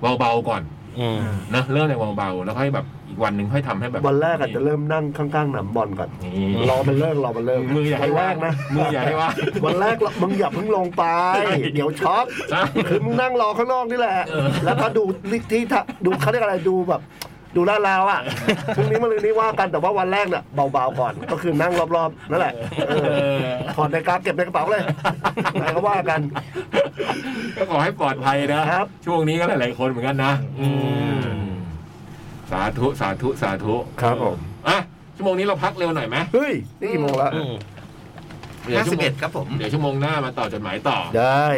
Speaker 1: เบาๆก่อน
Speaker 3: อืม
Speaker 1: นะเริ่มในเบาๆแล้วค่อยแบบอีกวันหนึ่งค่อยทำให้แบบ
Speaker 2: วันแรกอาจจะเริ่มนั่งข้างๆหนามบอลก่อน
Speaker 1: นี่
Speaker 2: รอมันเลิกรอมันเลิก
Speaker 1: มืออย่าให้
Speaker 2: วันแร
Speaker 1: ว่าง
Speaker 2: ก
Speaker 1: นะ
Speaker 2: นะ
Speaker 1: มืออย่าให้ว่าง
Speaker 2: วันแรกเรามึงอย่าเพิ่งลงไป เดี๋ยวช็อกคือมึงนั่งรอข้างนอกนี่แหละ
Speaker 1: เออ
Speaker 2: แล้วก็ดูที่ทะดูเขาเรียกอะไรดูแบบ ดูลาดราวอ่ะพรุ่งนี้มาลืนนี้ว่ากันแต่ว่าวันแรกเนี่ยเบาๆก่อนก็คือนั่งรอบๆนั่นแหละเอ
Speaker 1: เอ
Speaker 2: อ
Speaker 1: อ
Speaker 2: ถอดนาฬิกาเก็บในกระเป๋าเลยไหนก็ว่ากัน
Speaker 1: <laughs> ก็ขอให้ปลอดภัยนะ
Speaker 2: ครับ
Speaker 1: ช่วงนี้ก็หลาย ๆ คนเหมือนกันนะอืมสาธุ สาธุ สาธุ
Speaker 2: ครับผม
Speaker 1: อ่ะชั่วโมงนี้เราพักเร็วหน่อยไหม
Speaker 2: เฮ้ยนี่กี่โมงละ
Speaker 1: เดี๋ยว
Speaker 4: ห้า
Speaker 1: ชั่
Speaker 4: สิ
Speaker 1: วโม
Speaker 4: บเอ็
Speaker 1: ง
Speaker 4: ดครับผม
Speaker 1: เดี๋ยวชั่วโมงหน้ามาต่อจดหมายต่อ
Speaker 2: ได้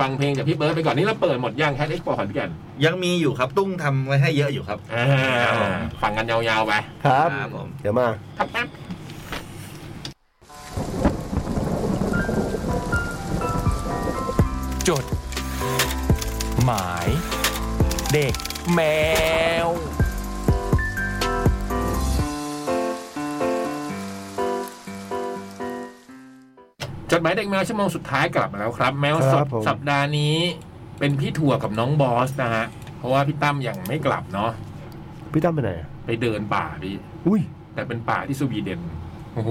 Speaker 1: ฟังเพลงจากพี่เบิร์ดไปก่อนนี่เราเปิดหมดย่างแคทเอ็กซ์พอขอนแก่น
Speaker 4: ยังมีอยู่ครับตุ้งทำไว้ให้เยอะอยู่ครับ
Speaker 1: อ่า
Speaker 4: ครับผม
Speaker 1: ฟังกันยาว ๆ ไป
Speaker 2: ครับ
Speaker 4: ครับผม
Speaker 2: เดี๋ยวมา
Speaker 5: จด หมาย เด็กแมว
Speaker 1: จดหมายเด็กแมวชั่วโมงสุดท้ายกลับมาแล้วครับ แมวส
Speaker 2: ครั
Speaker 1: ด
Speaker 2: บผม
Speaker 1: สัปดาห์นี้ เป็นพี่ถั่วกับน้องบอสนะฮะ เพราะว่าพี่ตั้มยังไม่กลับเนาะ
Speaker 2: พี่ตั้มไปไหนอะ
Speaker 1: ไปเดินป่าพี่
Speaker 2: อุ้ย
Speaker 1: แต่เป็นป่าที่สวีเดน โอ้โห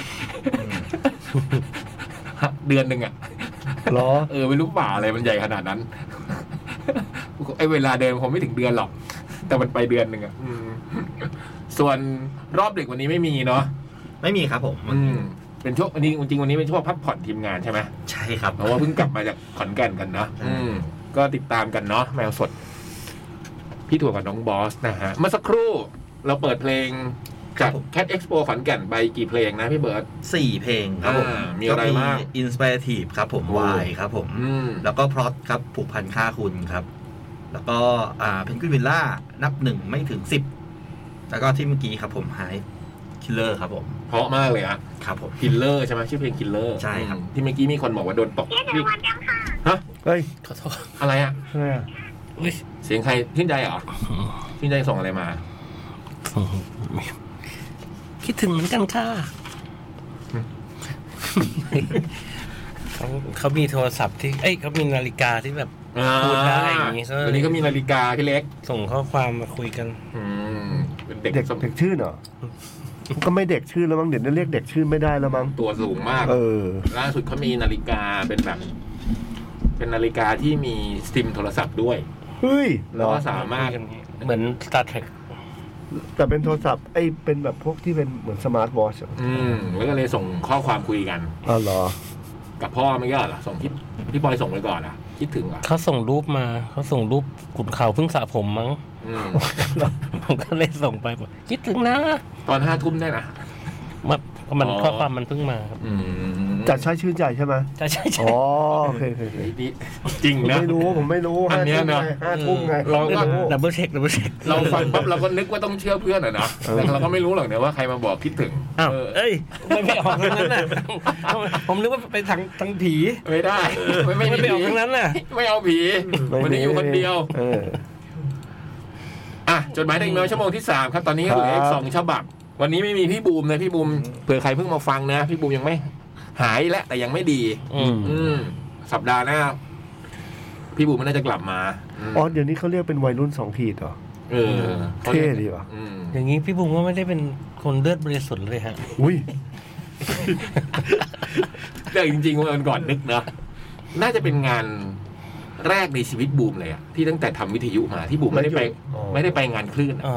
Speaker 2: <laughs>
Speaker 1: เดือนหนึ่งอะ
Speaker 2: เหรอ
Speaker 1: เออไม่รู้ป่าอะไรมันใหญ่ขนาดนั้น <laughs> ไอเวลาเดินผมไม่ถึงเดือนหรอก แต่มันไปเดือนหนึ่งอะอืมส่วนรอบเด็กวันนี้ไม่มีเนาะ
Speaker 4: ไม่มีครับผม
Speaker 1: อืม เป็นช่วงวันนี้จริงๆวันนี้เป็นช่วงพักผ่อนทีมงานใช่ไหม
Speaker 4: ใช่ครับ
Speaker 1: เพราะว่าเพิ่งกลับมาจากขอนแก่นกันเนาะอืม ก็ติดตามกันเนาะแมวสด พี่ถั่วกับน้องบอสนะฮะเมื่อสักครู่เราเปิดเพลงจาก
Speaker 4: ครับผม
Speaker 1: Cat Expo ขอนแก่นไปกี่เพลงนะพี่เบิร์ต
Speaker 4: สี่เพลงครับผม
Speaker 1: อ่ามีอะไรบ้าง
Speaker 4: อินสป r เ t ทีฟครับผมวายครับผม
Speaker 1: อืม
Speaker 4: แล้วก็พลอตครับผูกพันค่าคุณครับ แล้วก็อ่าเพนกวินวิลล่านับหนึ่งไม่ถึงสิบแล้วก็ที่เมื่อกี้ครับผมไฮคิลเลอร์ครับผม
Speaker 1: เพราะมากเลยอะ
Speaker 4: ครับผม
Speaker 1: คิลเลอร์ใช่ไหมชื่อเพลงคิลเลอร์
Speaker 4: ใช่ครับ
Speaker 1: ที่เมื่อกี้มีคนบอกว่าโดนตก
Speaker 2: เฮ้ย
Speaker 3: ขอโทษ
Speaker 1: อะไรอะ
Speaker 2: อะไรอะ
Speaker 3: อุ๊ย
Speaker 1: เสียงใครขึ้นใจเหรอขึ้นใจส่งอะไรมา
Speaker 3: คิดถึงเหมือนกันค่ะเขา <laughs> เขามีโทรศัพท์ที่ เอ้ยเขามีนาฬิกาที่แบบ
Speaker 1: อ่า
Speaker 3: พูดได้อย่างงี้ใช่ไหม
Speaker 1: วันนี้ก็มีนาฬิกาพี่เล็ก
Speaker 3: ส่งข้อความมาคุยกัน
Speaker 1: อืมเป็นเด็ก
Speaker 2: เด็ก
Speaker 1: สม
Speaker 2: เด็กชื่นเหรอ ก็ไม่เด็กชื่นแล้วมั้งเดี๋ยวนี้เรียกเด็กชื่นไม่ได้แล้วมั้ง
Speaker 1: ตัวสูงมาก
Speaker 2: เออ
Speaker 1: ล่าสุดเขามีนาฬิกาเป็นแบบ เป็นนาฬิกาที่มีซิมโทรศัพท์ด้วย
Speaker 2: เฮ้ยเหร
Speaker 1: แล้ว
Speaker 2: อ
Speaker 1: ก็สามารถ
Speaker 3: เหมือน Star Trek
Speaker 2: แต่เป็นโทรศัพท์ไอ้เป็นแบบพวกที่เป็นเหมือนสมาร์ทวอทช์อ
Speaker 1: อืมแล้วก็เลยส่งข้อความคุยกัน
Speaker 2: ๋อเหรอ
Speaker 1: กับพ่อไม่ก็เหรอส่งที่พี่บอยส่งไปก่อนอ่ะ คิดถึงเหรอ่ะ
Speaker 3: เขาส่งรูปมา เขาส่งรูปขุนเขาเพิ่งสระผมมั้ง <laughs>
Speaker 1: อืม
Speaker 3: ผมก็เลยส่งไปบอกคิดถึงนะ
Speaker 1: ตอนห้าทุ่มได้นะ
Speaker 3: มามัน
Speaker 1: อ๋อ
Speaker 3: ข้อความมันเพิ่งมาครับ
Speaker 1: อืม
Speaker 2: จัดใช้ชื่นใจใช่ไหม
Speaker 3: ใช่ใช่ใช่
Speaker 2: อ๋อโอเคโอเคโอเค
Speaker 1: นี่ <laughs> จริง
Speaker 2: ผม
Speaker 1: นะ
Speaker 2: ไม่รู้ผมไม่รู้
Speaker 1: อัน
Speaker 2: ห้า
Speaker 1: เนี้ยเนอะ
Speaker 2: ทุ่มไงห้าทุ่มไง
Speaker 1: เราก็
Speaker 2: ไม่รู้
Speaker 3: ดับเบิลเช็คดับเบิลเช็ค
Speaker 1: เราฟังปั๊บเราก็นึกว่าต้องเชื่อเพื่อนอ่ะนะแต่เราก็ไม่รู้หรอกเนี่ยว่าใครมาบอกคิดถึง
Speaker 3: อ้าว
Speaker 1: เออ
Speaker 3: เอ้ยไม่ไม่ออกทั้งนั้นน่ะผมผมนึกว่าไปทางทางผี
Speaker 1: ไม่ได้ไม่ไม่
Speaker 3: ไม่
Speaker 1: มี
Speaker 3: ไปออก
Speaker 1: ผี
Speaker 3: ทั้งนั้นน่ะ
Speaker 1: ไม่เอาผี
Speaker 2: ไม่
Speaker 1: วันนี้อยู่คนเดียว
Speaker 2: เออ
Speaker 1: อ่ะจดหมายเด็กแมวชั่วโมงที่สามครับตอนนี้ก็เหลืออี
Speaker 2: ครั
Speaker 1: ก
Speaker 2: บ
Speaker 1: สองฉบับ วันนี้ไม่มีพี่บูมนะพี่บูมเผื่อใครเพิ่งมาฟังนะ พี่บูมยังไม่หายและแต่ยังไม่ดี
Speaker 3: อืม
Speaker 1: อืม สัปดาห์หน้าพี่บูมมันน่าจะกลับมา
Speaker 2: อ๋อเดี๋ยวนี้เขาเรียกเป็นวัยรุ่นสองขีดเหรอ
Speaker 1: เออ
Speaker 2: เท่ดีว่ะ
Speaker 1: อืม
Speaker 3: อย่างนี้พี่บุ๋มว่าไม่ได้เป็นคนเลือดบริสุทธิ์เลยฮะ
Speaker 2: อุ้ย
Speaker 1: แต่จริงๆวันก่อนนึกนะน่าจะเป็นงานแรกในชีวิตบูมเลยอะที่ตั้งแต่ทำวิทยุมาที่บูมไม่ได้ไป ไม่ได้ไปงานคลื่นอะ
Speaker 3: อ๋อ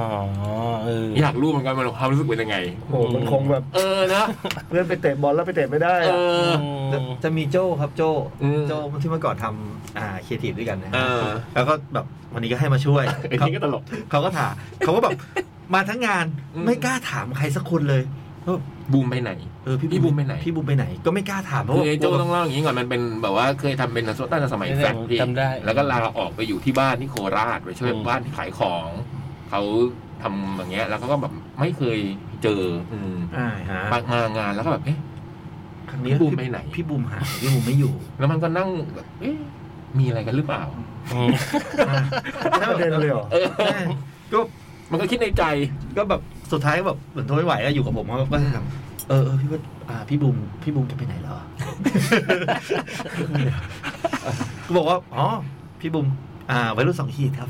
Speaker 3: เออ
Speaker 1: อยากรู้เหมือนกันมันความรู้สึกเป็นยังไง
Speaker 2: โอ้โหมันคงแบบ
Speaker 1: เออนะ
Speaker 2: เพื่อนไปเตะบอลแล้วไปเตะไม่ได้
Speaker 1: เอ
Speaker 2: อะ
Speaker 1: อ
Speaker 3: อื
Speaker 4: จะ
Speaker 3: ม
Speaker 4: จะมีโจ้ครับโจ้
Speaker 1: อืม
Speaker 4: โจ้ที่เมื่อก่อนทำอ่าครีเอทีฟด้วยกันนะ
Speaker 1: เอ
Speaker 4: ฮะ
Speaker 1: อ
Speaker 4: แล้วก็แบบวันนี้ก็ให้มา
Speaker 1: <laughs>
Speaker 4: ช่วย
Speaker 1: ไอ้นี่ก็ตลก
Speaker 4: เขาก็ถามเขาก็แบบ มาทั้งงาน
Speaker 1: อืม
Speaker 4: ไม่กล้าถามใครสักคนเลย
Speaker 1: บูมไปไหน
Speaker 4: เออพี่
Speaker 1: พี่บุมไปไหน
Speaker 4: พี่บุมไปไหน ก็ไม่กล้าถามเพราะ
Speaker 1: คื
Speaker 4: ว่า
Speaker 1: อไอ้โจต้องเล่าอย่างนี้ก่อนมันเป็นแบบว่าเคยทำเป็นนักสตั้งแต่สมัยแฟลตพี่
Speaker 3: จำได้
Speaker 1: แล้วก็ลาออกไปอยู่ที่บ้านที่โคราชไปช่วย
Speaker 3: อืม
Speaker 1: บ้านขายของเขาทำอย่างเงี้ย แล้วก็แบบไม่เคยเจออืม
Speaker 4: อ่าฮะ
Speaker 1: มามางานแล้วก็แบบเอ๊ะ
Speaker 4: ครั้งนี้
Speaker 1: พี่บุมไปไหน
Speaker 4: พี่บุมหายพี่บุมไม่อยู่
Speaker 1: แล้วมันก็นั่งแบบเอ๊ะมีอะไรกันหรือเปล่า
Speaker 3: อืม
Speaker 4: อ่า
Speaker 2: ประเด็นเลยเหรอ
Speaker 1: เออ <laughs>
Speaker 4: ใช่ก็
Speaker 1: มันก็คิดในใจ
Speaker 4: ก็แบบสุดท้ายก็แบบเหมือนทนไม่ไหวอะอยู่กับผมก็ถามเออเออพี่ว่าอ่าพี่บุมพี่บุมจะไปไหน <laughs> เหรอ ก็บอกว่าอ๋อพี่บุมอ่าวัยรุ่นสองขีดครับ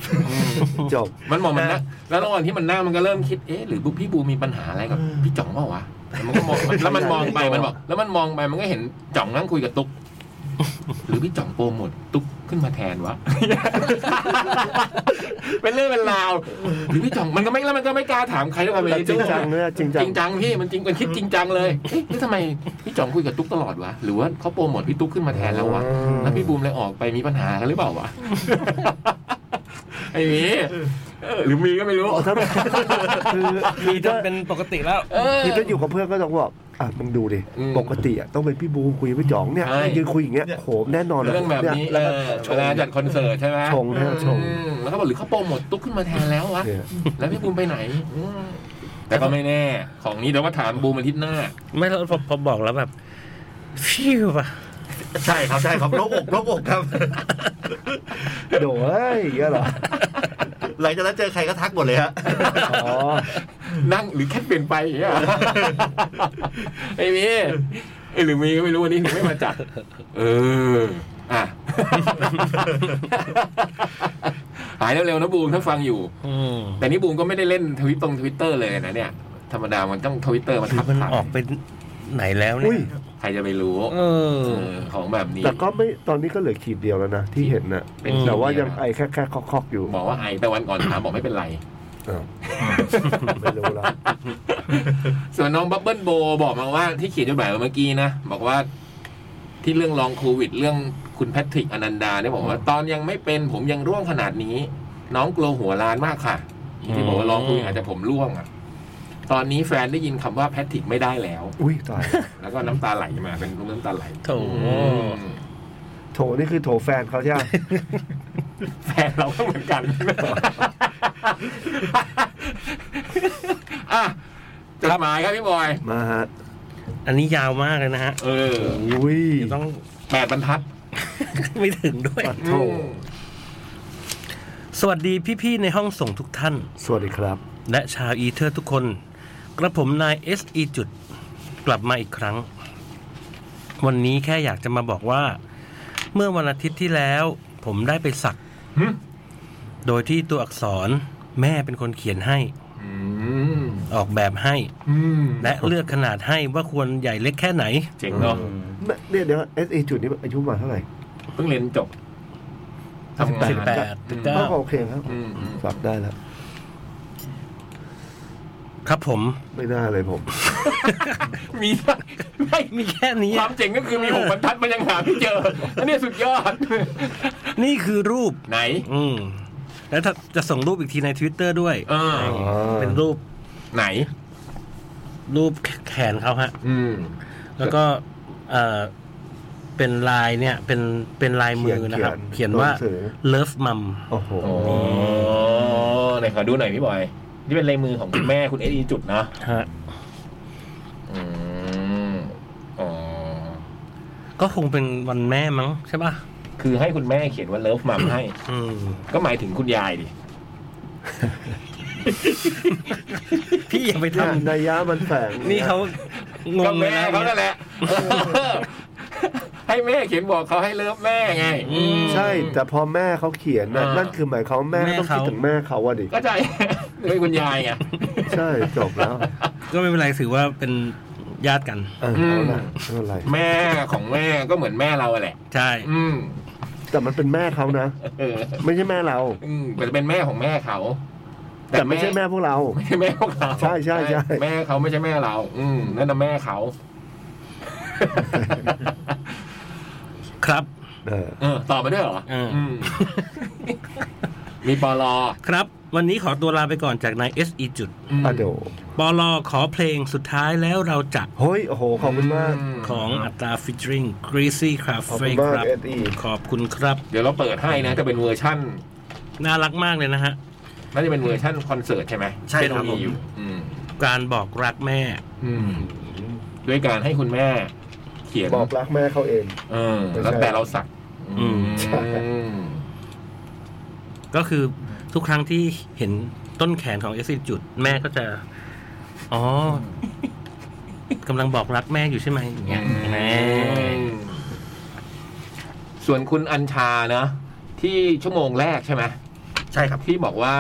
Speaker 2: จบ
Speaker 1: มันมองมันนะแล้วระหว่างที่มันนั่งมันก็เริ่มคิดเอ๊ะหรือพี่บูมีปัญหาอะไรกับ
Speaker 4: อืม
Speaker 1: พี่จ่องเปล่าวะมันก็มองแล้วมันมองไปมันบอก แล้วมันมองไปมันก็เห็นจ่องนั่งคุยกับตุ๊ก <laughs> หรือพี่จ่องโปรโมทตุ๊กขึ้นมาแทนวะ เป็นเรื่องเป็นราวหรือพี่จ่องมันก็ไม่แล้วมันก็ไม่กล้าถามใครด้วยกันเลย
Speaker 2: จริงจังเนี่ยจริงจั
Speaker 1: จ
Speaker 2: ง
Speaker 1: ริงจังพี่มันจริงมันคิดจริงจังเลยเอ๊ะแล้วทำไมพี่จ่องคุยกับตุ๊กตลอดวะหรือว่าเขาโปรโมทพี่ตุ๊กขึ้นมาแทนแล้ววะ แล้วพี่บูมเลยออกไปมีปัญหากันหรือเปล่าวะ ไอ้หมีเออหรือมีก็ไม่รู้
Speaker 2: อ๋อถ้าคือ
Speaker 3: มีจนเป็นปกติแล้ว
Speaker 1: เออ
Speaker 2: คือถ้าอยู่กับเพื่อนก็ต้องบอกอ่ะมึงดูดิ
Speaker 1: อืม
Speaker 2: ปกติอ่ะต้องเป็นพี่บูมคุยกับพี่จ๋องเนี่ย
Speaker 1: ใช่
Speaker 2: ยืนคุยอย่างเงี้ยโหแน่นอน
Speaker 1: เรื่องแบบนี้
Speaker 2: ย
Speaker 1: เอ
Speaker 2: แล้วก็
Speaker 1: อ
Speaker 2: ช
Speaker 1: เว
Speaker 2: ง
Speaker 1: ลาจัดคอนเสิร์ตใช่ไหม
Speaker 2: ชงนะชง
Speaker 1: อืมแล้วก็บอกหรือเขาโปรโมทตุ๊กขึ้นมาแทนแล้ววะ
Speaker 2: เนี่ย
Speaker 1: แล้วพี่บูมไปไหนอืมแต่ก็ไม่แน่ ของนี้เดี๋ยวว่าถามบูมอาทิตย์หน้า
Speaker 3: ไม่เราพอพอบอกแล้วแบบฟิวอะ
Speaker 4: ใช่ครับใช่ครับโล่งอกโล่งอกครับ
Speaker 2: โดยเอ้ยเยอะเหรอ
Speaker 4: หลังจากนั้นเจอใครก็ทักหมดเลยฮะ
Speaker 2: อ๋อ
Speaker 1: นั่งหรือแค่เปลี่ยนไปอย่างเงี้ย ไอ้มีไอ้หรือมีก็ไม่รู้วันนี้ถึงไม่มาจัด เออ อ่ะ หายเร็วๆนะบูมถ้าฟังอยู่
Speaker 3: อืม
Speaker 1: แต่นี่บูมก็ไม่ได้เล่นทวิตตรงทวิตเตอร์เลยนะเนี่ย ธรรมดามันต้องทวิตเตอร์มันทับ
Speaker 3: มัน
Speaker 1: ทาง
Speaker 3: ออกไปไหนแล้วเนี่
Speaker 2: อุ้ย
Speaker 3: ย
Speaker 1: ใครจะไปรู้
Speaker 3: เออ
Speaker 1: เออของแบบนี้
Speaker 2: แต่ก็ไม่ตอนนี้ก็เหลือขีดเดียวแล้วนะที่เห็นน่ะ
Speaker 1: เป็น
Speaker 2: แต่ว่า
Speaker 1: ขีดเดียว
Speaker 2: ยังไอแค่แค่คอกๆอยู่
Speaker 1: บอกว่าไอแต่วันก่อนถามบอกไม่เป็นไร
Speaker 2: อ้าวไม่รู้ละ
Speaker 1: ส่วนน้องบับเบิลโบบอกมาว่าที่เขียนจดหมายมาเมื่อกี้นะ บอกว่าที่เรื่องลองโควิด เรื่องคุณแพทริกอนันดาเนี่ยบอกว่า ตอนยังไม่เป็นผมยังร่วงขนาดนี้ น้องกลัวหัวล้านมากค่ะ ที่บอกว่าลองโควิดอาจจะผมร่วงอ่ะ ตอนนี้แฟนได้ยินคำว่าแพทริกไม่ได้แล้ว
Speaker 2: อุ้ยตาย
Speaker 1: แล้วก็น้ำตาไหลมาเป็นน้ำตาไหล
Speaker 3: โถ
Speaker 1: อืม
Speaker 2: โถนี่คือโถแฟนเขาใช่ไหม
Speaker 1: แฟนเราก็เหมือนกัน <laughs> อ่ะจดหมายครับพี่บอย
Speaker 2: มาฮะ
Speaker 3: อันนี้ยาวมากเลยนะฮะ
Speaker 1: เออ
Speaker 2: อุ้ย
Speaker 3: จะต้อง
Speaker 1: แปดบรรทัด
Speaker 3: <laughs> ไม่ถึงด้วย
Speaker 2: ปัดโถ
Speaker 3: สวัสดีพี่ๆในห้องส่งทุกท่าน
Speaker 2: สวัสดีครับ
Speaker 3: และชาวอีเทอร์ทุกคน กระผมนาย SE จุดกลับมาอีกครั้ง วันนี้แค่อยากจะมาบอกว่า เมื่อวันอาทิตย์ที่แล้ว ผมได้ไปสัก
Speaker 1: หึ
Speaker 3: โดยที่ตัวอักษรแม่เป็นคนเขียนให้
Speaker 1: อืม
Speaker 3: ออกแบบให้
Speaker 1: อืม
Speaker 3: และเลือกขนาดให้ว่าควรใหญ่เล็กแค่ไหน
Speaker 1: เจ๋งเนาะ
Speaker 2: เนี่ยเดี๋ยวเอสเอจุดนี้อายุมาเท่าไหร่
Speaker 1: เพิ่งเรียนจบทำงาน
Speaker 3: สิบแปดสิบเก้า
Speaker 2: ก็โอเคครับ
Speaker 1: อืมอืม
Speaker 2: ปรับได้แล้ว
Speaker 3: ครับผม
Speaker 2: ไม่น่าเลยผม
Speaker 1: มีนะไม่
Speaker 3: มีแค่นี้
Speaker 1: ความเจ๋งก็คือมีหกบรรทัดมันยังหาไม่เจออันนี้สุดยอด
Speaker 3: นี่คือรูป
Speaker 1: ไหน
Speaker 3: อืมแล้วถ้าจะส่งรูปอีกทีใน Twitter ด้วย
Speaker 1: เออ
Speaker 3: เป็นรูป
Speaker 1: ไหน
Speaker 3: รูปแขนเขาฮะ
Speaker 1: อืม
Speaker 3: แล้วก็เออเป็นลายเนี่ยเป็นเป็นลายมือนะครับ
Speaker 2: เขี
Speaker 3: เขี
Speaker 2: ย
Speaker 3: ย
Speaker 2: น
Speaker 3: น
Speaker 2: เขียน
Speaker 3: ว่า
Speaker 2: ตัวหนังสือ
Speaker 3: love mom
Speaker 2: โอ้โห
Speaker 1: โอ้ไหนขอดูหน่อยพี่บอย นี่เป็นลายมือของคุณแม่คุณเอดีจุดเนาะ
Speaker 3: ฮะ
Speaker 1: อืมอ๋อ
Speaker 3: ก็คงเป็นวันแม่มั้งใช่ป่ะ
Speaker 1: คือให้คุณแม่เขียนว่าเลิฟมัมให้
Speaker 3: อืม
Speaker 1: ก็หมายถึงคุณยายดิ
Speaker 3: พี่อย่าไปท
Speaker 2: เนี่ยนัยยะมันแฝง
Speaker 3: ำนี่เขาง
Speaker 1: ก็
Speaker 3: งเล
Speaker 1: แม่
Speaker 3: ยนะ
Speaker 1: เขานั่นแหละ ให้แม่เขียนบอกเขาให้เลิฟแม่ไง
Speaker 3: อืม
Speaker 2: ใช่ แต่พอแม่เขาเขียนน่ะ
Speaker 1: อ่านั่
Speaker 2: นั่นคือหมายความว่าแม่
Speaker 3: แม่
Speaker 2: ก็ต้องคิด
Speaker 3: เขา
Speaker 2: ถึงแม่เขาอะดิ
Speaker 1: ก็ใจเป็นคุณยายไง
Speaker 2: ใช่จบแล้ว
Speaker 3: ก็ไม่เป็นไรถือว่าเป็นญาติกัน
Speaker 2: เออ
Speaker 1: อืม
Speaker 2: เอาละไม่เป็นไร
Speaker 1: แม่ของแม่ก็เหมือนแม่เราอะแหละ
Speaker 3: ใช่
Speaker 1: อืม
Speaker 2: แต่มันเป็นแม่เขานะ
Speaker 1: เออ
Speaker 2: ไม่ใช่แม่เรา
Speaker 1: อืมแต่เป็นแม่ของแม่เขา
Speaker 2: แต่ไม่ใช่แม่พวกเรา
Speaker 1: ไม่ใช่แม่ของเขา
Speaker 2: ใช่ใช่ใช่
Speaker 1: แม่เขาไม่ใช่แม่เรา อืมนั่นนะแม่
Speaker 2: <laughs>
Speaker 1: เขา
Speaker 3: ครับ
Speaker 2: เออ
Speaker 1: เออต่อไปด้วยเหรอ
Speaker 3: เอออื
Speaker 1: มมีปลอ
Speaker 3: ครับ วันนี้ขอตัวลาไปก่อนจากนาย SE จุด
Speaker 1: ม
Speaker 2: อะเดี๋ยว
Speaker 3: ปลอขอเพลงสุดท้ายแล้วเราจะ
Speaker 2: เฮ้ย โอ้โห ขอบคุณมาก
Speaker 1: ม
Speaker 3: ของอัตราฟิชริง Greasy
Speaker 2: ขอบคุ
Speaker 3: Cafe
Speaker 2: ณมา
Speaker 3: ค
Speaker 2: ก
Speaker 3: รับ
Speaker 2: เอ็ดอี
Speaker 3: ขอบคุณครับ
Speaker 1: เดี๋ยวเราเปิดให้นะจะเป็นเวอร์ชั่น
Speaker 3: น่ารักมากเลยนะฮะ
Speaker 1: น่าจะเป็นเวอร์ชั่นคอนเสิร์ตใช่ไหม
Speaker 4: ใช่ครับผม
Speaker 1: ที่อยู่อืม
Speaker 3: การบอกรักแม่
Speaker 1: อืมด้วยการให้คุณแม่ เขียน
Speaker 2: บอกรักแม่เขาเอง
Speaker 1: เออแล้วแต่เราสัก
Speaker 3: อืม
Speaker 2: ใช่
Speaker 1: อืม
Speaker 3: ก็คือทุกครั้งที่เห็นต้นแขนของ SE จุดแม่ก็จะ อ๋อกำลังบอกรักแม่อยู่ใช่ไหมอย่างเงี้ยแม่
Speaker 1: ส่วนคุณอัญชาเนอะที่ชั่วโมงแรกใช่ไหม
Speaker 4: ใช่ครับ
Speaker 1: ที่บอกว่า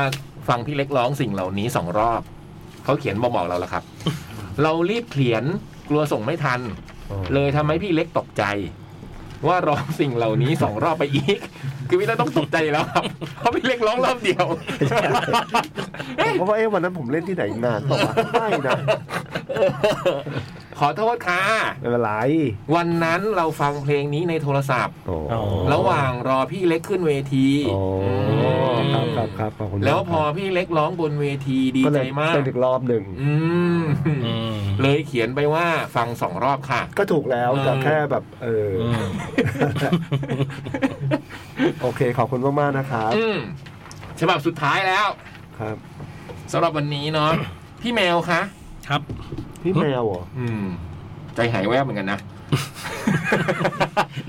Speaker 1: ฟังพี่เล็กร้องสิ่งเหล่านี้สองรอบ เขาเขียนมาบอกเราแล้วครับ <laughs> เรารีบเขียนกลัวส่งไม่ทัน
Speaker 2: อ๋อ
Speaker 1: เลยทำให้พี่เล็กตกใจ ว่าร้องสิ่งเหล่านี้สองรอบไปอีก คือพี่เล็กต้องตกใจแล้วครับ <laughs> เพราะพี่เล็กร้องรอบเดียว <laughs>
Speaker 2: ผมก็ว่าเอ๊ะวันนั้นผมเล่นที่ไหนนานต่อวะไม่นะ
Speaker 1: ขอโทษค่ะ
Speaker 2: ไม่เป็นไร
Speaker 1: วันนั้นเราฟังเพลงนี้ในโทรศัพท์
Speaker 2: อ๋อ
Speaker 1: ระหว่างรอพี่เล็กขึ้นเวที
Speaker 2: อ๋อครับครับครับขอบคุณมาก
Speaker 1: แล้วพอพี่เล็กร้องบนเวทีดี
Speaker 2: ก็เล
Speaker 1: ใจ
Speaker 2: ย
Speaker 1: มาก
Speaker 2: เล่นอีกรอบหนึ่ง
Speaker 1: อืม
Speaker 3: อืม
Speaker 1: เลยเขียนไปว่าฟังสองรอบค่ะ
Speaker 2: ก็ถูกแล้วแต่
Speaker 3: อืม
Speaker 2: แค่แบบเอออโอเค ขอบคุณมากๆนะครับ
Speaker 1: อืมฉบับสุดท้ายแล้ว
Speaker 2: ครับ
Speaker 1: สำหรับวันนี้เนาะ <coughs> พี่แมวคะ
Speaker 3: ครับ
Speaker 2: พี่แมวเหรอ
Speaker 1: อืม ใจหายแวบเหมือนกันนะ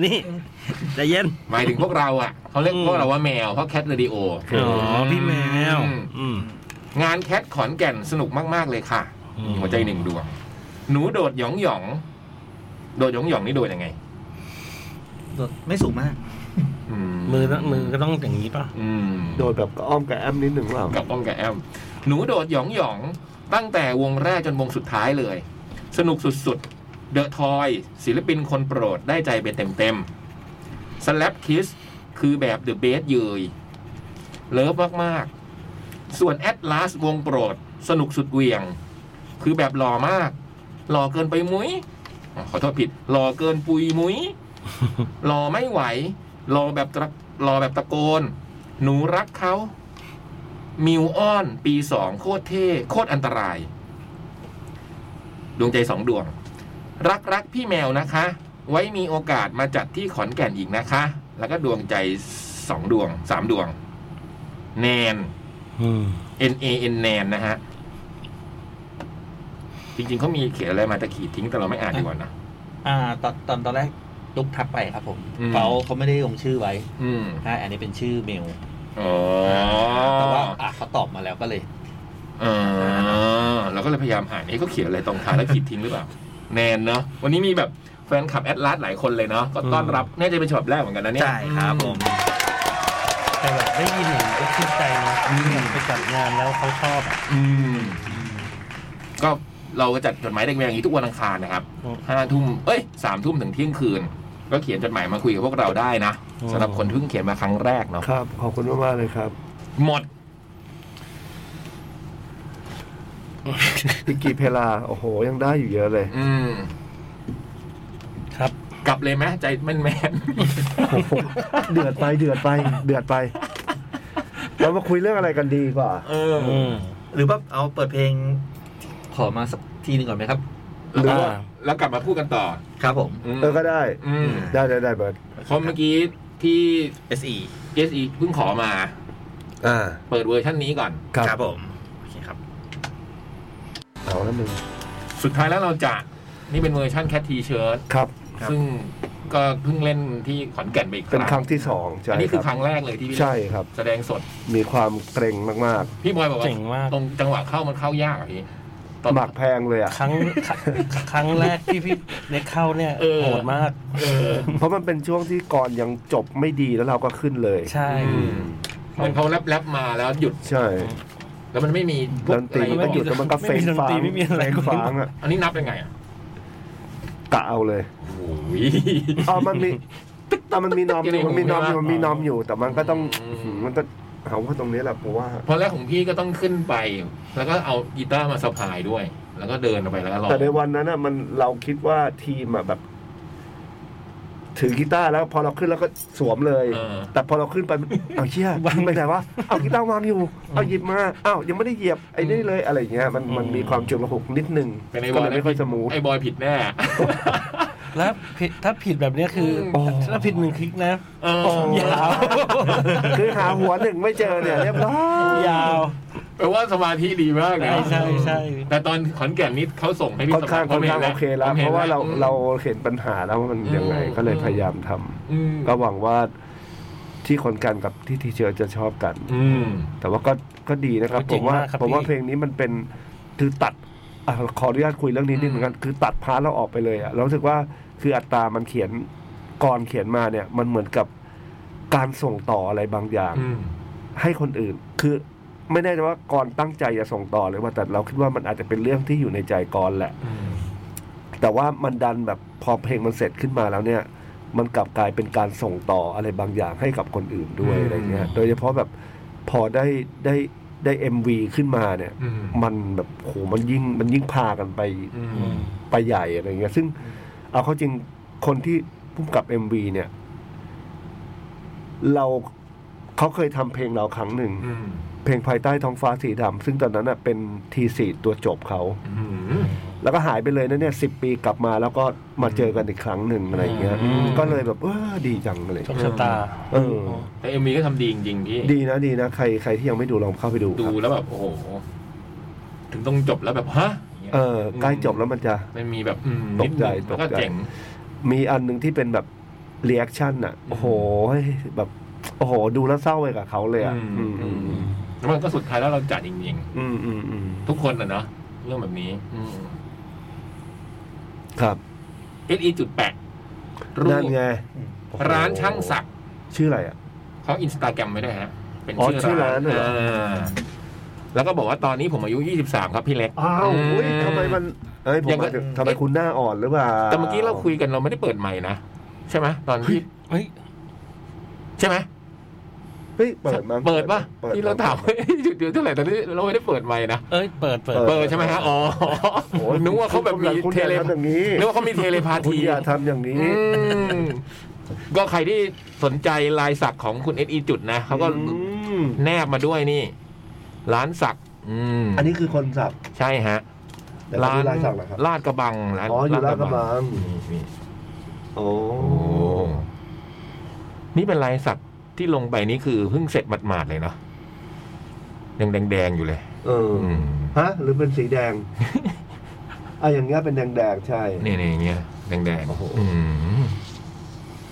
Speaker 3: นี่ใจเย็น
Speaker 1: หมายถึงพวกเราอ่ะเขาเรียก
Speaker 3: อืม
Speaker 1: พวกเราว่าแมว เพราะแคทเรดิโอ
Speaker 3: อ๋อพี่แมว อืม
Speaker 1: งานแคทขอนแก่นสนุกมาก ๆ เลยค่ะ
Speaker 3: อืม
Speaker 1: หัวใจหนึ่งดวง หนูโดดหยองหยองๆโดดหยองหยองๆนี่โดดยังไง
Speaker 4: ไม่สูงมาก
Speaker 3: มือต้องมือก็ต้องอย่างนี้ป่ะ
Speaker 1: อืม
Speaker 2: โดนแบบอ้อมกับแอมนิดหนึ่งหรือเปล่า
Speaker 1: กับป้อมกับแอม หนูโดดหยองหยองๆตั้งแต่วงแรกจนวงสุดท้ายเลย สนุกสุดๆ เดอะทอยศิลปินคนโปรดได้ใจไปเต็มๆสแลปคิสคือแบบเดอะเบสเยยเลิฟมากๆ ส่วนแอ l ลาสวงโปรด สนุกสุดเหวียง คือแบบหล่อมาก หล่อเกินไปมุ้ยอ๋อขอโทษผิด หล่อเกินปุยมุ้ย หล่อไม่ไหว หล่อแบบตะหล่อแบบตะโกน หนูรักเขา มิวอ้อนปีสองโคตรเท่ โคตรอันตราย ดวงใจสองดวง รักรักพี่แมวนะคะ ไว้มีโอกาสมาจัดที่ขอนแก่นอีกนะคะ แล้วก็ดวงใจสองดวงสามดวง แนน
Speaker 3: อืม
Speaker 1: N A N แนนนะฮะ จริงๆเขามีเขียนอะไรมาแต่ขีดทิ้งแต่เราไม่อ่านดีกว่านะ
Speaker 4: อ่าตอนตอนตอนแรกลุกทักไปครับผม
Speaker 1: อืม
Speaker 4: เขาเขาไม่ได้ลงชื่อไว้
Speaker 1: อืม
Speaker 4: ใช่อันนี้เป็นชื่อเมล
Speaker 1: อ๋อ
Speaker 4: แต่ว่าอ่ะเขาตอบมาแล้วก็เลย
Speaker 1: อ่าเราก็เลยพยายามอ่านเอ๊ะเขาเขียนอะไรตรงท้ายแล้วขีดทิ้งหรือเปล่า แนนเนาะวันนี้มีแบบแฟนคลับแอดลาสหลายคนเลยเนาะก็ต้อนรับน่าจะเป็นฉบับแรกเหมือนกันนะเนี่ย
Speaker 4: ใช่ครับผม
Speaker 3: แต่แบบได้ยินอย่างนี้ก็ชื่นใจนะ
Speaker 1: อืม
Speaker 3: ไปจัดงานแล้วเขาชอบอ่ะ
Speaker 1: อืมก็เราก็จัดจดหมายเด็กแมวอย่างนี้ทุกวันอังคารนะครับ
Speaker 3: อืม
Speaker 1: ห้าทุ่มเอ้ยสามทุ่มถึงเที่ยงคืน ก็เขียนจดหมายมาคุยกับพวกเราได้นะ
Speaker 3: อืม
Speaker 1: สำหรับคนที่เพิ่งเขียนมาครั้งแรกเนาะ
Speaker 2: ครับ ขอบคุณมากๆเลยครับ
Speaker 1: หมด
Speaker 2: พิกกี้เพลาโอ้โห ยังได้อยู่เยอะเลย <laughs>
Speaker 1: อืม
Speaker 3: ครับ
Speaker 1: กลับเลยไหมใจแม่นแม่น
Speaker 2: โอ้โหเดือดไปเดือดไป เดือดไป เรามาคุยเรื่องอะไรกันดีกว่า
Speaker 1: ๆเออ
Speaker 3: อืม
Speaker 4: หรือว่าเอาเปิดเพลง ขอมาสักทีหนึ่งก่อนไหมครับ
Speaker 2: หรือว่า
Speaker 1: แล้วกลับมาพูดกันต่อ
Speaker 4: ครับผม
Speaker 1: อืม
Speaker 2: เออก็ได้
Speaker 1: อืม
Speaker 2: ได้ได้ได้เบิร์ด
Speaker 1: เพราะเมื่อกี้ที่
Speaker 4: SE
Speaker 1: SE เพิ่งขอมา
Speaker 2: อ่า
Speaker 1: เปิดเวอร์ชันนี้ก่อน
Speaker 2: ครับ
Speaker 4: ครับผมโอเคครับ
Speaker 2: เอาแล้วมึง
Speaker 1: สุดท้ายแล้วเราจะนี่เป็นเวอร์ชันแคททีเชิร์ต
Speaker 2: ครับ
Speaker 4: ครับ
Speaker 1: ซึ่งก็เพิ่งเล่นที่ขอนแก่นไปอีกค
Speaker 2: เป็นครั้
Speaker 1: รั้
Speaker 2: ง
Speaker 1: ง
Speaker 2: ที่สองใช่
Speaker 1: อันนี้
Speaker 2: ค
Speaker 1: คื
Speaker 2: รั
Speaker 1: อบ ครั้งแรกเลยที่พี่
Speaker 2: ใช่ครับ
Speaker 1: แสดงสด
Speaker 2: มีความเกรงมาก
Speaker 1: พี่บอยบอกว่า
Speaker 3: เจ๋งมาก
Speaker 1: ตรงจังหวะเข้ามันเข้ายากอะพี่
Speaker 2: หมากแพงเลยอ่ะ
Speaker 3: ครั้งครั้งแรกที่พี่เล็กเข้าเนี่ย
Speaker 1: เออ
Speaker 3: โหดมาก
Speaker 1: เออ
Speaker 2: เพราะมันเป็นช่วงที่ก่อนยังจบไม่ดีแล้วเราก็ขึ้นเลย
Speaker 3: ใช่
Speaker 1: อืมเหมือนเขาแลบแลบๆมาแล้วหยุด
Speaker 2: ใช่
Speaker 1: แล้วมันไม่มีพว
Speaker 2: ด
Speaker 1: ก
Speaker 2: น
Speaker 1: อะ
Speaker 2: ตรี
Speaker 1: ไร
Speaker 2: มันก็หยุดแล้วมันก็เฟ้งฟาง
Speaker 3: ไม่มีดนตรีไม่มีอะไร
Speaker 2: เฟ้งฟางอ่ะ
Speaker 1: อันนี้นับยังไงอ่ะ
Speaker 2: กะเอาเลย
Speaker 1: โอ้ย
Speaker 2: อ๋อมันมีแต่มันมีนอม <laughs> อยู่มันมีนอมอยู่มันมีนอมอยู่ แต่มันก็ต้อง
Speaker 1: อืม
Speaker 2: มันก็เอาว่าตรงนี้แหละเพราะว่า
Speaker 1: พอแรกของพี่ก็ต้องขึ้นไป แล้วก็เอากีตาร์มาสะพายด้วย แล้วก็เดินออกไปแล้วก็ร้อง
Speaker 2: แต่ในวันนั้นอ่ะมันเราคิดว่าทีมอ่ะแบบ ถือกีตาร์แล้วพอเราขึ้นแล้วก็สวมเลย
Speaker 1: เออ
Speaker 2: แต่พอเราขึ้นไปมัน เอาเชี่ยว
Speaker 3: าง
Speaker 2: ไปไหนวะเอากีตาร์วางอยู่ เอาหยิบมาอ้าวยังไม่ได้เหยียบไอ้นี่เลยอะไรอย่างเงี้ยมันมันมีความจุกระหุกนิดนึง
Speaker 1: แต่ใน
Speaker 2: ก็
Speaker 1: วัน
Speaker 2: เลยไม่ค่อยสมูท
Speaker 1: ไอ้บอยผิดแน่
Speaker 3: แล้วผิดถ้าผิดแบบเนี้ยคืออ
Speaker 2: ม
Speaker 3: ถ้าผิดหนึ่งคลิกนะ
Speaker 1: เออ
Speaker 2: โอ้ยาวคือหาหัวหนึ่งไม่เจอเนี่ยเรียบร้อย
Speaker 3: ยาว
Speaker 1: แปลว่าสมาธิดีมากนะ
Speaker 3: ใช่ใช่ใช่
Speaker 1: แต่ตอนขอนแก่นนิดเขาส่งให้พี่
Speaker 2: ค่อนข้าง
Speaker 1: ส
Speaker 2: ค่
Speaker 1: มั
Speaker 2: อนข้าง
Speaker 1: พ
Speaker 2: โอเคแล้ว
Speaker 1: ผมห็
Speaker 2: เพ
Speaker 1: น
Speaker 2: ราะว่าเรา
Speaker 1: อืม
Speaker 2: เราเห็นปัญหาแล้วว่ามันยังไง
Speaker 1: อืม
Speaker 2: ก็เลยพยายามทำ
Speaker 1: อืม
Speaker 2: ก็หวังว่าที่คนกันกับที่ทีเชอร์จะชอบกัน
Speaker 1: อืม
Speaker 2: แต่ว่าก็ก็ดีนะครับ
Speaker 3: เจ๋
Speaker 2: ผ
Speaker 3: ง
Speaker 2: มว่าม
Speaker 3: ากครับ
Speaker 2: ผมว่า
Speaker 3: พี่
Speaker 2: เพลงนี้มันเป็นคือตัดอ่ะขออนุญาตคุยเรื่องนี้นิดเหมือนกันคือตัดพาร์ทเราออกไปเลยอะเรารู้สึกว่าคืออัตรามันเขียนก่อนเขียนมาเนี่ย มันเหมือนกับการส่งต่ออะไรบางอย่าง
Speaker 1: อืม
Speaker 2: ให้คนอื่น คือไม่แน่ใจว่าก่อนตั้งใจจะส่งต่อหรือว่าแต่เราคิดว่ามันอาจจะเป็นเรื่องที่อยู่ในใจก่อนแหละ
Speaker 1: อืม
Speaker 2: แต่ว่ามันดันแบบพอเพลงมันเสร็จขึ้นมาแล้วเนี่ย มันกลับกลายเป็นการส่งต่ออะไรบางอย่างให้กับคนอื่นด้วย
Speaker 1: อืม
Speaker 2: อะไรเงี้ย โดยเฉพาะแบบพอได้ได้ได้เอ็มวีขึ้นมาเนี่ย
Speaker 1: อืม
Speaker 2: มันแบบโหมันยิ่งมันยิ่งพากันไป
Speaker 1: อื
Speaker 3: อื
Speaker 1: ม
Speaker 3: ม
Speaker 2: ไปใหญ่อะไรเงี้ย ซึ่งเอาเข้าจริงคนที่พุ่มกับเอ็มวีเนี่ย เราเขาเคยทำเพลงเราครั้งหนึ่ง
Speaker 1: อืม
Speaker 2: เพลงภายใต้ท้องฟ้าสีดำซึ่งตอนนั้นน่ะเป็นทีสีตัวจบเขา
Speaker 1: อืม
Speaker 2: แล้วก็หายไปเลยนะเนี่ยสิปีกลับมาแล้วก็มาเจอกันอีกครั้งหนึ่งอะไรอย่างเงี้ย
Speaker 1: อืม
Speaker 2: ก็เลยแบบเออดีจังอะไรอ
Speaker 3: โช
Speaker 2: ย่าง
Speaker 3: ค
Speaker 2: เลย
Speaker 3: ชะตา
Speaker 2: เออ
Speaker 1: แต่เอ็มวีก็ทำดีจริงๆพี่
Speaker 2: ดีนะดีนะใครใครที่ยังไม่ดูลองเข้าไปดูค
Speaker 1: ดู
Speaker 2: รับ
Speaker 1: แล้วแบบโอ้โห ถึงต้องจบแล้วแบบฮะย่างงี้ย
Speaker 2: เออใกล้จบแล้วมันจะ
Speaker 1: มันมีแบบอืม
Speaker 2: ตกใจ
Speaker 1: นิดนึง
Speaker 2: ต
Speaker 1: แล้ว
Speaker 2: กใจ
Speaker 1: ก็เจ๋ง
Speaker 2: มีอันหนึ่งที่เป็นแบบรีแอคชั่นอ่ะ โอ้โหแบบโอ้โห ดูแล้วเศร้าไปกับเขาเลยอ่ะ
Speaker 1: อื
Speaker 2: อื
Speaker 1: ม
Speaker 2: มอืม
Speaker 1: แล้วมันก็สุดท้ายแล้วเราจัดจริง
Speaker 2: อืมอืมอืม
Speaker 1: ๆ ทุกคนอะเนาะเรื่องแบบนี้
Speaker 2: ครับ
Speaker 1: เอสอีจุดแปดรู
Speaker 2: นั่
Speaker 1: ป
Speaker 2: นไงโอ้โห
Speaker 1: ร้านช่างสัก
Speaker 2: ชื่ออะไรอ่ะ
Speaker 1: เขาอินสตาแกรมไม่ได้ฮะ เป็น
Speaker 2: อ๋อชื่
Speaker 1: ชื่
Speaker 2: อ
Speaker 1: อ
Speaker 2: ร้า
Speaker 1: ร้าน น
Speaker 2: เหรอ
Speaker 1: เออแล้วก็บอกว่าตอนนี้ผมอายุ 23 ครับพี่เล็ก
Speaker 2: อ้าว
Speaker 1: ม
Speaker 2: อุ้ยทำไมมันเอ้ยผม
Speaker 1: ยังก็
Speaker 2: อาจจะทำไมคุณหน้าอ่อนหรือเปล่า
Speaker 1: แต่เมื่อกี้เราคุยกันเราไม่ได้เปิดใหม่นะ ใช่ไหมตอนที่
Speaker 3: เฮ้ย
Speaker 1: ใช่ไหม
Speaker 2: เฮ้ยเปิดมั้ง
Speaker 1: เปิดป่ะ
Speaker 2: เปิด
Speaker 1: ที่เราถาม <laughs>
Speaker 2: ปิด
Speaker 1: หยุดเดือนเท่าไหร่ตอนนี้เราไม่ได้เปิดใหม่นะ
Speaker 3: เอ้ย เปิด เปิด
Speaker 2: เออ
Speaker 1: เปิดใช่ไหมฮะอ๋อ
Speaker 2: โอ้ย
Speaker 1: นึกว่าเขาแบบมี
Speaker 2: คุณ
Speaker 1: เท
Speaker 2: อย่า
Speaker 1: เล
Speaker 2: ทำอย่างนี้
Speaker 1: นึกว่าเขามีเทเลพา
Speaker 2: คุณ
Speaker 1: ที
Speaker 2: อย่าทำอย่างนี้
Speaker 1: อืมก็ใครที่สนใจลายสักของคุณเอสอีจุดนะเขาก็
Speaker 2: อืม
Speaker 1: แนบมาด้วยนี่ ร้านสัก อืม
Speaker 2: อันนี้คือคนสับ
Speaker 1: ใช่ฮะ
Speaker 2: แต่ร้านลายสักเหรอครับ
Speaker 1: ลาดกระบังร้าน
Speaker 2: อ๋ออยู่ลาดกระบัง
Speaker 1: นี่นี่
Speaker 2: โอ้
Speaker 1: โอ้นี่เป็นลายสักที่ลงไปนี่คือเพิ่งเสร็จหมาดๆเลยเนาะยังแดงๆอยู่เลย
Speaker 2: เออ
Speaker 1: อืม
Speaker 2: ฮะ หรือเป็นสีแด
Speaker 1: <laughs>
Speaker 2: งอ่ะอย่างเงี้ยเป็นแดงๆใช่
Speaker 1: นี่ๆอย่างเงี้ยแดง
Speaker 2: โอ้โห
Speaker 1: ๆอืม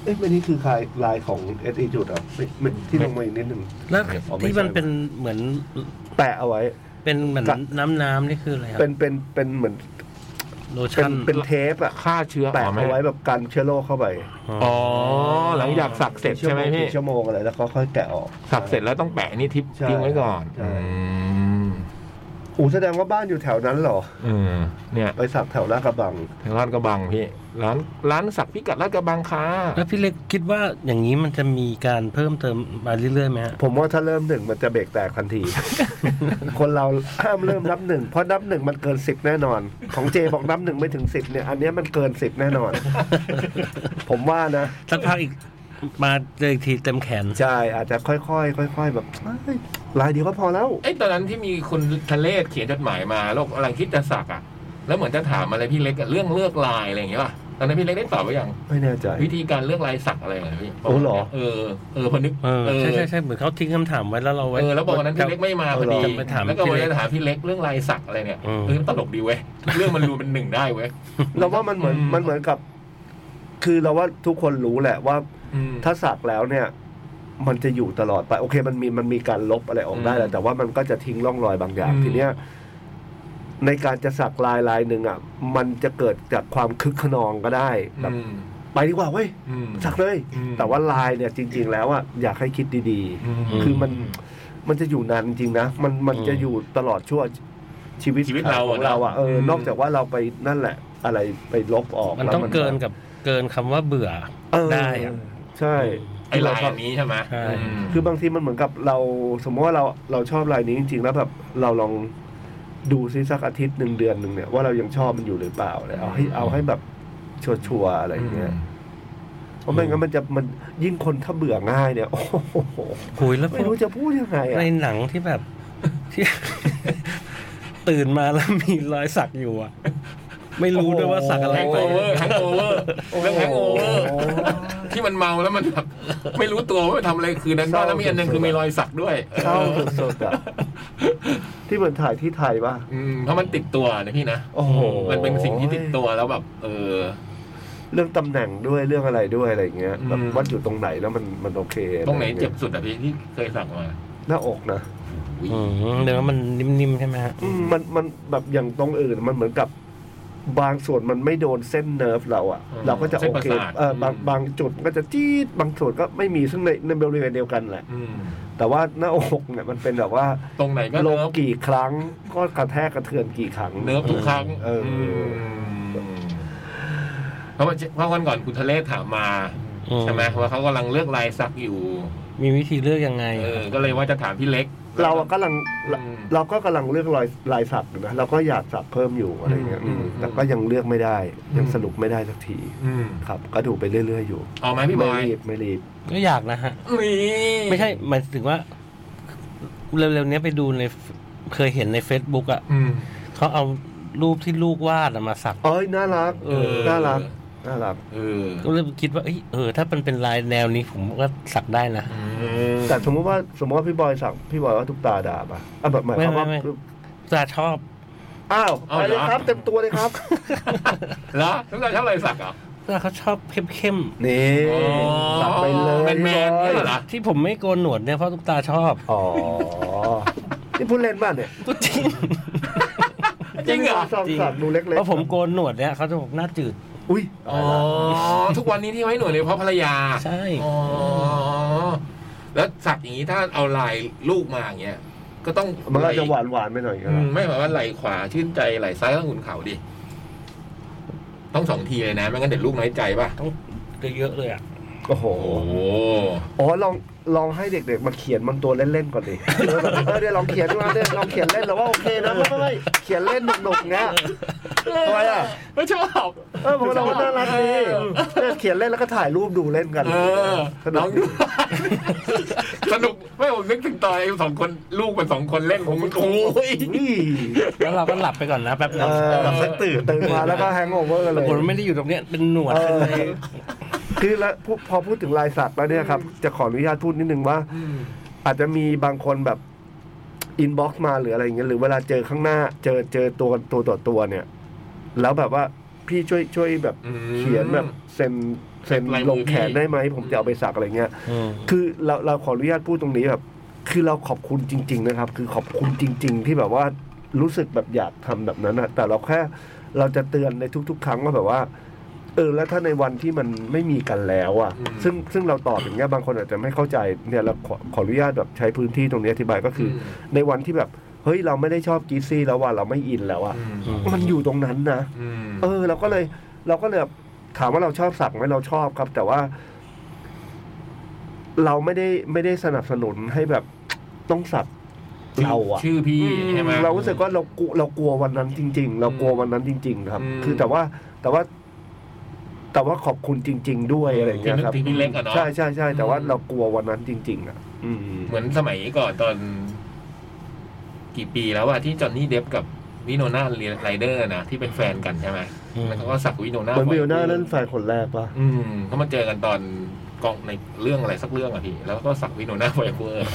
Speaker 2: เอ๊ะอันนี้คือลายลายของเอสอีจุดอ่ะไม่ไม่ที่ลงมาอีกนิดหนึ่ง
Speaker 3: แล้ว
Speaker 2: อ๋อไม่ใช่
Speaker 3: ที่มันเป็นเหมือน
Speaker 2: แปะเอาไว้
Speaker 3: เป็นเหมือน
Speaker 2: กะ
Speaker 3: น้ำน้ำๆนี่คืออะไรครับ
Speaker 2: เป็นเป็นเป็นเหมือน
Speaker 3: โล
Speaker 2: เป็
Speaker 3: ชั่
Speaker 2: น
Speaker 3: น
Speaker 2: เป็นเทปอ่ะ
Speaker 1: ฆ่าเชื้อ
Speaker 2: แปะ
Speaker 1: อ๋อ
Speaker 2: เอาไว้
Speaker 1: แม่
Speaker 2: แบบกันเชื้อโรคเข้าไป
Speaker 1: อ๋อ หลังจากสักเสร็จใช่ไหมพี่
Speaker 2: กี่ชั่วโมงอะไรแล้วก็ค่อยแกะออก
Speaker 1: สักเสร็จแล้วต้องแปะนี่ทิป
Speaker 2: ใช่
Speaker 1: ทิ้งไว้ก่อน
Speaker 2: ใช่
Speaker 1: อืม
Speaker 2: อูแสดงว่าบ้านอยู่แถวนั้นเหรอ
Speaker 1: เออเนี่ย
Speaker 2: ไปสักแถวลาดกระบัง
Speaker 1: ทางลาดกระบังพี่ ร้านร้านสักพิกัดลาดกระบังค่ะ
Speaker 3: แล้วพี่เล็กคิดว่าอย่างนี้มันจะมีการเพิ่มเติมมาเรื่อยๆไหมฮะ
Speaker 2: ผมว่าถ้าเริ่มหนึ่งมันจะเบรกแตกทันที คนเราห้ามเริ่มนับหนึ่งเพราะนับหนึ่งมันเกินสิบแน่นอน ของเจบอกนับหนึ่งไม่ถึงสิบเนี่ย อันเนี้ยมันเกินสิบแน่นอน ผมว่านะ
Speaker 3: สักพักอีกมาเจออีกทีเต็มแขน
Speaker 2: ใช่ อาจจะค่อยๆค่อยๆแบบเอ้ยลายเดียวก็พอแล้ว
Speaker 1: ไอ้ตอนนั้นที่มีคุณทะเลศเขียนจดหมายมาแล้วกำลังคิดจะสักอ่ะ แล้วเหมือนจะถามอะไรพี่เล็กอะเรื่องเลือกลายอะไรอย่างเงี้ยป่ะตอนนั้นพี่เล็กได้ตอบไปอย่าง
Speaker 2: ไม่แน่ใจ
Speaker 1: วิธีการเลือกลายสักอะไรอย่างเงี้ยพี่
Speaker 2: โอ้เหรอ
Speaker 1: เออเออพอนึก
Speaker 3: เออ ใช่ใช่ใช่เหมือนเขาทิ้งคำถามไว้แล้วเราไว้
Speaker 1: เออแล้วบอกวันนั้นพี่เล็กไม่มาพอดี
Speaker 3: จำไปถาม
Speaker 1: แล้วก็
Speaker 3: พี่
Speaker 1: วัน
Speaker 3: เล็ก
Speaker 1: นี้ถามพี่เล็กเรื่องลายสักอะไรเนี่ย
Speaker 3: อืม
Speaker 1: เออตลกดีเว้ยเรื่องมันรวมเป็นหนึ่งได้เว้ย
Speaker 2: เราว่ามันเหมือน
Speaker 1: อืม
Speaker 2: มันเหมือนกับ คือเราว่าทุกคนรู้แหละว่า
Speaker 1: อืม
Speaker 2: ถ้าสักแล้วเนี่ย มันจะอยู่ตลอดไป โอเค มันมีมันมีการลบอะไรออกได้แหละ
Speaker 1: อืม
Speaker 2: แต่ว่ามันก็จะทิ้งร่องรอยบางอย่าง
Speaker 1: อืม
Speaker 2: ทีเนี้ย ในการจะสักลายลายหนึ่งอ่ะ มันจะเกิดจากความคึกขนองก็ได้แบบ
Speaker 1: อืม
Speaker 2: ไปดีกว่าเว้ย
Speaker 1: อืม
Speaker 2: สักเลย
Speaker 1: อืม
Speaker 2: แต่ว่าลายเนี่ยจริง ๆ แล้วอ่ะอยากให้คิดดีๆ คือมันมันจะอยู่นานจริงๆนะ มันมันจะอยู่ตลอดชั่วชีวิต
Speaker 1: ชีวิตเราอะ
Speaker 2: ของเราอ่ะเอออ
Speaker 1: ม
Speaker 2: นอกจากว่าเราไปนั่นแหละ อะไรไปลบออก
Speaker 3: มัน
Speaker 2: แล้ว
Speaker 3: ต้องเกินกับเกินคำว่าเบื่อ
Speaker 2: เออ
Speaker 3: ได้อะ
Speaker 2: ใช่
Speaker 1: ไอ้ลายอันนี้ใช่ไหม
Speaker 3: ใช่
Speaker 1: อืม
Speaker 2: คือบางทีมันเหมือนกับเราสมมติว่าเราเราชอบลายนี้จริงๆ แล้วแบบเราลองดูซิสักอาทิตย์หนึ่งเดือนหนึ่งเนี่ยว่าเรายังชอบมันอยู่หรือเปล่าเลยเอาให้เอาให้แบบชัวร์ๆอะไรอย่างเงี้ยเพราะไม่งั้นมันจะมันยิ่งคนถ้าเบื่อง่าย <laughs> เนี่ยโอ้โห
Speaker 3: คุยแล้ว
Speaker 2: ไม่รู้จะพูดยังไงอ่ะ
Speaker 3: ในหนังที่แบบ <laughs> ที่ ตื่นมาแล้วมีรอยสักอยู่อ่ะ ไม่รู้ด้วยว่าสักอะไร
Speaker 1: แฮง
Speaker 3: ไป
Speaker 1: โอเวอร์แฮงโอเวอร์เรื่องแฮงโอเวอร์ที่มันเมาแล้วมันแบบ <laughs> ไม่รู้ตัวว่ามันทำอะไรคืนนั้นบ้างแล้วมีอันหนึงคือมีรอยสัก
Speaker 2: <laughs>
Speaker 1: ด้วย
Speaker 2: เศร้าสุดๆอ่ะที่เหมือนถ่ายที่ไทยป่ะ
Speaker 1: อืมเพราะมันติดตัวนะพี่นะ
Speaker 2: โอ้โห
Speaker 1: มันเป็นสิ่งที่ติดตัวแล้วแบบ เออ
Speaker 2: เรื่องตำแหน่งด้วยเรื่องอะไรด้วยอะไรอย่างเงี้ยแบบ
Speaker 1: อืม
Speaker 2: วัดอยู่ตรงไหนแล้วมันมันโอเค
Speaker 1: ตรงไหนเจ็บสุดอะพี่ที่เคยสักมา
Speaker 2: หน้าอกนะ
Speaker 1: อุ๊ย
Speaker 3: อืมเดี๋ยวมันนิ่มๆใช่ไหมฮะ
Speaker 2: อืมมันมันแบบอย่างตรงอื่นมันเหมือนกับบางส่วนมันไม่โดนเส้นเนิร์ฟเราอะเราก็จะโอเคเออบางบางจุดก็จะจี๊ดบางส่วนก็ไม่มีซึ่งในในบริเวณเดียวกันแหละ
Speaker 1: อืม
Speaker 2: แต่ว่าหน้าอกเนี่ยมันเป็นแบบว่า
Speaker 1: ตรงไหนก็
Speaker 2: ลง
Speaker 1: เนิร์ฟ
Speaker 2: กี่ครั้งก็กระแทกกระเทือนกี่ครั้ง
Speaker 1: เนิร์ฟทุกครั้ง
Speaker 2: เอออื
Speaker 1: มเพราะว่าเพราะวันก่อนคุณทะเลศถามมา
Speaker 3: อืม
Speaker 1: ใช่ไหมว่าเขากำลังเลือกลายสักอยู่
Speaker 3: มีวิธีเลือกยังไง
Speaker 1: เออ ก็เลยว่าจะถามพี่เล็ก
Speaker 2: เราก็กำลัง
Speaker 1: อืม
Speaker 2: เราก็กำลังเลือกรอยลายสักอยู่นะเราก็อยากสักเพิ่มอยู่อะไรเงี้ย
Speaker 1: อืม
Speaker 2: อืมแต่ก็ยังเลือกไม่ได้ ยัง
Speaker 1: อืม
Speaker 2: สรุปไม่ได้สักที
Speaker 1: อืม
Speaker 2: ครับ ก็ดูไปเรื่อย ๆ อยู่
Speaker 1: เอาไหมพี่บอ
Speaker 2: ไม่
Speaker 1: ย
Speaker 2: รีบไม่รีบ
Speaker 3: ก็อยากนะฮะ
Speaker 1: นี่
Speaker 3: ไม่ใช่หมายถึงว่า เร็วๆเนี้ยไปดูในเคยเห็นใน Facebook อ่ะ
Speaker 1: อืม
Speaker 3: เขาเอารูปที่ลูกวาดอะมาสัก
Speaker 2: เอ้ยน่ารัก
Speaker 1: เออ
Speaker 2: น่ารักน่ารัก
Speaker 1: เออ
Speaker 3: ก็เลยคิดว่าเอ้ยเออ ถ้ามันเป็นลายแนวนี้ผมก็สักได้นะ
Speaker 2: แต่สมมติว่าสมมติว่าพี่บอยสั่งพี่บอยว่าทุกตาด่าป่ะอ่ะแบบหมายความว่า
Speaker 3: ไม่ไม่ไม่ จะชอบ
Speaker 2: อ้าวไปเลยครับ เต็มตัวเลยครับ
Speaker 1: แล้วทุกคนชอบอะไรสักเหรอ่ะ
Speaker 3: แล้วเขาชอบเข้ม
Speaker 2: นี่
Speaker 1: อ๋อ
Speaker 2: สั่งไปเลย
Speaker 1: แมนๆเนี่
Speaker 2: พี่
Speaker 1: ย
Speaker 2: บ
Speaker 1: เหร
Speaker 2: อ
Speaker 1: อ
Speaker 2: ย
Speaker 3: ๆ ที่ผมไม่โกนหนวดเนี่ยเพราะตุ๊กตาชอบ <laughs>
Speaker 2: อ๋อนี่พูดเล่นบ้านเนี่ย
Speaker 3: จริง
Speaker 1: จริงเหรอ
Speaker 2: สองสักดูเล็กๆ
Speaker 3: เพราะผมโกนหนวดเนี่ยเขาจะบอกหน้าจืด
Speaker 2: อุ้ย
Speaker 1: อ๋อ ทุกวันนี้ที่ไว้หนวดเนี่ยเพราะภรรยา
Speaker 3: ใช่
Speaker 1: อ๋อ แล้วสักอย่างนี้ถ้าเอาลายลูกมาอย่างเงี้ย ก็ต้อง
Speaker 2: มันก็จะหวานหวานๆไปหน่อยก็
Speaker 1: อื
Speaker 2: ได้
Speaker 1: มไม่หมายว่าไหลขวาชื่นใจไหลซ้ายต้องหุ่นเขาดิ ต้องสองทีเลยนะ ไม่งั้นเด็ดลูกน้อยใจป่ะ
Speaker 3: ต้องเยอะๆเลยอ่ะ
Speaker 2: โอ้โห
Speaker 1: โอ้โห
Speaker 2: อ๋อลองลองให้เด็กๆมาเขียนมันตัวเล่นๆก่อนดิเออแบบเออเดี๋ยวลองเขียนมาเดี๋ยวลองเขียนเล่นแล้วว่าโอเคนะไม่ไม่ไม่เขียนเล่นหนุกๆเงี้ยทำไมอ่ะ
Speaker 1: ไม่ชอบ
Speaker 2: เออผมเราน่ารักดีเนี่ยเขียนเล่นแล้วก็ถ่ายรูปดูเล่นกัน
Speaker 1: เออ
Speaker 2: ส
Speaker 1: ล
Speaker 2: นุ
Speaker 1: อง
Speaker 2: ก
Speaker 1: ดู <laughs> สนุกไม่ผมนึกถึงตอนไอ้สองคนลูกมันสองคนเล่นผมโอ้ย
Speaker 2: นี่
Speaker 3: แล้วเราก็หลับไปก่อนนะแป๊บนึ
Speaker 2: เอง อ
Speaker 1: แบบสักตื่น
Speaker 2: ตื่นมาแล้วก็แฮงโอเวอร์
Speaker 3: ป
Speaker 2: เล
Speaker 3: ราย กฏว่าไม่ได้อยู่ตรงเนี้ยเป็นหนวด
Speaker 2: เอ
Speaker 3: เป็น
Speaker 2: อ
Speaker 3: อะไร
Speaker 2: คือแล้วพูดพอพูดถึงลายสักแล้วเนี่ยครับ จะขออนุญาตพูดนิดนึงว่า อาจจะมีบางคนแบบอินบ็อกซ์มาหรืออะไรอย่างเงี้ยหรือเวลาเจอข้างหน้า เจอเจอตัวตัวต่อตัวเนี่ย แล้วแบบว่าพี่ช่วยช่วยแบบ
Speaker 1: อืม
Speaker 2: เขียนแบบเซ็นเซ็น
Speaker 1: ลายมือ
Speaker 2: ลงแขน
Speaker 1: พี่
Speaker 2: ได้ไหมผมจะเอาไปสักอะไรเงี้ย
Speaker 3: อืม
Speaker 2: คือเราเราขออนุญาตพูดตรงนี้แบบ คือเราขอบคุณจริง ๆ นะครับ คือขอบคุณจริง ๆ ที่แบบว่ารู้สึกแบบอยากทำแบบนั้นนะแต่เราแค่เราจะเตือนในทุก ๆ ครั้งว่าแบบว่า เออแล้วถ้าในวันที่มันไม่มีกันแล้วอะ่ะ
Speaker 1: อืม
Speaker 2: ซึ่งซึ่งเราตอบอย่างเงี้ยบางคนอาจจะไม่เข้าใจเนี่ยเราขอขออนุญาตแบบใช้พื้นที่ตรงนี้อธิบายก็คือ ในวันที่แบบเฮ้ยเราไม่ได้ชอบกีซี่แล้วว่าเราไม่อินแล้วอะ่ะมันอยู่ตรงนั้นนะ เออเราก็เลยเราก็เลยแบบถามว่าเราชอบสักไหมเราชอบครับ แต่ว่า เราไม่ได้ไม่ได้สนับสนุนให้แบบต้องสักเราอะ
Speaker 1: ชื่อพี่ใช่ไหม
Speaker 2: เรารู้สึกว่าเรากลัวเรากลัววันนั้นจริง ๆ เรากลัววันนั้นจริง ๆ ครับ
Speaker 1: อืม
Speaker 2: คือแต่ว่าแต่ว่า แต่ว่าขอบคุณจริง ๆ ด้วยอะไรอย่างเงี้ยครับ
Speaker 1: ที่พี่เล็กอะเนาะ
Speaker 2: ใช่ใช่ใช่แต่ว่า
Speaker 1: อืม
Speaker 2: เรากลัววันนั้นจริง ๆอ่ะอืม
Speaker 1: เหมือนสมัยก่อนตอน กี่ปีแล้วอะที่จอห์นนี่เดฟกับวิโนนาไรเดอร์นะที่เป็นแฟนกันใช่ไหม
Speaker 3: อืม
Speaker 1: แล้วเขาก็สักวิโนนา
Speaker 2: เหมือนวิวหน้านั่นแฟนคนแรกปะ
Speaker 1: อืมเขามาเจอกันตอนกองในเรื่องอะไรสักเรื่องอะพี่ แล้วก็สักวิโนนาไวเว
Speaker 2: <laughs>
Speaker 1: อร์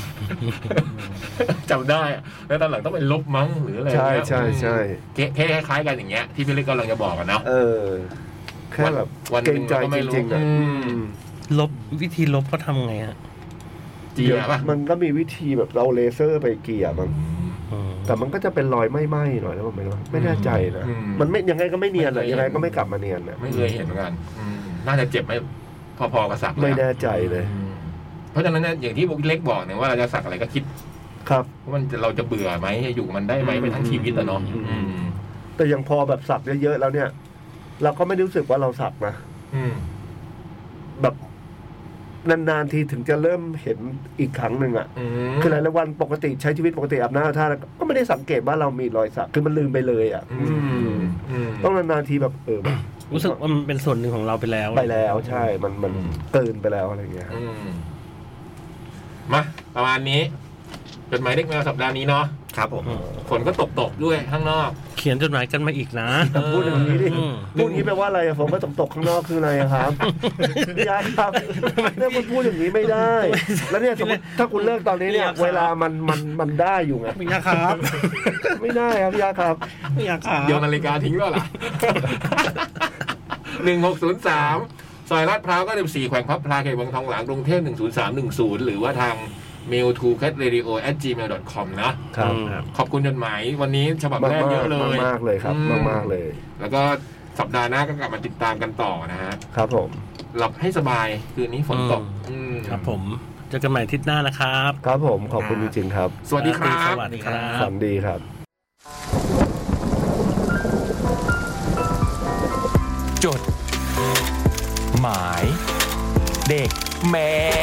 Speaker 1: จำได้อะแล้วตอนหลังต้องเป็นลบมั้งหรืออะไรอย่า
Speaker 2: ใช่
Speaker 1: งเงี้ย
Speaker 2: ใช่ใช่
Speaker 1: เคเคสคล้ายๆกันอย่างเงี้ยที่พี่เล็กกำลังจะบอกอะเนาะ
Speaker 2: เออ แค่แบบ
Speaker 1: วัน
Speaker 2: เกรงใจ
Speaker 1: วันหนึ่งเราก็
Speaker 2: จ
Speaker 1: ไม่รู้
Speaker 2: ริงๆอะ
Speaker 1: อืม
Speaker 2: อืม
Speaker 3: ลบวิธีลบเขาทำไงฮะ
Speaker 1: จี
Speaker 2: เดี๋ย
Speaker 1: อะป่ะ
Speaker 2: วมันก็มีวิธีแบบเราเลเซอร์ไปเกลี่ยมัน
Speaker 3: อืม
Speaker 2: แต่มันก็จะเป็นรอยไหม้ๆหน่อยแล้วผมไม่รู้ไม่แน่ใจนะ
Speaker 1: อืม
Speaker 2: มันไม่ยังไงก็ไม่เนียนเลยยังไงก็ไม่กลับมาเนียนนะ
Speaker 1: ไม่เคยเห็นเหมือนกันอืมน่าจะเจ็บไม่พอๆกับสักเลย
Speaker 2: ไม่
Speaker 1: อะ
Speaker 2: แน่ใจเลย
Speaker 1: อืมเพราะฉะนั้นเนี่ยอย่างที่บุ๊กเล็กบอกเนี่ยว่าเราจะสักอะไรก็คิด
Speaker 2: ครับ
Speaker 1: ว่ามันจะเราจะเบื่อไหมจะอยู่กับมันได้ไหมไปทั้งชีวิตอะเนาะ
Speaker 2: อืม
Speaker 1: อืม
Speaker 2: แต่ยังพอแบบสักเยอะๆแล้วเนี่ย เราก็ไม่ได้รู้สึกว่าเราสักนะ
Speaker 1: อืม
Speaker 2: แบบนานๆทีถึงจะเริ่มเห็นอีกครั้งหนึ่งอะ
Speaker 1: อืม
Speaker 2: คือหลายๆวันปกติใช้ชีวิตปกติอาบน้ำอาบท่าแล้วก็ไม่ได้สังเกตว่าเรามีรอยสักคือมันลืมไปเลยอ่ะ
Speaker 1: อืมอืม
Speaker 2: ต้องนานๆทีแบบเออแบบ
Speaker 3: รู้สึกว่ามันเป็นส่วนหนึ่งของเราไปแล้ว
Speaker 2: ไปแล้วใช่ มันมัน
Speaker 1: อืม
Speaker 2: ตื่นไปแล้วอะไรเงี้ย
Speaker 1: อืมมาประมาณนี้จดหมายเด็กแมวสัปดาห์นี้เนาะ
Speaker 4: ครับผม
Speaker 1: ฝนก็ตกตกๆด้วยข้างนอก
Speaker 3: เขียนจดหมายกันมาอีกนะ
Speaker 2: แต่พูดอย่างนี้ดิ
Speaker 3: อืม
Speaker 2: พูดอย่างนี้แปลว่าอะไรอะผมก็ตกตกๆข้างนอกคืออะไรอะครับยายครับเนี่ยคุณพูดอย่างนี้ไม่ได้ แล้วเนี่ยสมมติถ้าคุณเลิกตอนนี้เนี่ย เวลามันมันมันได้อยู่ไง
Speaker 3: ไม่อยากครับ
Speaker 2: ไม่ได้ครับยายครับ
Speaker 3: ไม่อยากครับ
Speaker 1: เดี๋ยวนาฬิกาทิ้งแล้ว
Speaker 2: <laughs>
Speaker 1: ล่ะหนึ่งหกศูนย์สามซอยลาดพร้าวก็สิบสี่แขวงพับพลาเขตวังทองหลางกรุงเทพหนึ่งศูนย์สามหนึ่งศูนย์หรือว่าทาง mail to cat radio at gmail com นะ
Speaker 3: อืม
Speaker 1: ขอบคุณจดหมายวันนี้ฉบับ
Speaker 2: มาก
Speaker 1: แรก
Speaker 2: ม
Speaker 1: เยอะเลย
Speaker 2: ากมากๆเลยครับ
Speaker 1: อืม
Speaker 2: มากๆเลย
Speaker 1: แล้วก็สัปดาห์หน้าก็กลับมาติดตามกันต่อนะฮะ
Speaker 2: ครับผม
Speaker 1: หลับให้สบายคืนนี้ฝนตกอืม
Speaker 3: ครับผมเจอกันใหม่อาทิศหน้านะครับ
Speaker 2: ครับผมขอบคุณจริงๆครับ
Speaker 1: สวัสดีครับ
Speaker 3: สวัสดีครั
Speaker 2: ฝั
Speaker 3: บ
Speaker 2: นดีครับ
Speaker 5: จด หมาย เด็กแมว